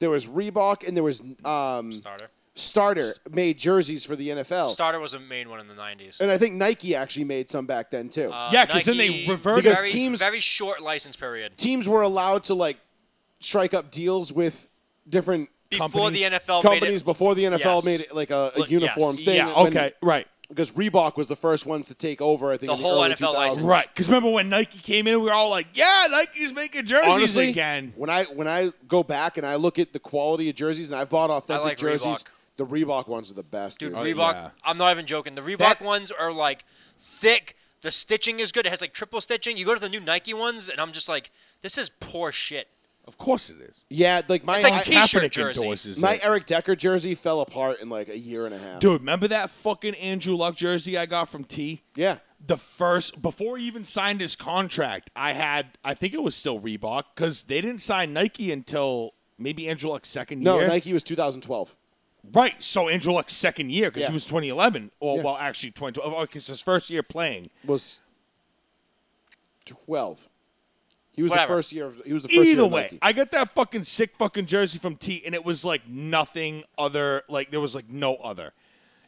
there was Reebok, and there was um,
Starter.
Starter made jerseys for the NFL.
Starter was the main one in the 90s.
and I think Nike actually made some back then too.
Uh,
Yeah, 'cause then they
Nike,
reverted-
Because
very,
teams-
very short license period.
Teams were allowed to like strike up deals with different
Before
companies,
the NFL made
companies
it-
before the NFL
Yes.
made it like a, a
Look,
uniform
yes.
thing.
Yeah,
when-
okay, right.
Because Reebok was the first ones to take over. I think
The
in the
whole
early
NFL
2000s.
license.
Right, because remember when Nike came in, we were all like, "Yeah, Nike's making jerseys
Honestly,
again."
when I when I go back and I look at the quality of jerseys, and I've bought authentic
like
jerseys,
Reebok.
the Reebok ones are the best.
Dude,
Dude,
Reebok.
yeah.
I'm not even joking. The Reebok
That-
ones are like thick. The stitching is good. It has like triple stitching. You go to the new Nike ones, and I'm just like, this is poor shit.
Of course it is.
Yeah, like my
It's like
I-
t- T-shirt
Kaepernick
jersey.
endorses
my
it.
Eric Decker jersey fell apart in like a year and a half.
Dude, remember that fucking Andrew Luck jersey I got from T?
yeah,
The first, before he even signed his contract, I had, I think it was still Reebok, because they didn't sign Nike until maybe Andrew Luck's second
no,
year.
Nike was 2012.
Right. So Andrew Luck's second year, because
Yeah.
he was 2011. Or,
Yeah.
well, actually 2012. Because his first year playing.
was 12. He was
Whatever.
the first year of he was the first year
Either
of
way,
Nike.
I got that fucking sick fucking jersey from T, and it was like nothing other. Like there was like no other.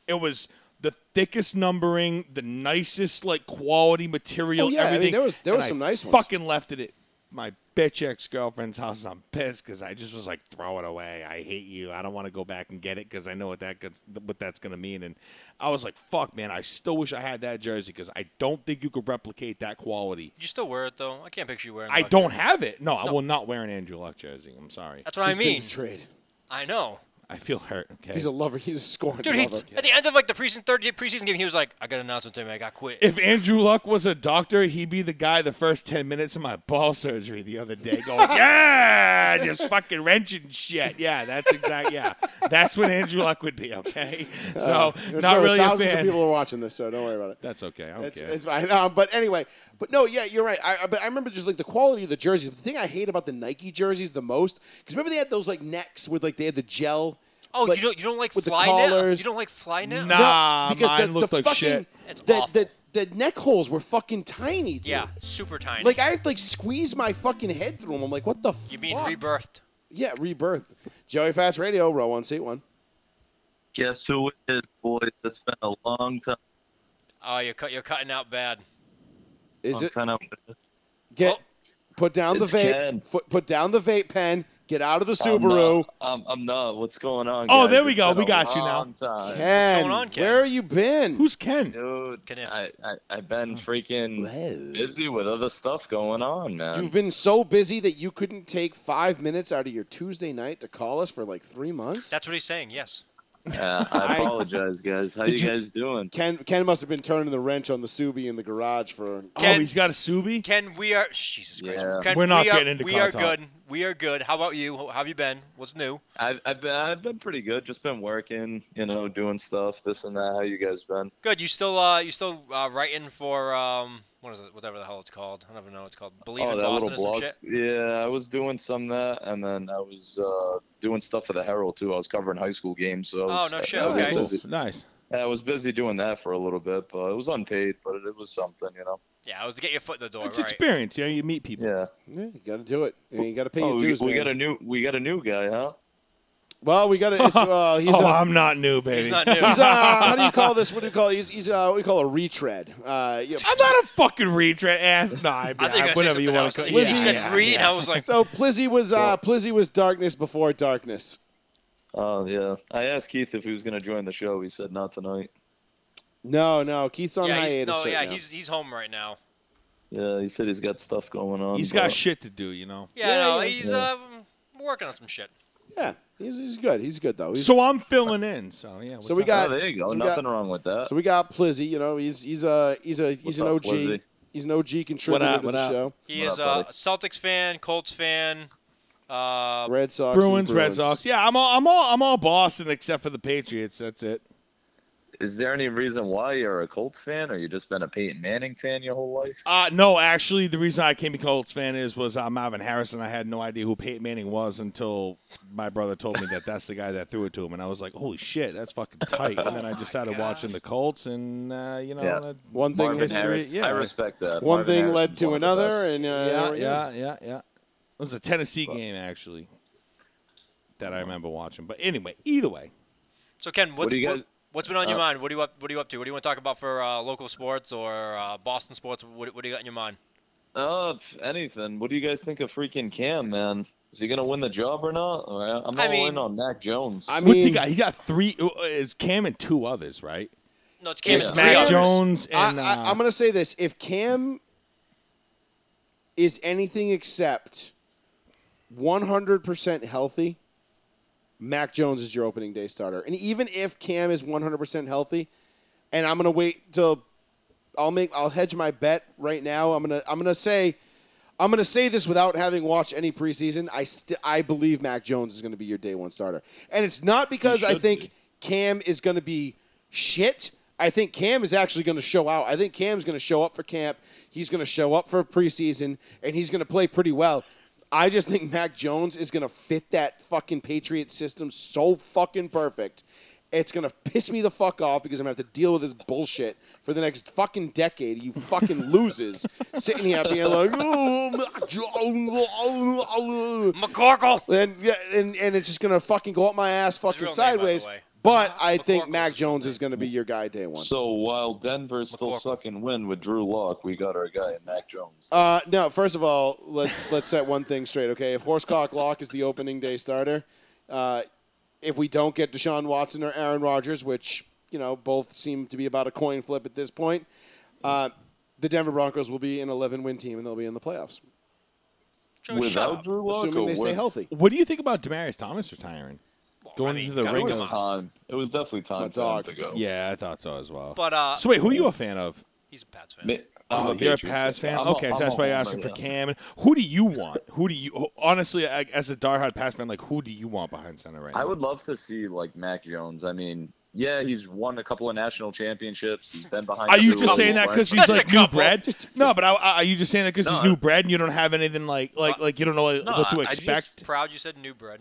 It was the thickest numbering, the nicest like quality material.
Oh, yeah, I mean,
everything.
there was- there
and
was some
I
nice ones.
Fucking left it at my bitch ex girlfriend's house, and I'm pissed because I just was like, throw it away. I hate you. I don't want to go back and get it because I know what that could- what that's gonna mean. And I was like, fuck, man. I still wish I had that jersey because I don't think you could replicate that quality.
Did you still wear it though? I can't picture you wearing.
I
Luck.
don't have it. No, I will not wear an Andrew Luck jersey. I'm sorry.
That's what
He's
I
been
mean.
betrayed.
I know,
I feel hurt. Okay.
He's a lover. He's a scoring
dude. He,
lover.
at the end of like the preseason third preseason game, he was like, "I got an announcement to make. I quit."
if Andrew Luck was a doctor, he'd be the guy the first 10 minutes of my ball surgery the other day going, yeah, just fucking wrenching shit. Yeah, that's exact. Yeah. That's what Andrew Luck would be, okay? So,
Uh, There's
not
no-
really a
thousands
fan.
of people are watching this, so don't worry about it.
That's okay. I don't
It's,
care.
it's fine. Um, but anyway, but no, yeah, you're right. I, I- but I remember just like the quality of the jerseys. But the thing I hate about the Nike jerseys the most, because remember they had those like necks with like they had the gel.
oh,
like,
you don't you don't like
with the
fly now? You
collars.
don't like fly now?
Nah.
No,
Ah,
because
mine
the,
looked
the
like
fucking
shit.
It's
the,
awful.
the the neck holes were fucking tiny. Dude.
Yeah, super tiny.
Like I had to like squeeze my fucking head through them. I'm like, what the?
you mean
fuck?
rebirthed?
Yeah, rebirthed. Joey Fast Radio, row one, seat one.
Guess who it is, boys? It's been a long time.
Oh, you're cut. You're cutting out bad.
Is
I'm
it
kind of
get
Oh.
put down the
It's Ken.
vape? Put, put down the vape pen. Get out of the
I'm
Subaru.
not- I'm, I'm not. What's going on?
Oh,
guys?
there we
It's
go.
been
We
a
got you now.
long Time.
Ken,
going on, Ken?
where you been?
Who's Ken?
Dude,
Can it-
I, I I've been freaking
Well.
busy with other stuff going on, man.
You've been so busy that you couldn't take five minutes out of your Tuesday night to call us for like three months.
That's what he's saying. Yes.
Yeah, I
I-
apologize, guys. How you,
Did you-
guys doing?
Ken. Ken must have been turning the wrench on the Subi in the garage for.
oh,
Ken-
he's got a Subi?
Ken, we are Jesus Christ.
Yeah.
Ken,
We're not
we are-
getting into
We
car
are
talk.
good. We are good. How about you? How have you been? What's new?
I've I've been I've been pretty good. Just been working, you know, doing stuff, this and that. How you guys been?
Good. You still uh you still uh, writing for um what is it? Whatever the hell it's called. I don't even know what it's called. Believe in Boston or some shit.
Yeah, I was doing some of that, and then I was uh, doing stuff for the Herald too. I was covering high school games, so I was,
Oh, no shit,
I was
okay.
Nice.
busy.
Nice.
I was busy doing that for a little bit, but it was unpaid, but it, it was something, you know.
Yeah, it was to get your foot in the door.
It's
right.
experience. You know, you meet people.
Yeah.
Yeah, you got to do it. I mean, you got to pay
Oh,
your
we,
dues,
we
man.
got a new we got a new guy, huh?
well, we got to. Uh, he's
oh,
a-
i I'm not new, baby.
He's not new.
He's uh, how do you call this? What do you call? He's he's uh, what do you call a retread? Uh, you know,
I'm not a fucking retread ass. No, I,
I think I,
I
said
whatever
something
you want
else.
to
He
call
Yeah,
said
yeah,
read. I was like,
so Plizzy was uh, Plizzy was darkness before darkness.
Oh yeah. I asked Keith if he was gonna join the show. He said not tonight.
No, no, Keith's on
yeah, he's,
hiatus.
no,
right
yeah,
now.
he's he's home right now.
Yeah, he said he's got stuff going on.
He's
but-
got shit to do, you know.
Yeah,
Yeah,
no,
yeah.
he's uh working on some shit.
yeah, he's, he's good. He's good though. He's,
So I'm filling in. So yeah. what's
So we
up?
got-
Oh, there you go.
so we got-
Nothing wrong with that.
So we got Plizzy. You know, he's he's a he's a he's
What's
an
up,
OG.
Plizzy?
He's an OG contributor
What up,
to
what
the
up?
show.
He
What
is
up,
uh, a Celtics fan, Colts fan. Uh,
Red Sox, and
Bruins, Red
Bruins.
Sox. Yeah, I'm all, I'm all, I'm all Boston except for the Patriots. That's it.
Is there any reason why you're a Colts fan, or you just been a Peyton Manning fan your whole life?
Uh, no, actually, the reason I came to Colts fan is was uh, Marvin Harrison. I had no idea who Peyton Manning was until my brother told me that that's the guy that threw it to him, and I was like, holy shit, that's fucking tight. And then I just started watching the Colts, and uh, you know,
Oh Yeah.
that-
One thing,
Marvin
history,
Harris.
yeah.
I respect that.
one
Marvin
thing
Harrison's
led to
one of the
another,
best.
and uh,
yeah,
we're
yeah, yeah, yeah. It was a Tennessee game actually that I remember watching. But anyway, either way,
So Ken, what's
do you guys-
what's been on your
uh,
mind? What do you up, what are you up to? What do you want to talk about for uh, local sports or uh, Boston sports? What, what do you got in your mind?
Uh, pff, anything. What do you guys think of freaking Cam, man? Is he gonna win the job or not? All right, I'm all
I mean-
in on Mac Jones.
I
What's he
mean,
got? He got three. uh, Is Cam and two others, right?
No, it's Cam.
Yeah.
It's
Mac
Mac
Jones and
I,
uh,
I, I'm going to say this: if Cam is anything except 100% healthy, Mac Jones is your opening day starter. And even if Cam is 100% healthy, and I'm going to wait till I'll make I'll hedge my bet right now. I'm gonna I'm gonna say. I'm going to say this without having watched any preseason. I st- I believe Mac Jones is going to be your day one starter, and it's not because I think Cam is going to be shit. I think Cam is actually going to show out. I think Cam's going to show up for camp. He's going to show up for preseason, and he's going to play pretty well. I just think Mac Jones is going to fit that fucking Patriot system so fucking perfect. It's going to piss me the fuck off because I'm going to have to deal with this bullshit for the next fucking decade. You fucking losers sitting here being like, oh, Mac Jones, oh, oh, oh."
McCorkle.
and, yeah, and, and it's just going to fucking go up my ass fucking
real name, by the
sideways.
way.
But I think
McCorkle
Mac
is his real
Jones is going to be your guy day one.
so while Denver's still
McCorkle.
sucking win with Drew Lock, we got our guy in Mac Jones.
Uh, no, first of all, let's let's set one thing straight, okay? If Horsecock Lock is the opening day starter, uh, if we don't get Deshaun Watson or Aaron Rodgers, which you know both seem to be about a coin flip at this point, uh, the Denver Broncos will be an 11 win team and they'll be in the playoffs,
Joe, shut
Without
up.
Drew Lock,
assuming they stay healthy.
what do you think about Demarius Thomas retiring? Going
I mean,
into the
gotta
it
ring.
was time. It was definitely time for him
dog.
to go.
Yeah, I thought so as well.
But uh,
so wait, who are you a fan of?
he's a Pats fan.
Ma- I'm
Oh,
a
you're a
Patriots
Paz fan.
I'm a-
okay,
I'm
so that's
a
why you're
homer,
asking for
yeah.
Cam. Who do you want? Who do you honestly, I- as a diehard Paz fan, like who do you want behind center right
I
now?
would love to see like Mac Jones. I mean, yeah, he's won a couple of national championships. He's been behind.
Are you
two
just
of
saying that
them, right?
because he's
That's
like
the
new
couple.
bread? No, but I, I- are you just saying that because he's
No.
new bread and you don't have anything like like like you don't know
No,
what to
I- I just-
expect?
Proud you said new bread.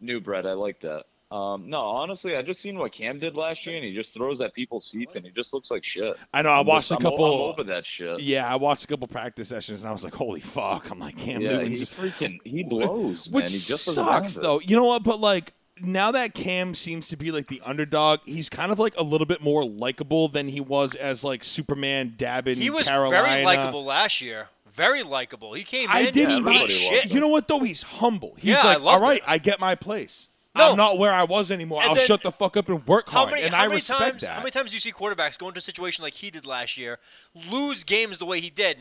New bread. I like that. Um, no, honestly, I just seen what Cam did last year, and he just throws at people's feet, and he just looks like shit.
I, know. I
I'm
watched
just-
a
I'm o-
couple.
I'm over that shit.
Yeah, I watched a couple practice sessions and I was like, holy fuck! I'm like, Cam
Yeah,
Newton
he
just
freaking he blows,
Which
man. He just doesn't have
sucks,
it.
though. You know what? But like now that Cam seems to be like the underdog, he's kind of like a little bit more likable than he was as like Superman dabbing.
He was
Carolina.
very likable last year. Very likable. He came in.
I
and
didn't
Yeah,
even
ate
everybody
shit.
loved
You know what though? He's humble. He's
Yeah, I
like, all
loved
right,
it.
I get my place.
No.
I'm not where I was anymore.
And
I'll
then-
shut the fuck up and work
How
hard.
many,
and
how
I
many
respect
times,
that.
How many times do you see quarterbacks go into a situation like he did last year, lose games the way he did?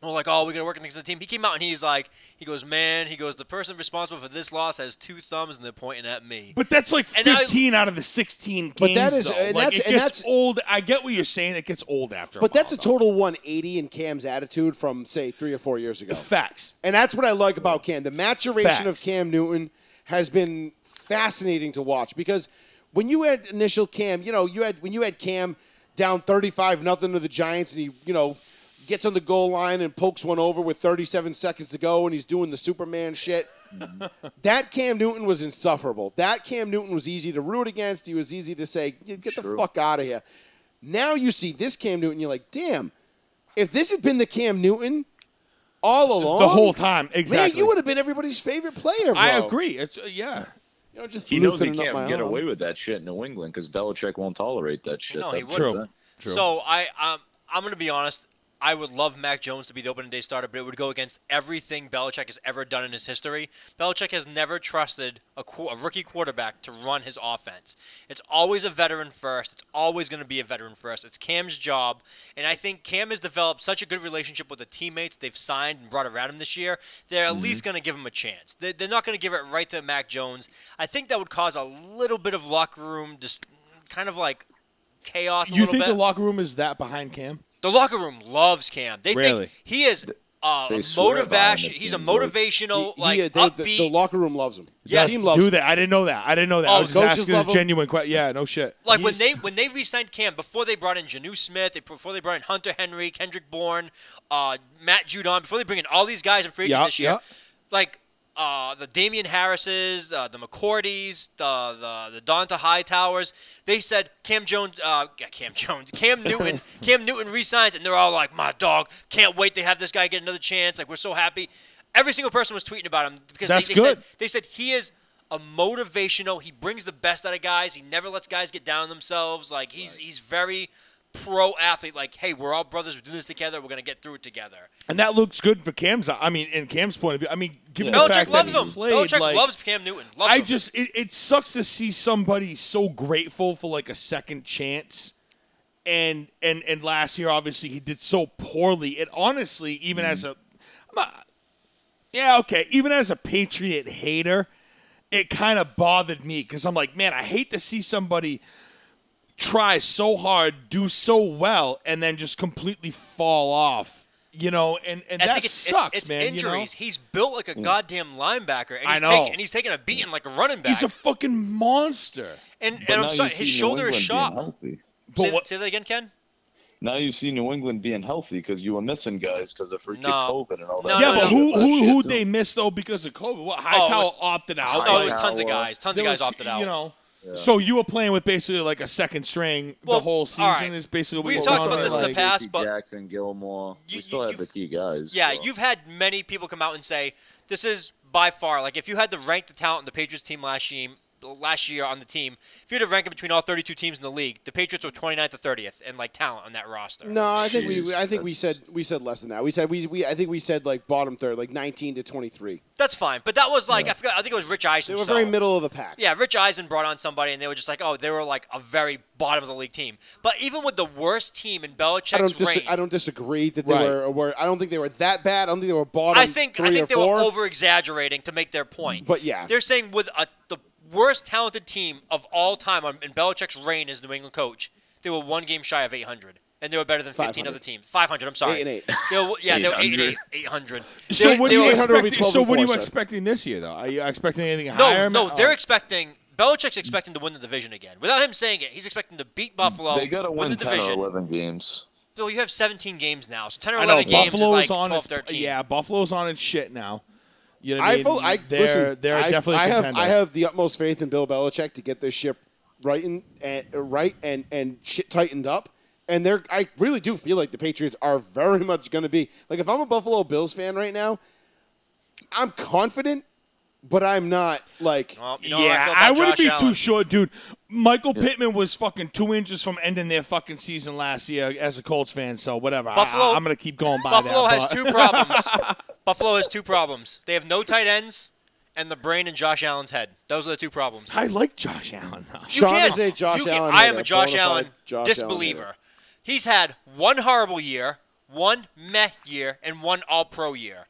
Well, like, oh, we're gonna work on things as a team. He came out and he's like, he goes, man, he goes, the person responsible for this loss has two thumbs and they're pointing at me.
But that's like
And I-
15 out of the 16 games.
But that is-
though.
and
Like,
that's-
it
and
gets
that's-
old. I get what you're saying. It gets old after.
But that's a
while,
total 180 in Cam's attitude from say three or four years ago.
though. facts.
And that's what I like about Cam. The maturation of
Facts.
Cam Newton has been fascinating to watch because when you had initial Cam, you know, you had when you had Cam down 35 nothing to the Giants and he, you know, gets on the goal line and pokes one over with 37 seconds to go and he's doing the Superman shit.
Mm-hmm.
that Cam Newton was insufferable. That Cam Newton was easy to root against. He was easy to say, "Get the fuck out of here." Now you see this Cam Newton, you're like, "Damn, if this had been the Cam Newton all along,
The whole time,
Man,
exactly.
you would have been everybody's favorite player. Bro.
I agree. It's uh, yeah.
You know, just
He knows he
loosening up my
can't get
arm.
away with that shit in New England because Belichick won't tolerate that shit.
No, he
That's
wouldn't.
the thing.
So I, um, I'm gonna be honest. I would love Mac Jones to be the opening day starter, but it would go against everything Belichick has ever done in his history. Belichick has never trusted a, qu- a rookie quarterback to run his offense. It's always a veteran first. It's always going to be a veteran first. It's Cam's job, and I think Cam has developed such a good relationship with the teammates they've signed and brought around him this year. They're
Mm-hmm.
at least going to give him a chance. They- They're not going to give it right to Mac Jones. I think that would cause a little bit of locker room, just kind of like chaos. A
You
little
think
bit.
the locker room is that behind Cam?
The locker room loves Cam. They
Really?
think he is uh,
They swear by him, it
motivation. He's a
seems like.
He-
motivational,
he-
like
yeah, they-
upbeat.
the, the locker room loves him. The
Yeah.
team loves
Do
him.
that. I didn't know that. I didn't know that. I
Oh,
was just
coaches
asking
love
a
him.
genuine question. Yeah, no shit.
like when
he's-
they when they re-signed Cam before they brought in Janu Smith, they, before they brought in Hunter Henry, Kendrick Bourne, uh, Matt Judon, before they bring in all these guys in free agent
Yeah,
this year,
yeah.
like uh, the Damian Harrises, uh, the McCourties, the the the Donta Hightowers, they said Cam Jones, uh, yeah, Cam Jones, Cam Newton, Cam Newton resigns, and they're all like, "My dog, can't wait to have this guy get another chance." Like we're so happy. Every single person was tweeting about him because
That's
they, they said
good.
they said he is a motivational. He brings the best out of guys. He never lets guys get down on themselves. Like he's he's very pro athlete. Like hey, we're all brothers. We're doing this together. We're gonna get through it together.
And that looks good for Cam's. I mean, in Cam's point of view, I mean, given the
Belichick
fact
loves
that he
him.
played,
Belichick
like,
loves Cam Newton. Loves
I
him.
just it, it sucks to see somebody so grateful for like a second chance. And and and last year obviously he did so poorly. And honestly, even as
Mm-hmm.
a I'm not- yeah, okay, even as a Patriot hater, it kind of bothered me cuz I'm like, man, I hate to see somebody try so hard, do so well and then just completely fall off. You know, and and
I
that
think it's,
sucks,
it's, it's
man.
injuries.
you know?
He's built like a goddamn linebacker, and
I
he's
know.
Oh.
taking and he's taking a beating like a running back.
He's a fucking monster.
and and
But
I'm
now you
sorry,
see
his
New
shoulder is
England being
shot.
healthy.
But
Say,
what-
say that again, Ken.
Now you see New England being healthy because you were missing guys because of freaking
No.
COVID and all that.
No,
Yeah,
no,
but
no.
who
That
who
shit,
who
too.
they missed though because of COVID? Well,
Oh, it
Hightower
was-
opted out.
Oh, it was
Hightower.
tons of guys. Tons
There
of guys
was,
opted out.
You know, so you were playing with basically like a second string
Well,
the whole
all
season.
right.
Is basically what
We've
was
talked
on
about
there,
this in the
like-
past,
Casey
but-
Jackson, Gilmore.
You-
we still
you-
have the key guys.
Yeah,
so-
you've had many people come out and say this is by far like if you had to rank the talent in the Patriots team last year, last year on the team, if you had to rank it between all 32 teams in the league, the Patriots were 29th to 30th in like talent on that roster.
No, I think
Jeez,
we I think we
that's-
said we said less than that. We said we, we I think we said like bottom third, like 19 to 23.
That's fine, but that was like I forgot. I think it was Rich Eisen.
They were
saw
very
it.
middle of the pack.
Yeah, Rich Eisen brought on somebody, and they were just like, oh, they were like a very bottom of the league team. But even with the worst team in Belichick's
I don't dis-
reign,
I don't disagree that they
Right.
were, were I don't think they were that bad. I don't think they were bottom
I think
three
I
or
think they
four.
were over exaggerating to make their point.
But yeah.
they're saying with a, the worst talented team of all time on, in Belichick's reign as New England coach, they were one game shy of 800, and they were better than 15 other
500.
teams. 500, I'm sorry,
Eight and eight.
They were, yeah, they were eight and
800.
eight, 800.
So
They-
what
they
are you
were-
800 will be
expecting?
12
So
and
what are you
four, so.
expecting this year though? Are you expecting anything
No,
higher?
no,
Oh.
they're expecting. Belichick's expecting to win the division again. Without him saying it, he's expecting to beat Buffalo.
They got to win
the
10
division.
or 11 games.
Bill, you have 17 games now, so 10 or
I know
11 games
Buffalo's
is like
on
12,
its
13.
yeah, Buffalo's on its shit now. You know what I
I,
mean?
vote, I
they're
listen.
they're
I,
definitely a
I have
contender.
I have the utmost faith in Bill Belichick to get this ship right and and- uh, right and and shit tightened up. And they're I really do feel like the Patriots are very much going to be like if I'm a Buffalo Bills fan right now, I'm confident, but I'm not like
Well, you know how I,
yeah,
feel about
I, wouldn't
Josh
be
Allen.
too sure, dude. Michael Pittman was fucking two inches from ending their fucking season last year as a Colts fan. So whatever. I-
Buffalo-
I, am gonna keep going by
Buffalo
that.
has
but-
two problems. Buffalo has two problems. They have no tight ends, and the brain in Josh Allen's head. Those are the two problems.
I like Josh Allen. though.
You
Sean
can-
is a Josh
you can-
Allen
I
hater,
am a
a
Josh
bona
Allen
fide Josh Allen
disbeliever.
hater.
He's had one horrible year, one meh year, and one All Pro year.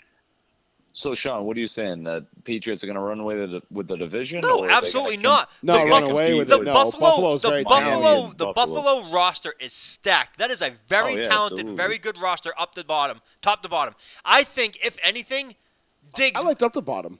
So, Sean, what are you saying? That Patriots are going to run away with the, with the division? or are
No,
they gonna
absolutely
com-
not.
No,
the
run
Buffalo-
away with
the
it. No,
Buffalo,
Buffalo's
the
very
Buffalo,
talented.
the
Buffalo.
Buffalo roster is stacked. That is a very
Oh, yeah,
talented,
absolutely.
very good roster up to bottom, top to bottom. I think if anything, Diggs
I liked up to bottom.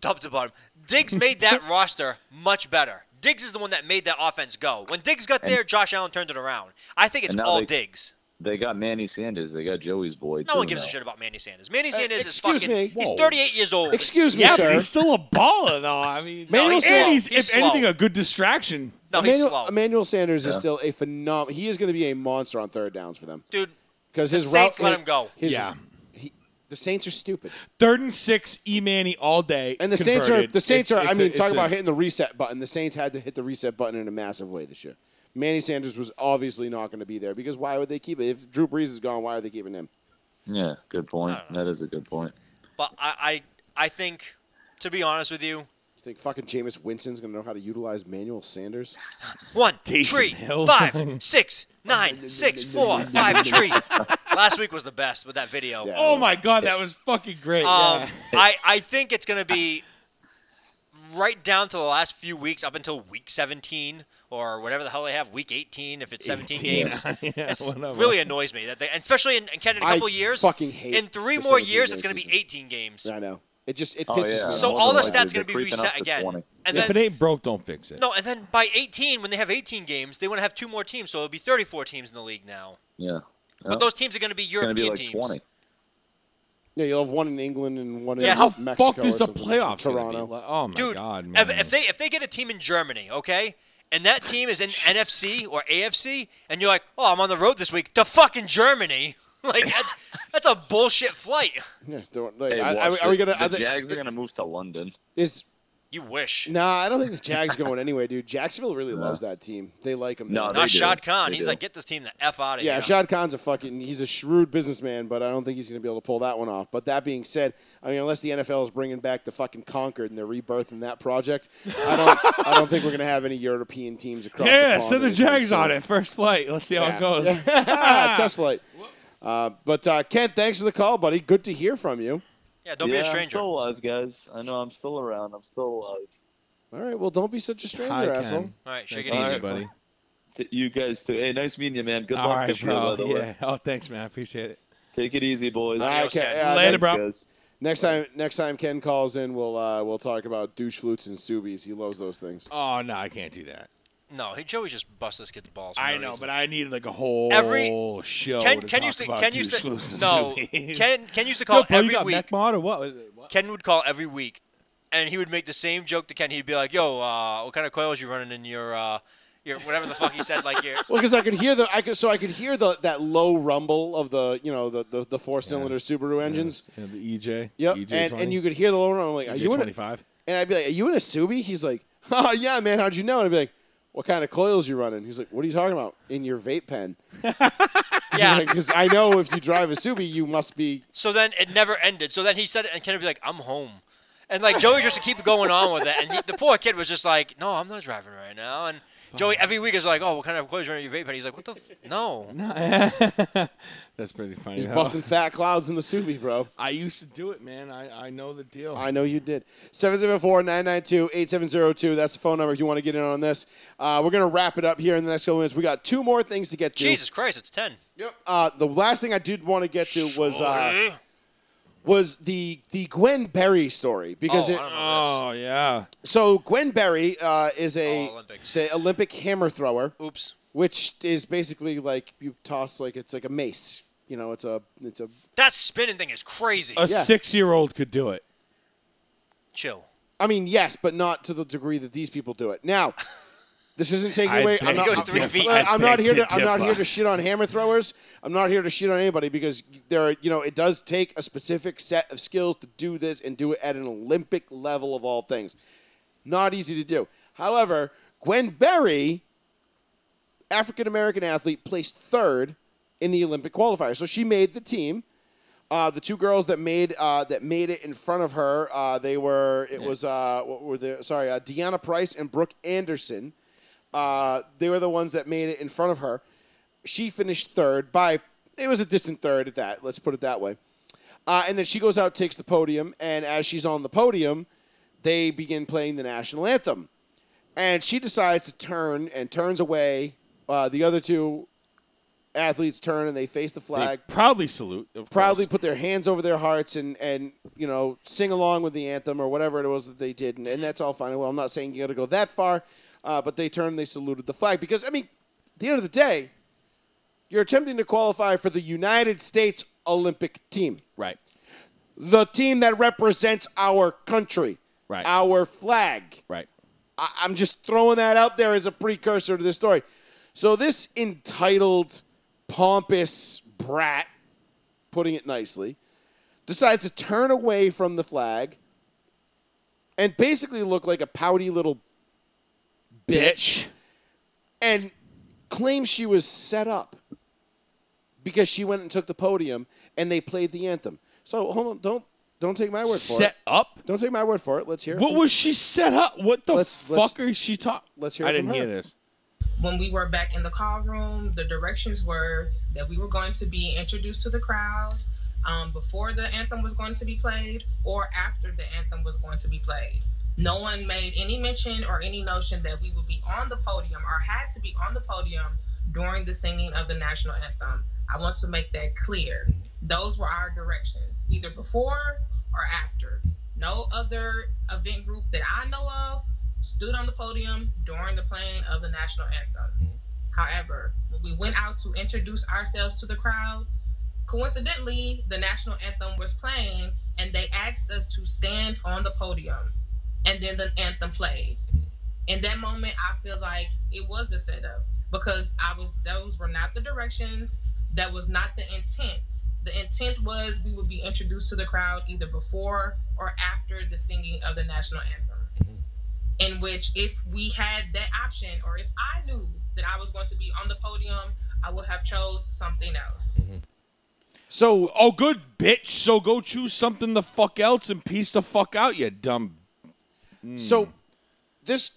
top to bottom. Diggs made that roster much better. Diggs is the one that made that offense go. When Diggs got there, Josh Allen turned it around. I think it's
And now
all
they-
Diggs.
They got Manny Sanders. They got Joey's boy.
No
too
one gives
now.
a shit about Manny Sanders. Manny Sanders is
Uh, excuse
fucking.
me.
He's
Whoa.
38 years old.
Excuse me,
yeah,
sir.
but he's still a baller though. I mean,
Manuel
and
Sanders-
he's,
he's
if
slow.
anything, a good distraction.
no, he's
Emmanuel,
slow,
Emmanuel Sanders is
Yeah.
still a phenom. He is going to be a monster on third downs for them
dude.
because
The
his
Saints
route.
let him go.
his-
Yeah.
he- the Saints are stupid.
Third and six, E Manny all day.
And the Saints are
converted.
the Saints
It's-
are. I
it's a-
mean,
it's
talk
a-
about hitting the reset button. The Saints had to hit the reset button in a massive way this year. Manny Sanders was obviously not going to be there because why would they keep it? If Drew Brees is gone, why are they keeping him?
Yeah, good point. That is a good point.
But I, I, I think, to be honest with you,
You think fucking Jameis Winston's going to know how to utilize Manuel Sanders?
one,
Taysom
tree,
Hill.
five, six, nine, six, four, five, tree. Last week was the best with that video.
Yeah.
Oh my god, that was fucking great.
Um,
yeah.
I, I think it's going to be right down to the last few weeks, up until week 17 or whatever the hell they have, week 18, if it's 17 games.
Yeah,
It's
whatever.
really annoys me that they, and especially in, in Canada, a
I
couple years.
fucking hate
In three
the
more
17
years,
game
it's going to be
season.
18 games.
I know. It just it
Oh,
pisses
yeah.
me.
So
off.
Most
all the
likely
stats
they're
going to be
creeping up
reset
to
again.
20.
And
if it
then
ain't broke, don't fix it.
no, and then by 18, when they have 18 games, they want to have two more teams, so it'll be 34 teams in the league now.
Yeah.
But those teams are going to be
going to
European
be like
teams.
20.
Yeah, you'll have one in England and one in
Yeah,
How
how
Mexico.
fucked is
or
the
something like
playoffs? gonna be?
Toronto.
Like, Oh my
Dude,
god, man.
if, if they if they get a team in Germany, okay, and that team is in NFC or AFC, and you're like, oh, I'm on the road this week to fucking Germany. like that's that's a bullshit flight.
Yeah, don't, like,
Hey,
I- I-
watch
are we
it.
gonna?
the
are they-
Jags are going to move to London.
is
You wish.
Nah, I don't think the Jags are going anywhere, dude. Jacksonville really loves that team. They like him.
No,
there.
they
Not
do.
Shad Khan.
They
He's
do.
like, get this team the f out of
Yeah,
here.
Shad Khan's a fucking he's a shrewd businessman, but I don't think he's going to be able to pull that one off. But that being said, I mean, unless the NFL is bringing back the fucking Concord and they're rebirthing that project, I don't I don't think we're going to have any European teams across.
Yeah,
the pond
send the
anytime
Jags
soon.
on it. First flight. Let's see how it goes.
Yeah. Test flight. Uh, but uh, Kent, thanks for the call, buddy. Good to hear from you.
yeah, don't
yeah,
be a
I'm
stranger.
still alive, guys. I know I'm still around. I'm still alive.
All right, well, don't be such a stranger,
Hi, Ken.
asshole.
All right, shake
Take
it
it
easy.
easy,
Alright.
buddy.
T- you guys too. Hey, nice meeting you, man. Good
All
luck
right,
this year, by
bro.
the
Yeah.
way.
Oh, thanks, man. I appreciate it.
Take it easy, boys.
All right, Ken.
Ken.
uh,
Later,
next-
bro.
Guys.
Next time, next time Ken calls in, we'll uh, we'll talk about douche flutes and subies. He loves those things.
Oh no, I can't do that.
No, he Joey just busts this kid's balls. for
I
no
know,
reason.
but I need like a whole
Every-
show.
Ken,
to
Ken
talk
used to
about
Ken
douche
used to
flus and
no
zoomies.
Ken Ken used to call
Yo, bro, you
every
got
week.
mech mod or what? What?
Ken would call every week, and he would make the same joke to Ken. He'd be like, "Yo, uh, what kind of coils you running in your uh, your whatever the fuck he said like your."
Well, because I could hear the I could so I could hear the that low rumble of the you know the the, the four cylinder Subaru engines.
Yeah, the E EJ.
Yep,
EJ
and, and you could hear the low rumble. I'm like, are you in? A,
25?
and I'd be like, are you in a Subi? He's like, oh yeah, man. How'd you know? And I'd be like, what kind of coils you running? He's like, what are you talking about? In your vape pen?
Yeah.
Because I know if you drive a Subi, you must be.
So then it never ended. So then he said it, and Ken would be like, "I'm home," and like Joey just to keep going on with it. And he, the poor kid was just like, "No, I'm not driving right now." And Joey every week is like, "Oh, what kind of coils you running in your vape?" And he's like, "What the? F- no."
That's pretty funny.
He's
though.
busting fat clouds in the Subi, bro.
I used to do it, man. I, I know the deal.
I know you did. 774-992-8702. That's the phone number if you want to get in on this. Uh, we're going to wrap it up here in the next couple minutes. We got two more things to get to.
Jesus Christ, it's ten.
Yep. Uh, the last thing I did want to get to was uh, was the the Gwen Berry story because
Oh,
it,
I don't know
oh yeah.
so Gwen Berry uh, is a
Oh, Olympics.
the Olympic hammer thrower,
Oh.
this. Oops.
which is basically like you toss like it's like a mace. You know, it's a it's a
That spinning thing is crazy.
A
Yeah.
six-year-old could do it.
Chill.
I mean, yes, but not to the degree that these people do it. Now, this isn't taking
I
away.
beg
I'm not,
to It goes three
I'm-
feet.
I'm
I
not
beg
here
to
to. I'm not
differ.
here to shit on hammer throwers. I'm not here to shit on anybody because there, are, you know, it does take a specific set of skills to do this and do it at an Olympic level of all things. Not easy to do. However, Gwen Berry, African American athlete, placed third in the Olympic qualifier, so she made the team. Uh, the two girls that made uh, that made it in front of her, uh, they were it was uh, what were they? Sorry, uh, Deanna Price and Brooke Anderson. Uh, they were the ones that made it in front of her. She finished third by it was a distant third at that. Let's put it that way. Uh, and then she goes out, takes the podium, and as she's on the podium, they begin playing the national anthem. And she decides to turn and turns away. Uh, the other two athletes turn and they face the
They
flag
proudly salute. Of
proudly
course.
put their hands over their hearts and and you know sing along with the anthem or whatever it was that they did and, and that's all fine and well i'm not saying you got to go that far uh, but they turned and they saluted the flag because i mean at the end of the day you're attempting to qualify for the united states olympic team
Right.
the team that represents our country
Right.
our flag
Right.
I, I'm just throwing that out there as a precursor to this story. So this entitled, pompous brat, putting it nicely, decides to turn away from the flag and basically look like a pouty little bitch, and claims she was set up because she went and took the podium and they played the anthem. So hold on, don't don't take my word for
Set
it.
up.
Don't take my word for it. Let's hear. it
What
from-
was she set up? What the
Let's-
fuck
let's-
is she talking?
let's hear
I
it from
didn't hear
her.
this.
when we were back in the call room, the directions were that we were going to be introduced to the crowd um, before the anthem was going to be played or after the anthem was going to be played. No one made any mention or any notion that we would be on the podium or had to be on the podium during the singing of the national anthem. I want to make that clear. Those were our directions, either before or after. No other event group that I know of stood on the podium during the playing of the national anthem. However, when we went out to introduce ourselves to the crowd, coincidentally, the national anthem was playing and they asked us to stand on the podium. And then the anthem played. In that moment, I feel like it was a setup because I was those were not the directions, that was not the intent. The intent was we would be introduced to the crowd either before or after the singing of the national anthem. in which if we had that option or if I knew that I was going to be on the podium, um, I would have chose something else.
So,
oh, good bitch. So go choose something the fuck else and piece the fuck out, you dumb. Mm.
So this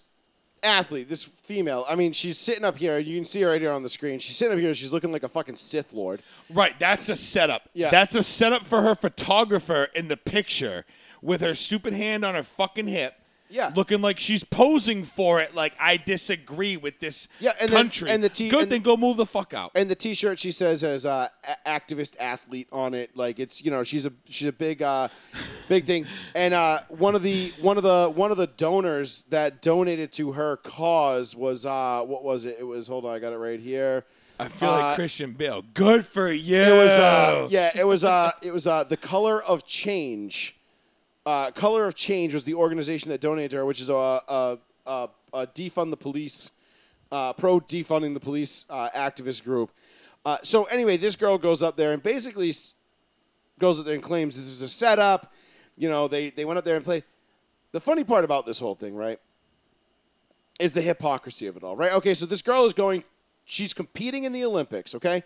athlete, this female, I mean, she's sitting up here. You can see her right here on the screen. She's sitting up here. She's looking like a fucking Sith Lord.
Right, that's a setup.
Yeah.
That's a setup for her photographer in the picture with her stupid hand on her fucking hip.
Yeah.
Looking like she's posing for it, like I disagree with this
Yeah, and then-
country.
and the T-
Good
and-
thing, go move the fuck out.
And the T-shirt she says as uh, a- activist athlete on it, like it's you know she's a she's a big uh, big thing. And uh, one of the one of the one of the donors that donated to her cause was uh, what was it? It was hold on, I got it right here.
I feel
Uh,
like Christian Bale. Good for you.
It was uh, yeah, it was uh, it was uh, the Color of Change. Uh, Color of Change was the organization that donated to her, which is uh, a, a, a, a uh, defund the police, uh, pro defunding the police uh, activist group. Uh, so anyway, this girl goes up there and basically s- goes up there and claims this is a setup. You know, they they went up there and played. The funny part about this whole thing, right, is the hypocrisy of it all, right? Okay, so this girl is going, she's competing in the Olympics, okay?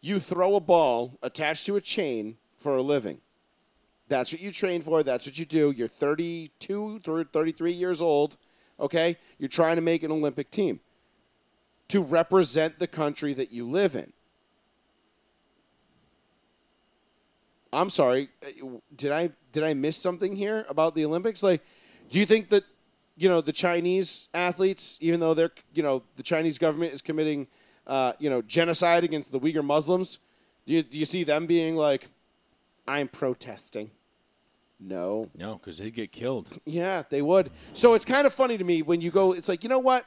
you throw a ball attached to a chain for a living. That's what you train for. That's what you do. You're 32, thir- 33 years old, okay? You're trying to make an Olympic team to represent the country that you live in. I'm sorry, uh, did I did I miss something here about the Olympics? Like, do you think that you know the Chinese athletes, even though they're you know the Chinese government is committing uh, you know genocide against the Uyghur Muslims, do you, do you see them being like, I'm protesting? No.
No, because they'd get killed.
Yeah, they would. So it's kind of funny to me when you go, it's like, you know what?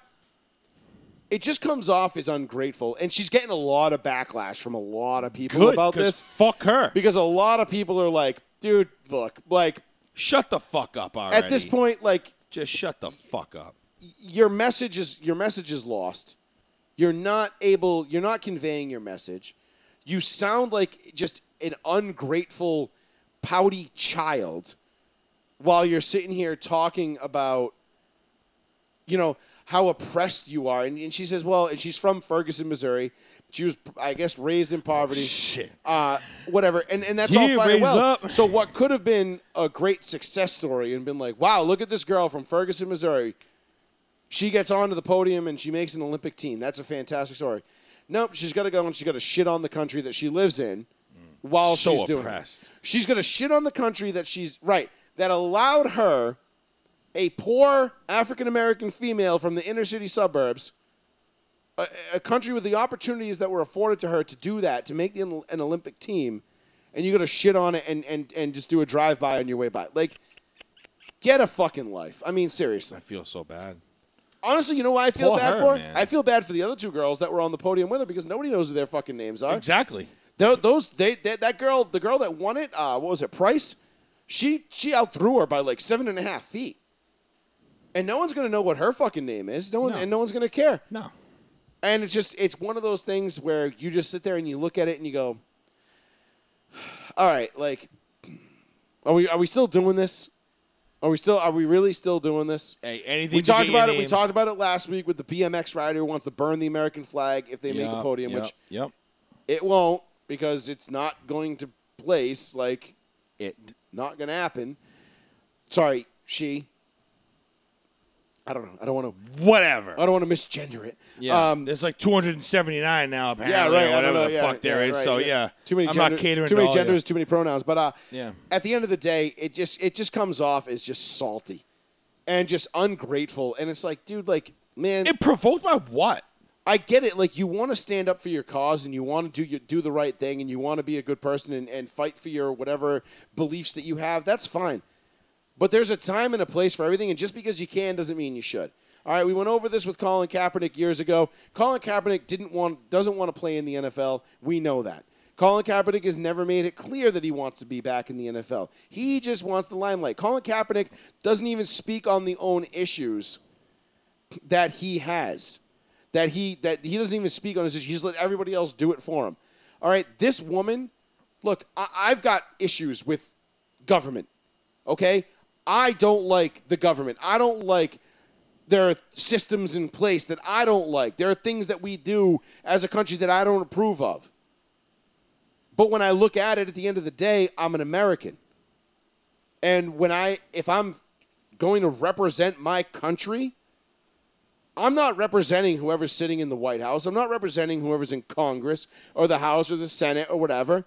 It just comes off as ungrateful. And she's getting a lot of backlash from a lot of people
Good,
about
'cause
this
Fuck her.
because a lot of people are like, dude, look, like,
Shut the fuck up already.
at this point, like,
just shut the fuck up.
your message is your message is lost. You're not able. You're not conveying your message. You sound like just an ungrateful, pouty child, while you're sitting here talking about, you know, how oppressed you are. And, and she says, well, and she's from Ferguson, Missouri. She was, I guess, raised in poverty.
Shit.
Uh, whatever. And and that's
Yeah,
all fine and
raise
well.
up.
So what could have been a great success story and been like, wow, look at this girl from Ferguson, Missouri she gets onto the podium and she makes an Olympic team. That's a fantastic story. Nope, she's got to go and she's got to shit on the country that she lives in while
Mm. So
she's doing it.
oppressed.
She's going to shit on the country that she's right that allowed her a poor African American female from the inner city suburbs a, a country with the opportunities that were afforded to her to do that to make the, an Olympic team and you're going to shit on it and, and, and just do a drive by on your way by. Like get a fucking life. I mean seriously.
I feel so bad.
Honestly, you know why I feel
Poor
bad
her,
for?
man.
I feel bad for the other two girls that were on the podium with her because nobody knows who their fucking names are.
Exactly.
Tho- Those they, they- that girl, the girl that won it, uh, what was it, Price? She she outthrew her by like seven and a half feet, and no one's gonna know what her fucking name is. No one
No.
and no one's gonna care.
No.
And it's just it's one of those things where you just sit there and you look at it and you go, all right, like, are we are we still doing this? Are we still are we really still doing this?
Hey, anything.
We
to
talked
get your
about it. We
name-
talked about it last week with the BMX rider who wants to burn the American flag if they make the
Yep,
podium,
yep,
which
Yep.
it won't because it's not going to place. Like,
It.
not going to happen. Sorry, she. I don't know. I don't want to.
Whatever.
I don't want to misgender it.
Yeah,
Uh, Um,
there's like 279 now apparently.
yeah,
or
right. I
Whatever
don't know.
the
yeah,
fuck there
yeah,
is.
right,
so yeah,
too many.
I'm
gender,
not catering
Too
to
many
all
genders.
You.
Too many pronouns. But uh,
Yeah.
at the end of the day, it just it just comes off as just salty, and just ungrateful. And it's like, dude, like man,
It provoked by what?
I get it. Like you want to stand up for your cause and you want to do your, do the right thing and you want to be a good person and, and fight for your whatever beliefs that you have. That's fine. But there's a time and a place for everything, and just because you can doesn't mean you should. All right, we went over this with Colin Kaepernick years ago. Colin Kaepernick didn't want doesn't want to play in the NFL. We know that. Colin Kaepernick has never made it clear that he wants to be back in the NFL. He just wants the limelight. Colin Kaepernick doesn't even speak on the own issues that he has. That he that he doesn't even speak on his issues. He's let everybody else do it for him. All right, this woman, look, I, I've got issues with government. Okay? I don't like the government. I don't like there are systems in place that I don't like. There are things that we do as a country that I don't approve of. But when I look at it at the end of the day, I'm an American. And when I if I'm going to represent my country, I'm not representing whoever's sitting in the White House. I'm not representing whoever's in Congress or the House or the Senate or whatever.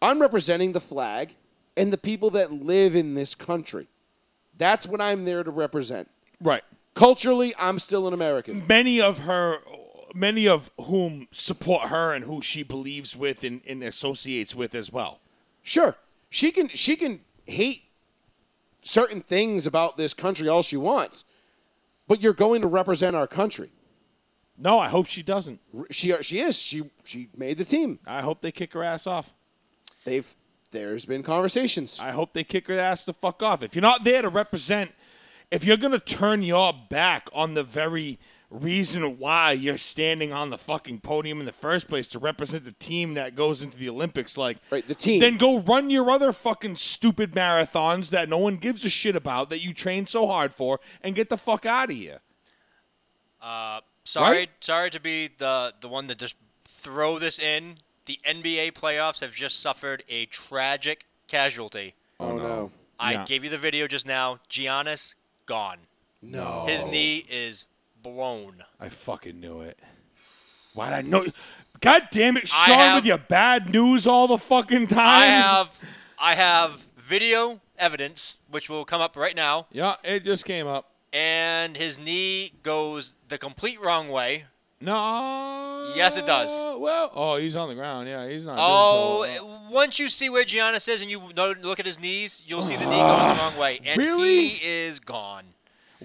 I'm representing the flag and the people that live in this country. That's what I'm there to represent.
Right.
Culturally, I'm still an American.
Many of her, many of whom support her and who she believes with and, and associates with as well.
Sure. She can she can hate certain things about this country all she wants. But you're going to represent our country.
No, I hope she doesn't.
She she is. She she made the team.
I hope they kick her ass off.
They've there's been conversations.
I hope they kick her ass the fuck off. If you're not there to represent, if you're gonna turn your back on the very reason why you're standing on the fucking podium in the first place to represent the team that goes into the Olympics, like
right, the team.
then go run your other fucking stupid marathons that no one gives a shit about that you train so hard for, and get the fuck out of here.
Uh, sorry,
Right?
sorry to be the the one that just throw this in. The NBA playoffs have just suffered a tragic casualty.
Oh, no.
I
Yeah.
gave you the video just now. Giannis gone.
No.
His knee is blown.
I fucking knew it. Why'd I know? God damn it,
I
Sean,
have-
with your bad news all the fucking time.
I have I have video evidence which will come up right now
Yeah, it just came up.
and his knee goes the complete wrong way.
No.
Yes, it does.
Well, oh, he's on the ground. Yeah, he's not. doing
Oh,
so well.
once you see where Giannis is and you no- look at his knees, you'll see the knee goes the wrong way and
Really?
he is gone.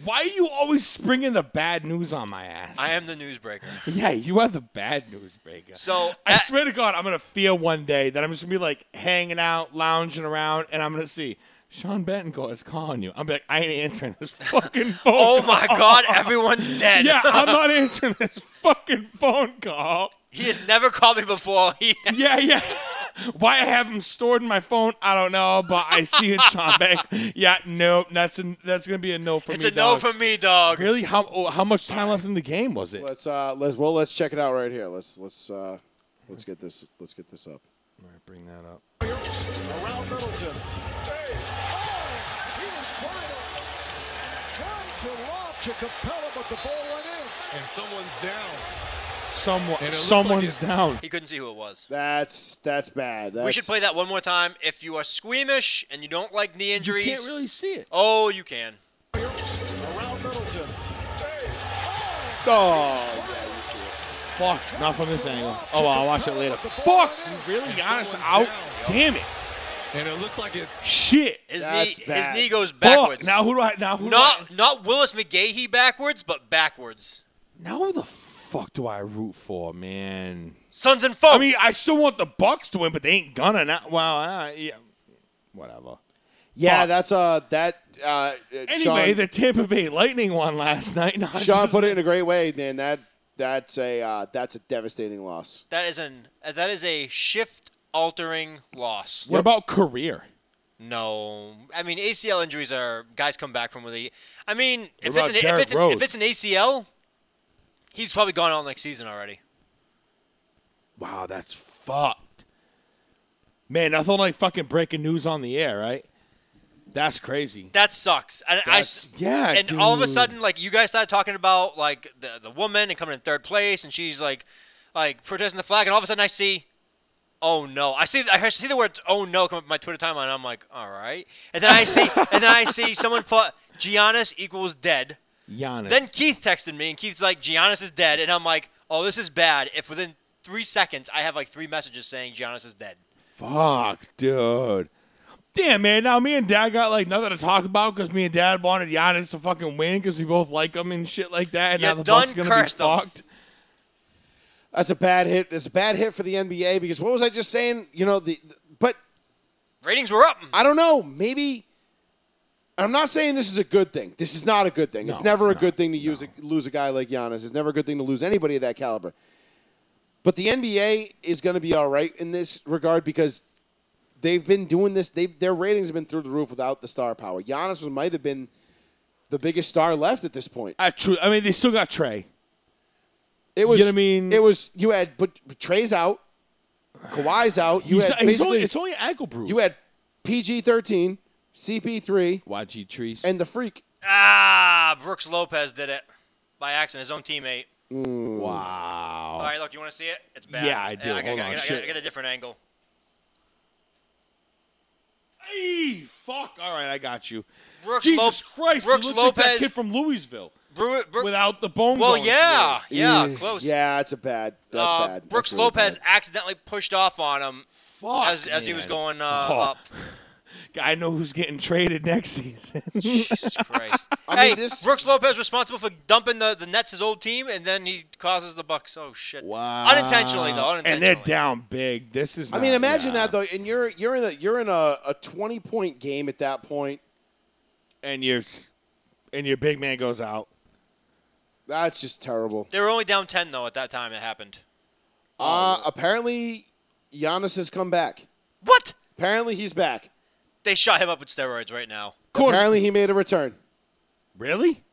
why are you always springing the bad news on my ass?
I am the newsbreaker.
Yeah, you are the bad news breaker.
So
I swear to God, I'm gonna feel one day that I'm just gonna be like hanging out, lounging around, and I'm gonna see Sean Betancourt is calling you. I'm like, I ain't answering this fucking phone.
Oh my
call."
God, everyone's dead.
yeah, I'm not answering this fucking phone call.
He has never called me before. He
Yeah, yeah. Why I have him stored in my phone, I don't know, but I see it, Sean Betancourt. Yeah, nope, that's a, that's gonna be a no for
It's
me.
a no
dog.
for me, dog.
Really? How oh, how much time left in the game was it?
Let's uh let's well let's check it out right here. Let's let's uh let's get this let's get this up.
All right, bring that up.
Around Middleton. Hey. Oh, he was trying to, trying to lob to Capella, but the ball went in. And someone's down.
Someone,
And it looks like
someone's
it's-
down.
He couldn't see who it was.
That's that's bad. That's,
We should play that one more time. If you are squeamish and you don't like knee injuries,
can't really see it.
Oh, you can.
Around Middleton.
Oh, yeah, you see it.
Fuck, not from this angle. Oh, well, I'll watch it later. Fuck, you really Giannis out? Damn it!
And it looks like it's
Shit.
His
That's
knee,
bad.
his knee goes
Fuck.
backwards.
Now who do I? Now who? do
not not Willis McGahee backwards, but backwards.
I, now who the fuck do I root for, man?
Sons and folk.
I mean, I still want the Bucks to win, but they ain't gonna. Not, well, uh, yeah, whatever.
Yeah,
Fuck.
that's uh that uh, uh
Anyway,
Sean,
the Tampa Bay Lightning won last night. and I
Sean
just-
put it in a great way, man. That that's a uh, that's a devastating loss.
that is an uh, that is a shift altering loss.
What about career?
No, I mean ACL injuries are guys come back from with a. I mean, if
about
it's, an, if,
Derrick
it's an,
Rose?
if it's an ACL, he's probably gone all next season already.
Wow, that's fucked. Man, nothing like fucking breaking news on the air, right? That's crazy.
That sucks. And I s
That's- yeah,
And all of a
dude.
sudden, like you guys started talking about like the the woman and coming in third place, and she's like, like protesting the flag, and all of a sudden I see, oh no, I see I see the word oh no come up in my Twitter timeline. and I'm like, all right, and then I see and then I see someone put Giannis equals dead.
Giannis.
Then Keith texted me, and Keith's like, Giannis is dead, and I'm like, oh this is bad. If within three seconds I have like three messages saying Giannis is dead.
Fuck, dude. Damn, man. Now me and Dad got like nothing to talk about because me and Dad wanted Giannis to fucking win because we both like him and shit like that. And
You
now the
done
Bucks gonna
cursed
be
him.
fucked.
That's a bad hit. That's a bad hit for the NBA because what was I just saying? You know the but
Ratings were up.
I don't know. Maybe I'm not saying this is a good thing. This is not a good thing. it's never a good thing to use a, lose a guy like Giannis. It's never a good thing to lose anybody of that caliber. But the NBA is going to be all right in this regard because they've been doing this. They their ratings have been through the roof without the star power. Giannis was, might have been the the biggest star left at this point.
I, tru- I mean, they still got Trey.
It was.
You know what I mean?
It was. You had, but but Trey's out. Kawhi's out. You
He's
had
not- it's, only,
basically.
it's only ankle bruise.
you had PG thirteen, CP three,
YG trees.
and the freak.
Ah, Brooks Lopez did it by accident. His own teammate.
wow.
All right, look, you want to see it? It's bad.
Yeah, I do.
I, got-
Hold
I,
on,
got- I, got-
shit.
I got a different angle.
Hey, fuck. All right, I got you.
Brooks
Jesus
Lopez.
Christ,
Brooks
he looks
Lopez.
like that kid from Louisville
Bru- Bru-
without the bone.
well,
going
yeah, yeah,
Ugh,
close.
Yeah, it's a bad. That's
Uh,
bad. That's
Brooks
really
Lopez
bad.
accidentally pushed off on him
through it. Fuck,
as, as he was
man.
going uh,
Oh.
up.
I know who's getting traded next season.
Jesus Christ.
I
hey,
mean, this-
Brooks Lopez responsible for dumping the, the Nets his old team, and then he causes the Bucks. Oh shit!
wow.
Unintentionally though,
And
unintentionally.
they're down big. This is.
I mean, imagine that though, and you're you're in a you're in a, a twenty point game at that point.
And your and your big man goes out.
That's just terrible.
They were only down ten though at that time it happened.
Uh, apparently, Giannis has come back.
What?
Apparently, he's back.
They shot him up with steroids right now,
Quarter.
Apparently, he made a return.
Really?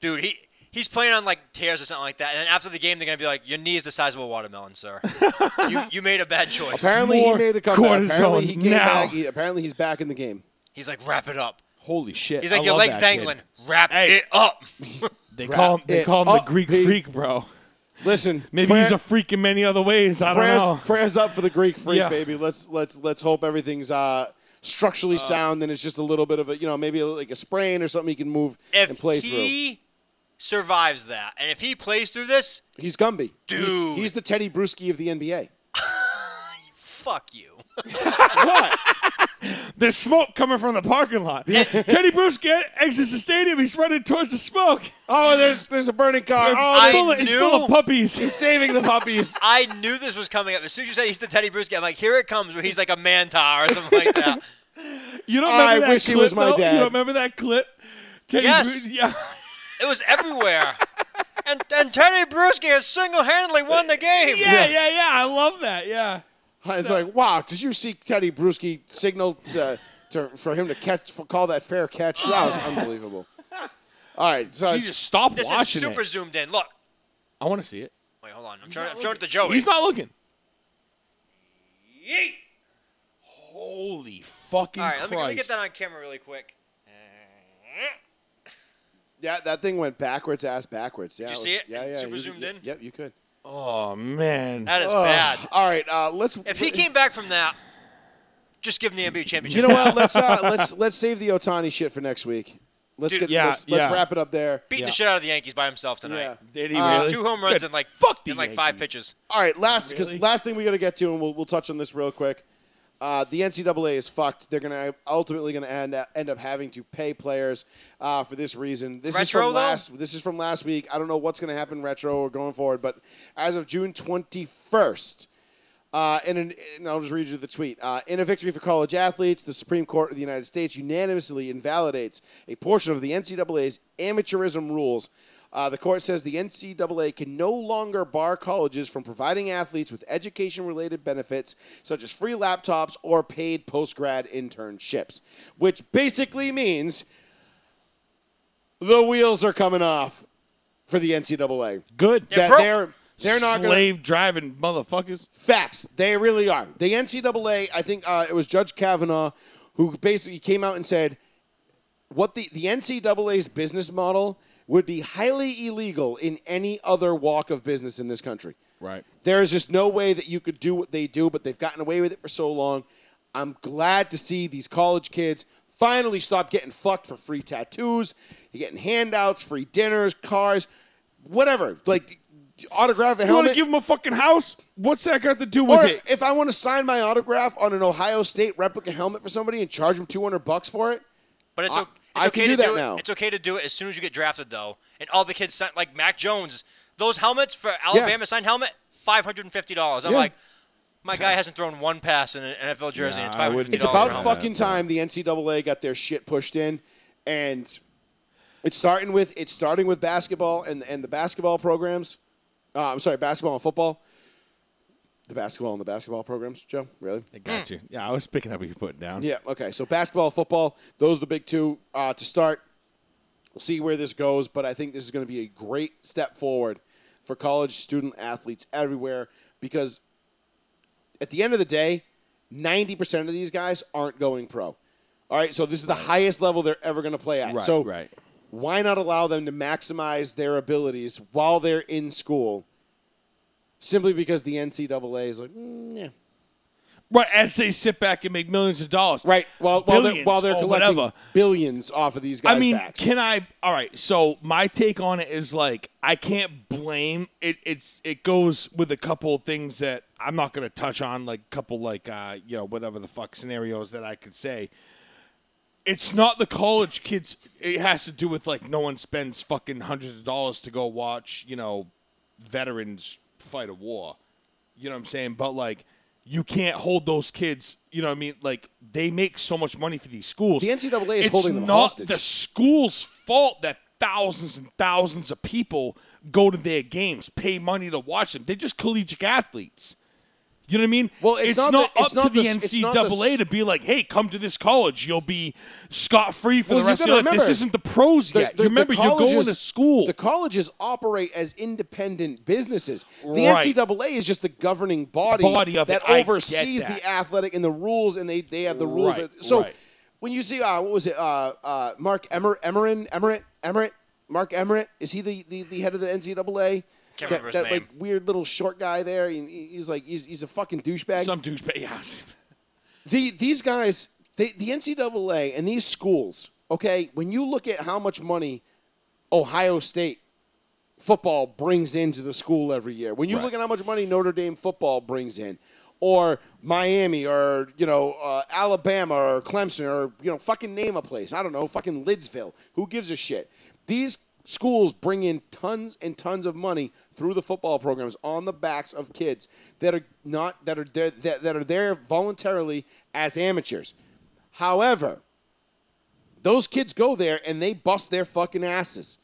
dude. He. He's playing on like tears or something like that, and then after the game they're gonna be like, "Your knee is the size of a watermelon, sir. you, you made a bad choice."
Apparently, he
More
made a comeback.
cortisone
Apparently, he came
now.
back. He- apparently, he's back in the game.
He's like, "Wrap it up."
Holy shit!
He's
I
like, "Your
love
legs
that kid.
dangling. Wrap
Hey.
it up."
They call him. They
it
call him
up,
the Greek
Pete.
freak, bro.
Listen,
Maybe
prayer-
he's a freak in many other ways. I don't
prayers,
know.
prayers up for the Greek freak,
Yeah.
baby. Let's let's let's hope everything's uh, structurally sound. Then it's just a little bit of a you know maybe like a sprain or something he can move
If
and play
he survives that, and if he plays through this,
through. He's Gumby, He's,
Dude.
he's the Teddy Bruschi of the NBA.
fuck you.
What?
There's smoke coming from the parking lot. Teddy Bruce get, exits the stadium. He's running towards the smoke.
oh, there's there's a burning car. Oh,
I
It's full of- it's full
knew-
of puppies.
he's saving the puppies.
I knew this was coming up. As soon as you said he's the Teddy Bruschi, I'm like, here it comes, where he's like a mantar or something like that.
You don't
I
remember that
wish he
clip,
was my
though?
dad.
You don't remember that clip? Teddy
Yes.
Bruce, yeah.
It was everywhere. And, and Teddy Bruschi has single-handedly won the game.
yeah, yeah, yeah. I love that. Yeah.
It's like wow. Did you see Teddy Bruschi signal to, to, for him to catch for, call that fair catch? That was unbelievable. All right, so
You just stop
Uh, This is
watching
super
it.
zoomed in. Look.
I want to see it.
Wait, hold on. I'm showing, I'm showing it to Joey.
He's not looking. Holy fucking
All right, let
Christ.
me, let me get that on camera really quick.
Yeah, that thing went backwards, ass backwards. Yeah,
you
it
see
was-
it?
Yeah, yeah.
Super
you-
zoomed
you-
in?
Yep, you could.
Oh, man.
That is
Ugh.
bad.
All right, uh, let's.
If he came back from that, just give him the NBA championship.
you know what? Let's uh, let's let's save the Otani shit for next week. Let's
Dude,
get
yeah,
let's, let's
yeah.
wrap it up there.
Beating
Yeah.
the shit out of the Yankees by himself tonight.
Yeah.
Did he
Uh,
really?
Two home runs
Good.
in like
Fuck the
in like five
Yankees.
pitches.
All right, last because
Really?
last thing we got to get to, and we'll we'll touch on this real quick. Uh, the NCAA is fucked. They're gonna ultimately gonna end up, end up having to pay players uh, for this reason. This is
Retro,
from
though?
last. This is from last week. I don't know what's gonna happen retro or going forward, but as of June twenty first. Uh, and, an, and I'll just read you the tweet. Uh, in a victory for college athletes, the Supreme Court of the United States unanimously invalidates a portion of the NCAA's amateurism rules. Uh, the court says the NCAA can no longer bar colleges from providing athletes with education related benefits such as free laptops or paid post grad internships, which basically means the wheels are coming off for the NCAA.
Good.
That
broke.
they're, they're not going to
Slave driving motherfuckers.
Facts. They really are. The NCAA, I think uh, it was Judge Kavanaugh who basically came out and said what the, the NCAA's business model would be highly illegal in any other walk of business in this country.
Right.
There is just no way that you could do what they do, but they've gotten away with it for so long. I'm glad to see these college kids finally stop getting fucked for free tattoos, getting handouts, free dinners, cars, whatever. Like autograph the
You want to
helmet.
give him a fucking house? What's that got to do with
Or
it?
if I want to sign my autograph on an Ohio State replica helmet for somebody and charge them 200 bucks for it,
But it's,
I-
o- it's
I
okay
can do
to
that
do it.
now.
It's okay to do it as soon as you get drafted, though. And all the kids sent like Mac Jones, those helmets for Alabama signed helmet, five hundred and fifty dollars. I'm
Yeah.
like, my guy hasn't thrown one pass in an NFL jersey. and it's
Nah, I
five hundred
wouldn't
fifty
it's
$100
about
for a helmet.
fucking time the NCAA got their shit pushed in, and it's starting with it's starting with basketball and and the basketball programs. Uh, I'm sorry, basketball and football. The basketball and the basketball programs, Joe. Really?
I got you. Yeah, I was picking up what you put down.
Yeah. Okay. So basketball, football, those are the big two uh, to start. We'll see where this goes, but I think this is going to be a great step forward for college student athletes everywhere because at the end of the day, 90% of these guys aren't going pro. All right, so this is the highest level they're ever going to play at.
Right,
so
right.
why not allow them to maximize their abilities while they're in school? Simply because the NCAA is like, mm, yeah,
Right, as they sit back and make millions of dollars.
right. While while they're
Billions
while they're
or
collecting
whatever.
billions off of these guys'
I mean,
backs.
can I? All right. So my take on it is like I can't blame it. It's it goes with a couple of things that I'm not going to touch on, like couple like uh, you know whatever the fuck scenarios that I could say. It's not the college kids. It has to do with like no one spends fucking hundreds of dollars to go watch you know veterans fight a war. You know what I'm saying? But like. You can't hold those kids. You know what I mean? Like they make so much money for these schools.
The NCAA is
it's
holding them
not
hostage.
The school's fault that thousands and thousands of people go to their games, pay money to watch them. They're just collegiate athletes. You know what I mean?
Well, it's not the-
up
it's not
to the,
the s- it's not the s-
NCAA to be like, "Hey, come to this college. You'll be scot free for
Well,
the
you
rest of
gotta
your life." This
remember,
isn't the pros
the-
yet.
the-
you remember,
the
you're going to
colleges-
school.
The colleges operate as independent businesses. The
Right.
NCAA is just the governing body,
Body of
that
it. I get
oversees
that.
the athletic and the rules, and they, they have the rules.
Right,
that- so
right.
when you see uh, what was it, uh, uh, Mark Emmer, Emmerin, Emmerich, Emmerich, Mark Emmerich, is he the, the, the head of the NCAA?
Can't
that
remember
that
his name.
like weird little short guy there. and he- he's like he's, he's a fucking douchebag.
Some douchebag. Yeah.
The, these guys, they, the NCAA and these schools, okay, when you look at how much money Ohio State football brings into the school every year, when you look at how much money Notre Dame football brings in, or Miami, or you know uh, Alabama, or Clemson, or you know fucking name a place. I don't know, fucking Lidsville. Who gives a shit? These schools bring in tons and tons of money through the football programs on the backs of kids that are not that are there that, that are there voluntarily as amateurs. However, those kids go there and they bust their fucking asses.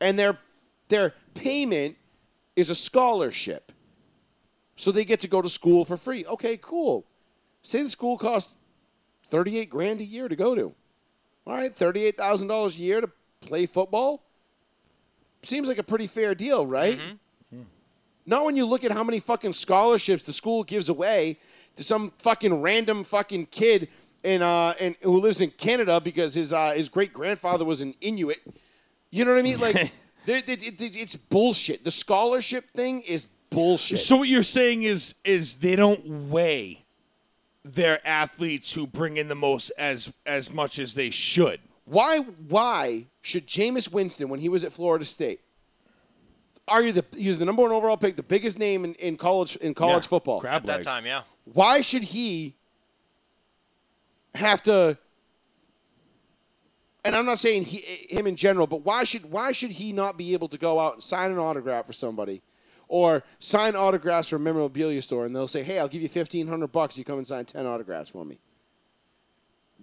And their their payment is a scholarship. So they get to go to school for free. Okay, cool. Say the school costs 38 grand a year to go to. All right, $38,000 a year to play football. Seems like a pretty fair deal, right? Not when you look at how many fucking scholarships the school gives away to some fucking random fucking kid in uh in, who lives in Canada because his uh, his great grandfather was an Inuit. You know what I mean? Like, they they- it- it- it's bullshit. The scholarship thing is bullshit.
So what you're saying is is they don't weigh their athletes who bring in the most as as much as they should.
Why why should Jameis Winston, when he was at Florida State, argue the he was the number one overall pick, the biggest name in, in college in college
Yeah.
football.
Crab
At that
legs.
time, yeah.
Why should he have to and I'm not saying he, him in general, but why should why should he not be able to go out and sign an autograph for somebody, or sign autographs for a memorabilia store, and they'll say, "Hey, I'll give you fifteen hundred bucks. You come and sign ten autographs for me."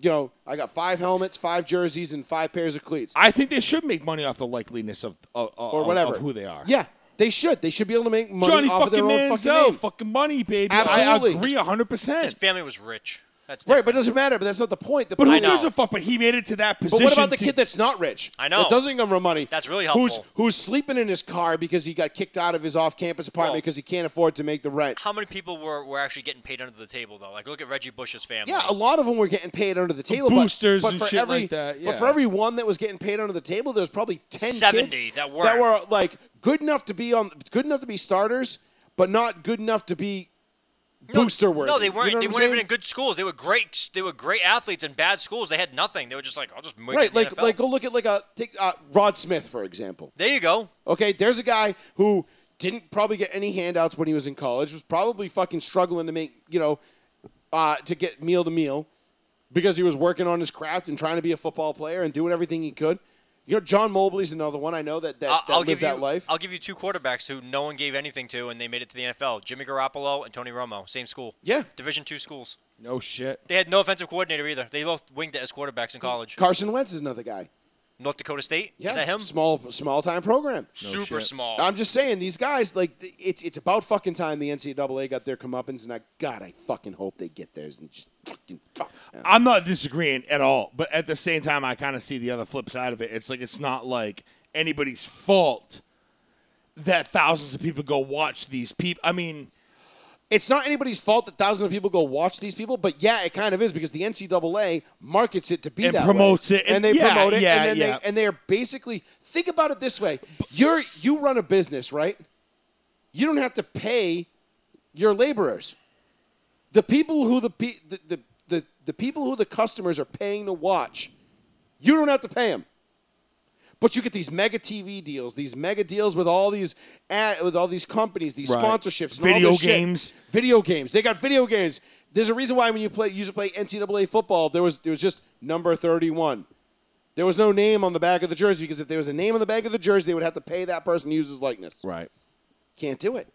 You know, I got five helmets, five jerseys, and five pairs of cleats.
I think they should make money off the likeliness of of- of-
or whatever.
of who they are.
Yeah, they should. They should be able to make money
Johnny
off of
fucking
their own
Manziel,
fucking name.
fucking money, baby.
Absolutely.
I agree hundred
His
percent.
family was rich. That's
Right, but it
different.
doesn't matter. But that's not the point. The
But
point
who
is-
gives a fuck? But he made it to that
But
position.
what about the
to-
kid that's not rich?
I know.
That doesn't come from money.
That's really
Who's
helpful.
who's sleeping in his car because he got kicked out of his off-campus
Well-
apartment because he can't afford to make the rent?
How many people were, were actually getting paid under the table though? Like look at Reggie Bush's family.
Yeah, a lot of them were getting paid under the table. but-
boosters
but,
and
for
shit
every,
like that,
But for
yeah.
every one that was getting paid under the table, there was probably ten
70
kids
that
that
weren't.
were like good enough to be on, good enough to be starters, but not good enough to be
No,
booster worthy.
No, they weren't.
You know what
they
I'm
weren't
saying?
even in good schools. They were great. They were great athletes in bad schools. They had nothing. They were just like, I'll just make it
Right,
in the
like
NFL.
like go look at like a take uh, Rod Smith for example.
there you go.
Okay, there's a guy who didn't probably get any handouts when he was in college. Was probably fucking struggling to make you know uh, to get meal to meal because he was working on his craft and trying to be a football player and doing everything he could. You know, John Mobley's another one I know that that,
I'll,
that
I'll
lived
give you.
that life.
I'll give you two quarterbacks who no one gave anything to, and they made it to the NFL. Jimmy Garoppolo and Tony Romo, same school.
Yeah.
Division two schools.
No shit.
They had no offensive coordinator either. They both winged it as quarterbacks in college.
Carson Wentz is another guy.
North Dakota State.
Yeah,
Is that him?
Small, small time program.
Super
shit.
small.
I'm just saying, these guys, like, th- it's it's about fucking time the NCAA got their comeuppance, and I, God, I fucking hope they get theirs and just fucking fuck.
I'm not disagreeing at all, but at the same time, I kind of see the other flip side of it. It's like it's not like anybody's fault that thousands of people go watch these people. I mean,
It's not anybody's fault that thousands of people go watch these people, but yeah, it kind of is because the NCAA markets it to be
And
that
promotes
way.
it, and-
they
yeah,
promote it,
yeah,
and then
yeah.
they and they are basically think about it this way: you're you run a business, right? You don't have to pay your laborers. The people who the pe- the, the, the, the people who the customers are paying to watch, you don't have to pay them. But you get these mega TV deals, these mega deals with all these ad, with all these companies, these
Right.
sponsorships, and
Video
all this shit.
games.
Video games. They got video games. There's a reason why when you play, you used to play NCAA football, there was there was just number 31. There was no name on the back of the jersey because if there was a name on the back of the jersey, they would have to pay that person to use his likeness.
right.
Can't do it.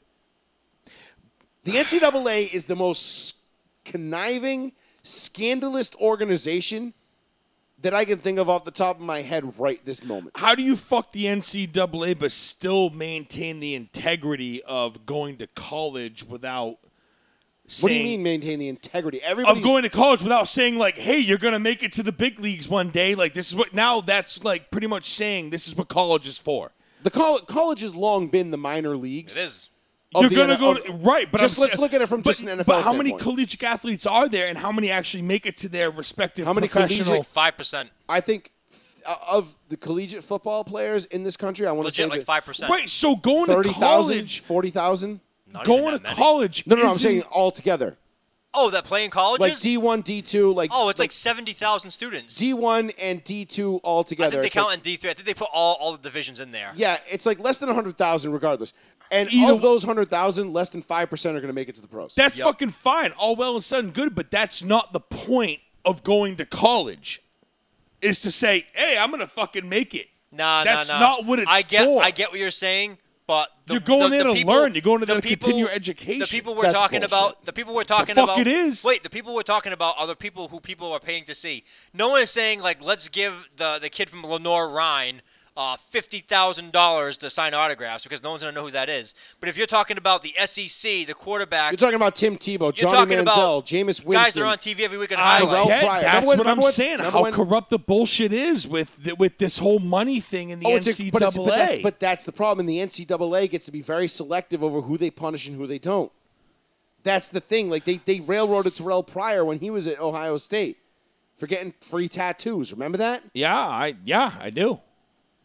The NCAA is the most conniving, scandalous organization that I can think of off the top of my head right this moment.
How do you fuck the NCAA but still maintain the integrity of going to college without? Saying,
What do you mean maintain the integrity? Everybody's
Of going to college without saying like, "Hey, you're gonna make it to the big leagues one day." Like this is what now. That's like pretty much saying this is what college is for.
the col- college has long been the minor leagues.
It is.
of
You're
the
gonna
N-
go
of-
to, right, but
just
I'm
let's
sa-
look at it from
but-
just an NFL
But how many
standpoint.
collegiate athletes are there, and how many actually make it to their respective
How many
professional?
collegiate-
Five percent.
I think uh, of the collegiate football players in this country, I want to say
Legit, like
that
five percent.
Right, so going to
30,000,
college,
40,000.
going to college.
No, no, no, I'm
isn't-
saying all together.
Oh, that playing colleges.
Like D1, D2, like
oh, it's like seventy thousand students.
D1 and D2 all
I
together.
think they
It's like-
count in D three. I think they put all, all the divisions in there.
Yeah, it's like less than 100,000 regardless. And
Either-
of those 100,000, less than 5% are going to make it to the pros.
That's
Yep.
fucking fine. All well and sudden good, but that's not the point of going to college. Is to say, hey, I'm gonna fucking make it.
Nah,
that's
nah, nah.
not what it's
I get.
for.
I get what you're saying, but the,
You're going
the,
there
the
to
people-
learn. You're going there
the
to
people,
continue your education.
The people we're
That's
talking
bullshit.
about. The people we're talking
fuck
about.
it is.
Wait, the people we're talking about are the people who people are paying to see. No one is saying like, let's give the the kid from Lenore Rhine. Uh, fifty thousand dollars to sign autographs because no one's gonna know who that is. But if you're talking about the SEC, the quarterback,
You're talking about Tim Tebow,
you're
Johnny
talking
Manziel,
about
Jameis Winston.
guys that are on TV every week. and
I
Terrell
highlights.
get-
Fryer.
That's
Remember when-
what I'm
remember when-
saying.
remember
How
when-
corrupt the bullshit is with th- with this whole money thing in the
Oh, it's
NCAA.
a, but, it's, but, that's, but that's the problem. And the NCAA gets to be very selective over who they punish and who they don't. That's the thing. Like they, they railroaded Terrell Pryor when he was at Ohio State for getting free tattoos. Remember that?
yeah, I yeah, I do.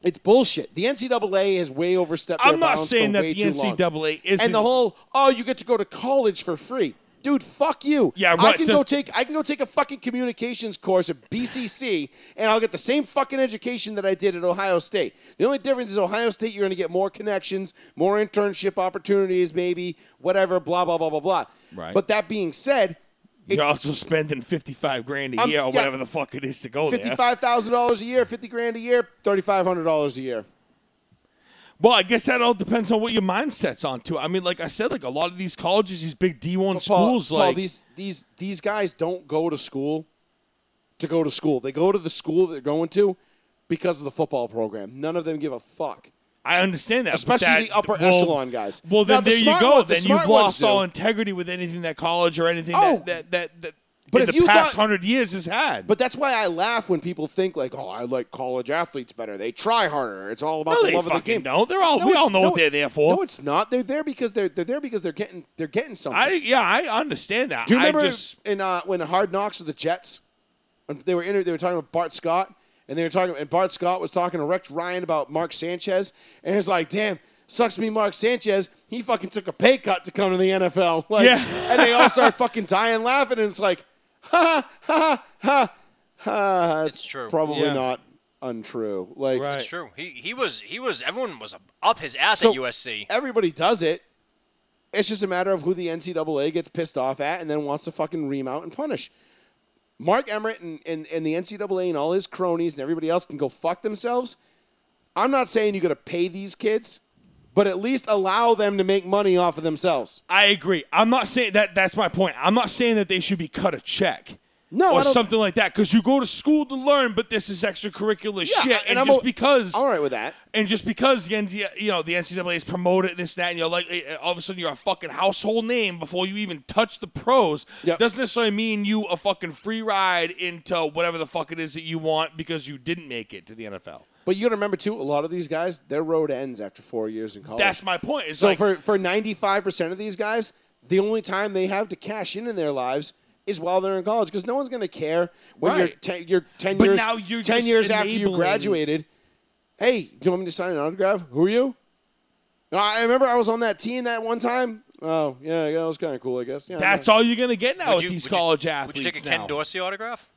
It's bullshit. The NCAA has way overstepped. Their
I'm not
bounds
saying
for
that
way too
the
long.
NCAA isn't.
and the whole oh you get to go to college for free dude fuck you
Yeah,
i
right,
can
the-
go take i can go take a fucking communications course at bcc and i'll get the same fucking education that i did at ohio state the only difference is ohio state you're going to get more connections more internship opportunities maybe whatever blah blah blah blah blah
Right.
but that being said
you're also spending 55 grand a
I'm-
year or
Um, yeah.
whatever the fuck it is to go there.
$55000 a year 50 grand a year $3500 a year
Well, I guess that all depends on what your mindset's on too. I mean, like I said, like a lot of these colleges, these big D one schools,
Paul,
like
Paul, these these these guys don't go to school to go to school. They go to the school they're going to because of the football program. None of them give a fuck.
I understand that, but
Especially
that-
the upper
well-
echelon guys.
Well,
Now,
then
the
there you
smart
go.
one- the
then
smart
you've
ones
lost all
do.
integrity with anything that college or anything
Oh.
that, that that that.
But
in
if
the
you
past
thought-
hundred years has had.
But that's why I laugh when people think like, "Oh, I like college athletes better. They try harder. It's all about
No,
the
they
love of the
fucking
game."
don't. They're all- we
it's-
all know what they're there for.
No, it's not. They're there because they're they're there because they're getting they're getting something.
I yeah, I understand that.
Do you remember
I just
in uh, when Hard Knocks with the Jets, when they were inter- they were talking about Bart Scott, and they were talking, and Bart Scott was talking to Rex Ryan about Mark Sanchez, and it's like, damn. Sucks to be Mark Sanchez. He fucking took a pay cut to come to the NFL. Like,
Yeah.
and they all start fucking dying laughing, and it's like, ha ha ha ha. ha.
It's true.
Probably
Yeah.
not untrue. Like,
Right.
It's true. He he was he was everyone was up his ass
So-
at USC.
everybody does it. It's just a matter of who the NCAA gets pissed off at and then wants to fucking ream out and punish. Mark Emmert and, and, and the NCAA and all his cronies and everybody else can go fuck themselves. I'm not saying you got to pay these kids, but at least allow them to make money off of themselves.
I agree. I'm not saying that. That's my point. I'm not saying that they should be cut a check.
No,
or
I don't-
something like that. Because you go to school to learn, but this is extracurricular
Yeah,
shit.
and
And,
I'm
just
o-
because,
All right with that.
and just because the N- you know the NCAA is promoted this that, and you're like eh, all of a sudden you're a fucking household name before you even touch the pros.
Yep.
Doesn't necessarily mean you a fucking free ride into whatever the fuck it is that you want because you didn't make it to the NFL.
But you got to remember too, a lot of these guys, their road ends after four years in college.
That's my point. It's
so
like,
for for ninety five percent of these guys, the only time they have to cash in in their lives is while they're in college because no one's going to care when you're
Right.
ten, you're ten
But
years
now you're
ten
just
years after you
enabling-
graduated. Hey, do you want me to sign an autograph? Who are you? "No, I remember I was on that team that one time. Oh yeah, yeah, that was kind of cool, I guess. Yeah,
that's
no.
all you're gonna get now
Would
with
you-
these
would you-
college athletes.
Would you take a
now.
Ken Dorsey autograph?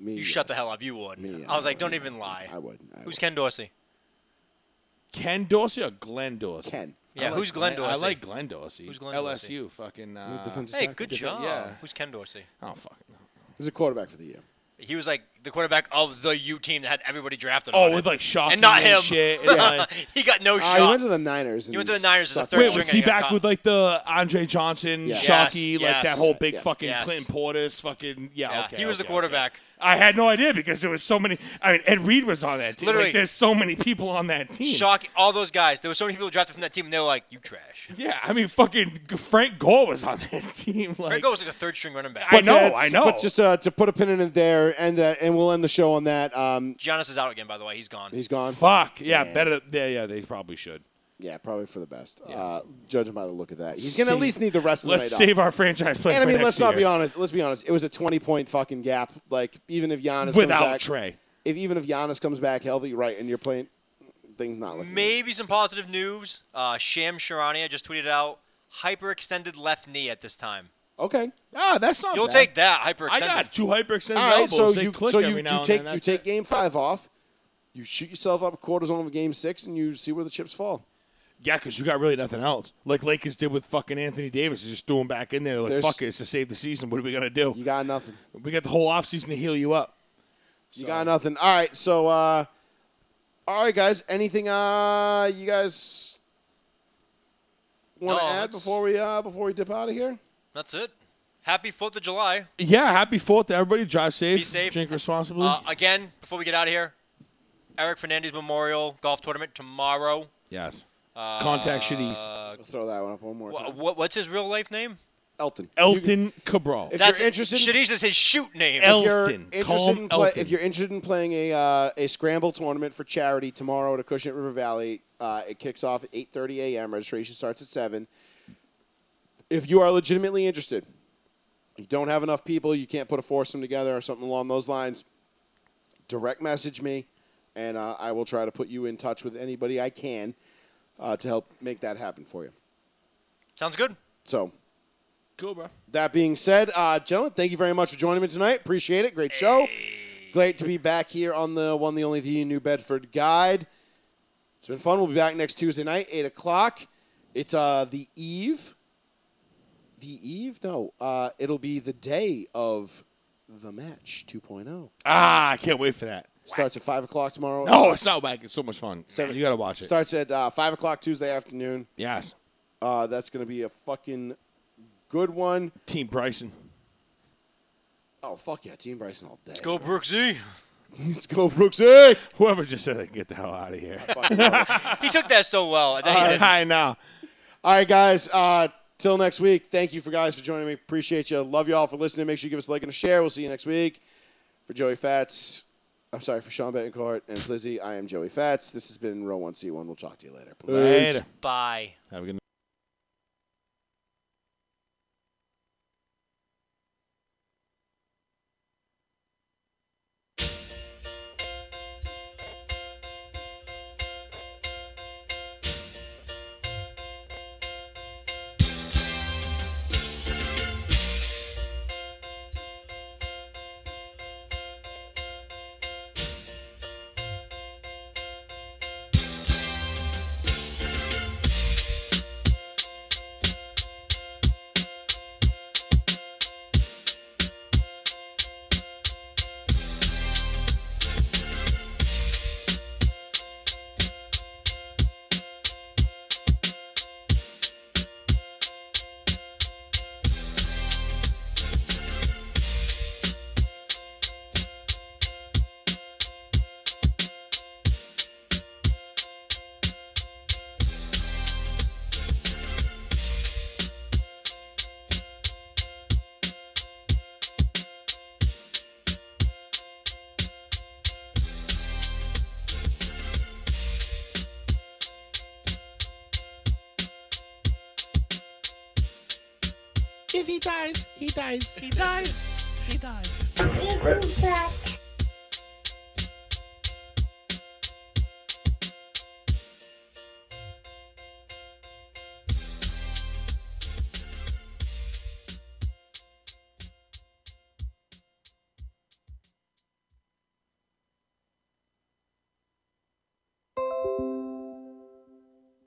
me.
You shut the
yes.
hell up. You would.
Me,
I was
I
like, don't
would.
even lie.
I would. I
Who's
would.
Ken Dorsey?
Ken Dorsey or Glenn Dorsey?
Ken?
I
Yeah,
like
who's Glenn
I
Dorsey?
like Glenn Dorsey.
Who's Glenn Dorsey?
LSU, fucking. Uh,
defensive
Hey,
tackle.
good
Different-
job.
yeah.
Who's Ken Dorsey?
Oh fuck. no.
He's a quarterback for the year.
He was like the quarterback of the U team that had everybody drafted. on
Oh,
it.
with like shock
and not him.
shit. and, like-
he got no
Uh, he
shot.
went to the Niners. And
went to the Niners as a
sucked
third
Wait,
ass.
was
stringer.
he
got
back
caught.
with like the Andre Johnson,
Yeah.
Shockey,
Yes,
like
yes.
that whole big
Yeah.
fucking
Yes.
Clinton Portis, fucking yeah.
Yeah,
okay,
he was the
okay,
quarterback.
okay. I had no idea because there was so many. I mean, Ed Reed was on that team.
Literally.
like, there's so many people on that team.
Shocking. All those guys. There were so many people drafted from that team, and they were like, "You trash."
Yeah, I mean, fucking Frank Gore was on that team. Like,
Franco was like a third string running back.
I know,
But, uh,
I know.
But just uh, to put a pin in it there, and uh, and we'll end the show on that. Um,
Giannis is out again, by the way. He's gone.
he's gone.
fuck. Yeah,
Damn.
better. Yeah, yeah, they probably should.
Yeah, probably for the best. Uh, judging by the look of that, he's gonna at least need the rest of the
Let's
night off.
save our franchise player.
And I
for
mean,
next
let's not
year.
be honest. Let's be honest. It was a twenty-point fucking gap. Like even if Giannis
Without
comes back,
Trey.
if even if Giannis comes back healthy, right, and you're playing, things not looking. good.
Maybe some positive news. Uh, Sham Sharania just tweeted out hyperextended left knee at this time.
Okay.
Ah, that's not.
You'll
bad.
take that hyperextended.
I got two hyperextended
All right.
elbows.
So
They
you
click
so
every
you, you
now and
take
then.
you
That's
take
it.
game five off. You shoot yourself up cortisone of game six, and you see where the chips fall.
Yeah, because you got really nothing else. Like Lakers did with fucking Anthony Davis, they just threw him back in there. Like
There's-
fuck it, it's to save the season. What are we gonna do?
You got nothing.
we got the whole offseason to heal you up.
You got nothing. All right, so uh all right guys, anything uh you guys want to
No,
add
that's-
before we uh before we dip out of here?
That's it. Happy Fourth of July.
Yeah, happy Fourth to everybody. Drive safe.
Be safe.
Drink responsibly.
Uh, again, before we get out of here, Eric Fernandez Memorial Golf Tournament tomorrow.
yes.
uh,
Contact Shadis.
I'll throw that one up one more
Wha
time.
what, what's his real life name?
Elton. You-
Elton Cabral.
If you're interested in-
Shadis is his shoot name.
El-
if you're
Elton.
interested
Calm
in play,
Elton.
if you're interested in playing a uh, a scramble tournament for charity tomorrow at Acushnet River Valley, uh, it kicks off at 8:30 a.m. Registration starts at seven. If you are legitimately interested, you don't have enough people, you can't put a foursome together or something along those lines. Direct message me, and uh, I will try to put you in touch with anybody I can uh, to help make that happen for you.
Sounds good.
So.
Cool, bro.
That being said, uh, gentlemen, thank you very much for joining me tonight. Appreciate it. Great show. Great to be back here on the one, the only, the New Bedford Guide. It's been fun. We'll be back next Tuesday night, eight o'clock. It's uh, the eve. The eve? No, uh, it'll be the day of the match 2.0.
Ah, I can't wait for that.
Starts at five o'clock tomorrow.
No, it's not whack. It's so much fun.
Seven-
You gotta watch it.
starts at uh, five o'clock Tuesday afternoon.
yes.
Uh, that's going to be a fucking good one.
Team Bryson.
Oh fuck yeah, Team Bryson all day. Let's
Go Brooksy.
Let's go, E. Brooksy.
Whoever just said they can get the hell out of here.
Fucking love it.
He took that so well. I thought he did.
I know.
All right, guys. Uh, till next week. Thank you for guys for joining me. Appreciate you. Love you all for listening. Make sure you give us a like and a share. We'll see you next week. For Joey Fats, I'm sorry for Sean Betancourt and Lizzie. I am Joey Fats. This has been Row One C One. We'll talk to you later. Peace.
Later.
Bye.
Have a good
If he dies, he dies. He dies. He dies.
Right.